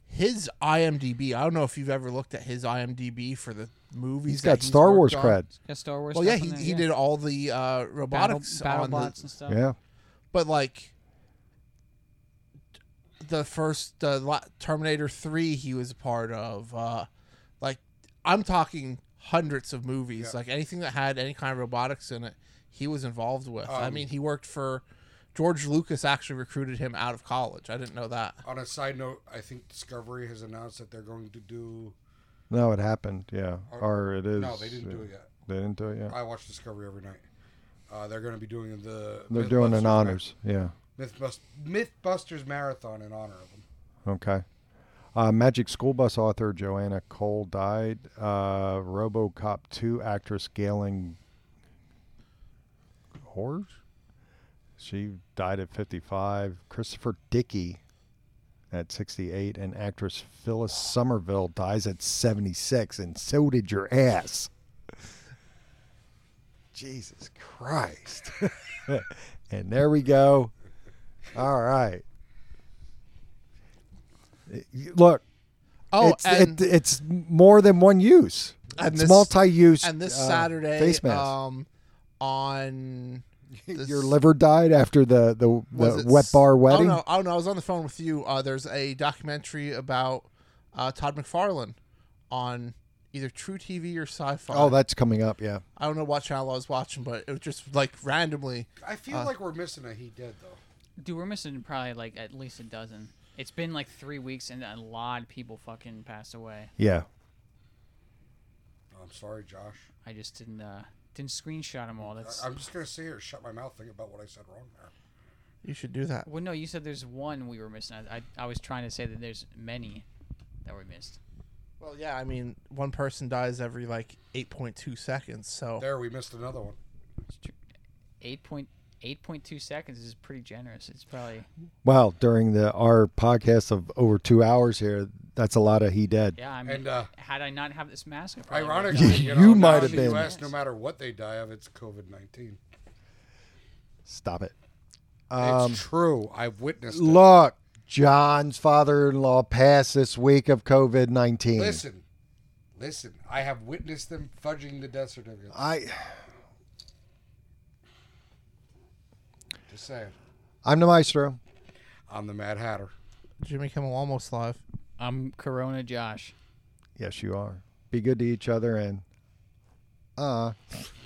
[SPEAKER 3] his IMDb. I don't know if you've ever looked at his IMDb for the movies.
[SPEAKER 4] He's
[SPEAKER 3] that
[SPEAKER 4] got Star
[SPEAKER 3] worked
[SPEAKER 4] Wars
[SPEAKER 3] on.
[SPEAKER 4] cred.
[SPEAKER 2] Got Star Wars.
[SPEAKER 3] Well, yeah,
[SPEAKER 2] stuff
[SPEAKER 3] he,
[SPEAKER 2] in there,
[SPEAKER 3] he
[SPEAKER 2] yeah.
[SPEAKER 3] did all the uh,
[SPEAKER 2] battle,
[SPEAKER 3] robotics
[SPEAKER 2] battle
[SPEAKER 3] on
[SPEAKER 2] bots
[SPEAKER 3] the,
[SPEAKER 2] and stuff.
[SPEAKER 4] Yeah,
[SPEAKER 3] but like the first uh, la- Terminator Three, he was a part of. Uh, like I'm talking hundreds of movies. Like anything that had any kind of robotics in it, he was involved with. I
[SPEAKER 4] Um,
[SPEAKER 3] mean, he worked for. George Lucas actually recruited him out of college. I didn't know that.
[SPEAKER 1] On a side note, I think Discovery has announced that they're going to do.
[SPEAKER 4] no, it happened. Yeah, or it is.
[SPEAKER 1] No, they didn't do it yet.
[SPEAKER 4] They didn't do it yet.
[SPEAKER 1] I watch Discovery every night. Uh, they're going to be doing the.
[SPEAKER 4] They're doing
[SPEAKER 1] Mythbusters-
[SPEAKER 4] an honors. Yeah.
[SPEAKER 1] Mythbust- Mythbusters marathon in honor of him.
[SPEAKER 4] Okay. Uh, Magic School Bus author Joanna Cole died. Uh, RoboCop 2 actress Galen Horse? She died at 55. Christopher Dickey at 68. And actress Phyllis Somerville dies at 76. And so did your ass. Jesus Christ. and there we go. All right. Look,
[SPEAKER 3] Oh,
[SPEAKER 4] it's,
[SPEAKER 3] and,
[SPEAKER 4] it, it's more than one use.
[SPEAKER 3] And
[SPEAKER 4] it's
[SPEAKER 3] this-
[SPEAKER 4] multi-use.
[SPEAKER 3] and this
[SPEAKER 4] uh,
[SPEAKER 3] Saturday,
[SPEAKER 4] face mask.
[SPEAKER 3] um, on this-
[SPEAKER 4] Your liver died after the the,
[SPEAKER 3] was
[SPEAKER 4] the
[SPEAKER 3] it
[SPEAKER 4] wet
[SPEAKER 3] s-
[SPEAKER 4] bar wedding.
[SPEAKER 3] Oh no, oh no, I was on the phone with you. Uh, there's a documentary about uh, Todd McFarlane on either True TV or Sci-Fi.
[SPEAKER 4] Oh, that's coming up. Yeah,
[SPEAKER 3] I don't know what channel I was watching, but it was just like randomly.
[SPEAKER 1] I feel
[SPEAKER 4] Uh.
[SPEAKER 1] like we're missing a he dead though.
[SPEAKER 2] Dude, we're missing probably like at least a dozen. It's been like three weeks, and a lot of people fucking passed away.
[SPEAKER 4] yeah.
[SPEAKER 1] I'm sorry, Josh.
[SPEAKER 2] I just didn't uh didn't screenshot them all. That's
[SPEAKER 1] I- I'm just gonna sit here and shut my mouth, think about what I said wrong there.
[SPEAKER 3] You should do that.
[SPEAKER 2] well, no, you said there's one we were missing. I I, I was trying to say that there's many that we missed.
[SPEAKER 3] Well, yeah, I mean, one person dies every like 8.2 seconds, so
[SPEAKER 1] There, we missed another one.
[SPEAKER 2] Eight point eight point two seconds is pretty generous. It's probably
[SPEAKER 4] Well, during the our podcast of over two hours here, That's a lot of he dead.
[SPEAKER 2] Yeah, I mean,
[SPEAKER 1] And uh,
[SPEAKER 2] had I not have this mask, I probably would've
[SPEAKER 1] ironically, you, know,
[SPEAKER 4] You
[SPEAKER 1] now
[SPEAKER 4] might have
[SPEAKER 1] in the
[SPEAKER 4] been.
[SPEAKER 1] US, no matter what they die of, it's COVID nineteen.
[SPEAKER 4] Stop it. Um,
[SPEAKER 1] it's true. I've witnessed. it.
[SPEAKER 4] Look, John's father-in-law passed this week of COVID nineteen.
[SPEAKER 1] Listen, listen. I have witnessed them fudging the death certificate.
[SPEAKER 4] I
[SPEAKER 1] Just saying.
[SPEAKER 4] I'm the maestro.
[SPEAKER 1] I'm the Mad Hatter.
[SPEAKER 3] Jimmy Kimmel almost live.
[SPEAKER 2] I'm Corona Josh.
[SPEAKER 4] Yes, you are. Be good to each other and uh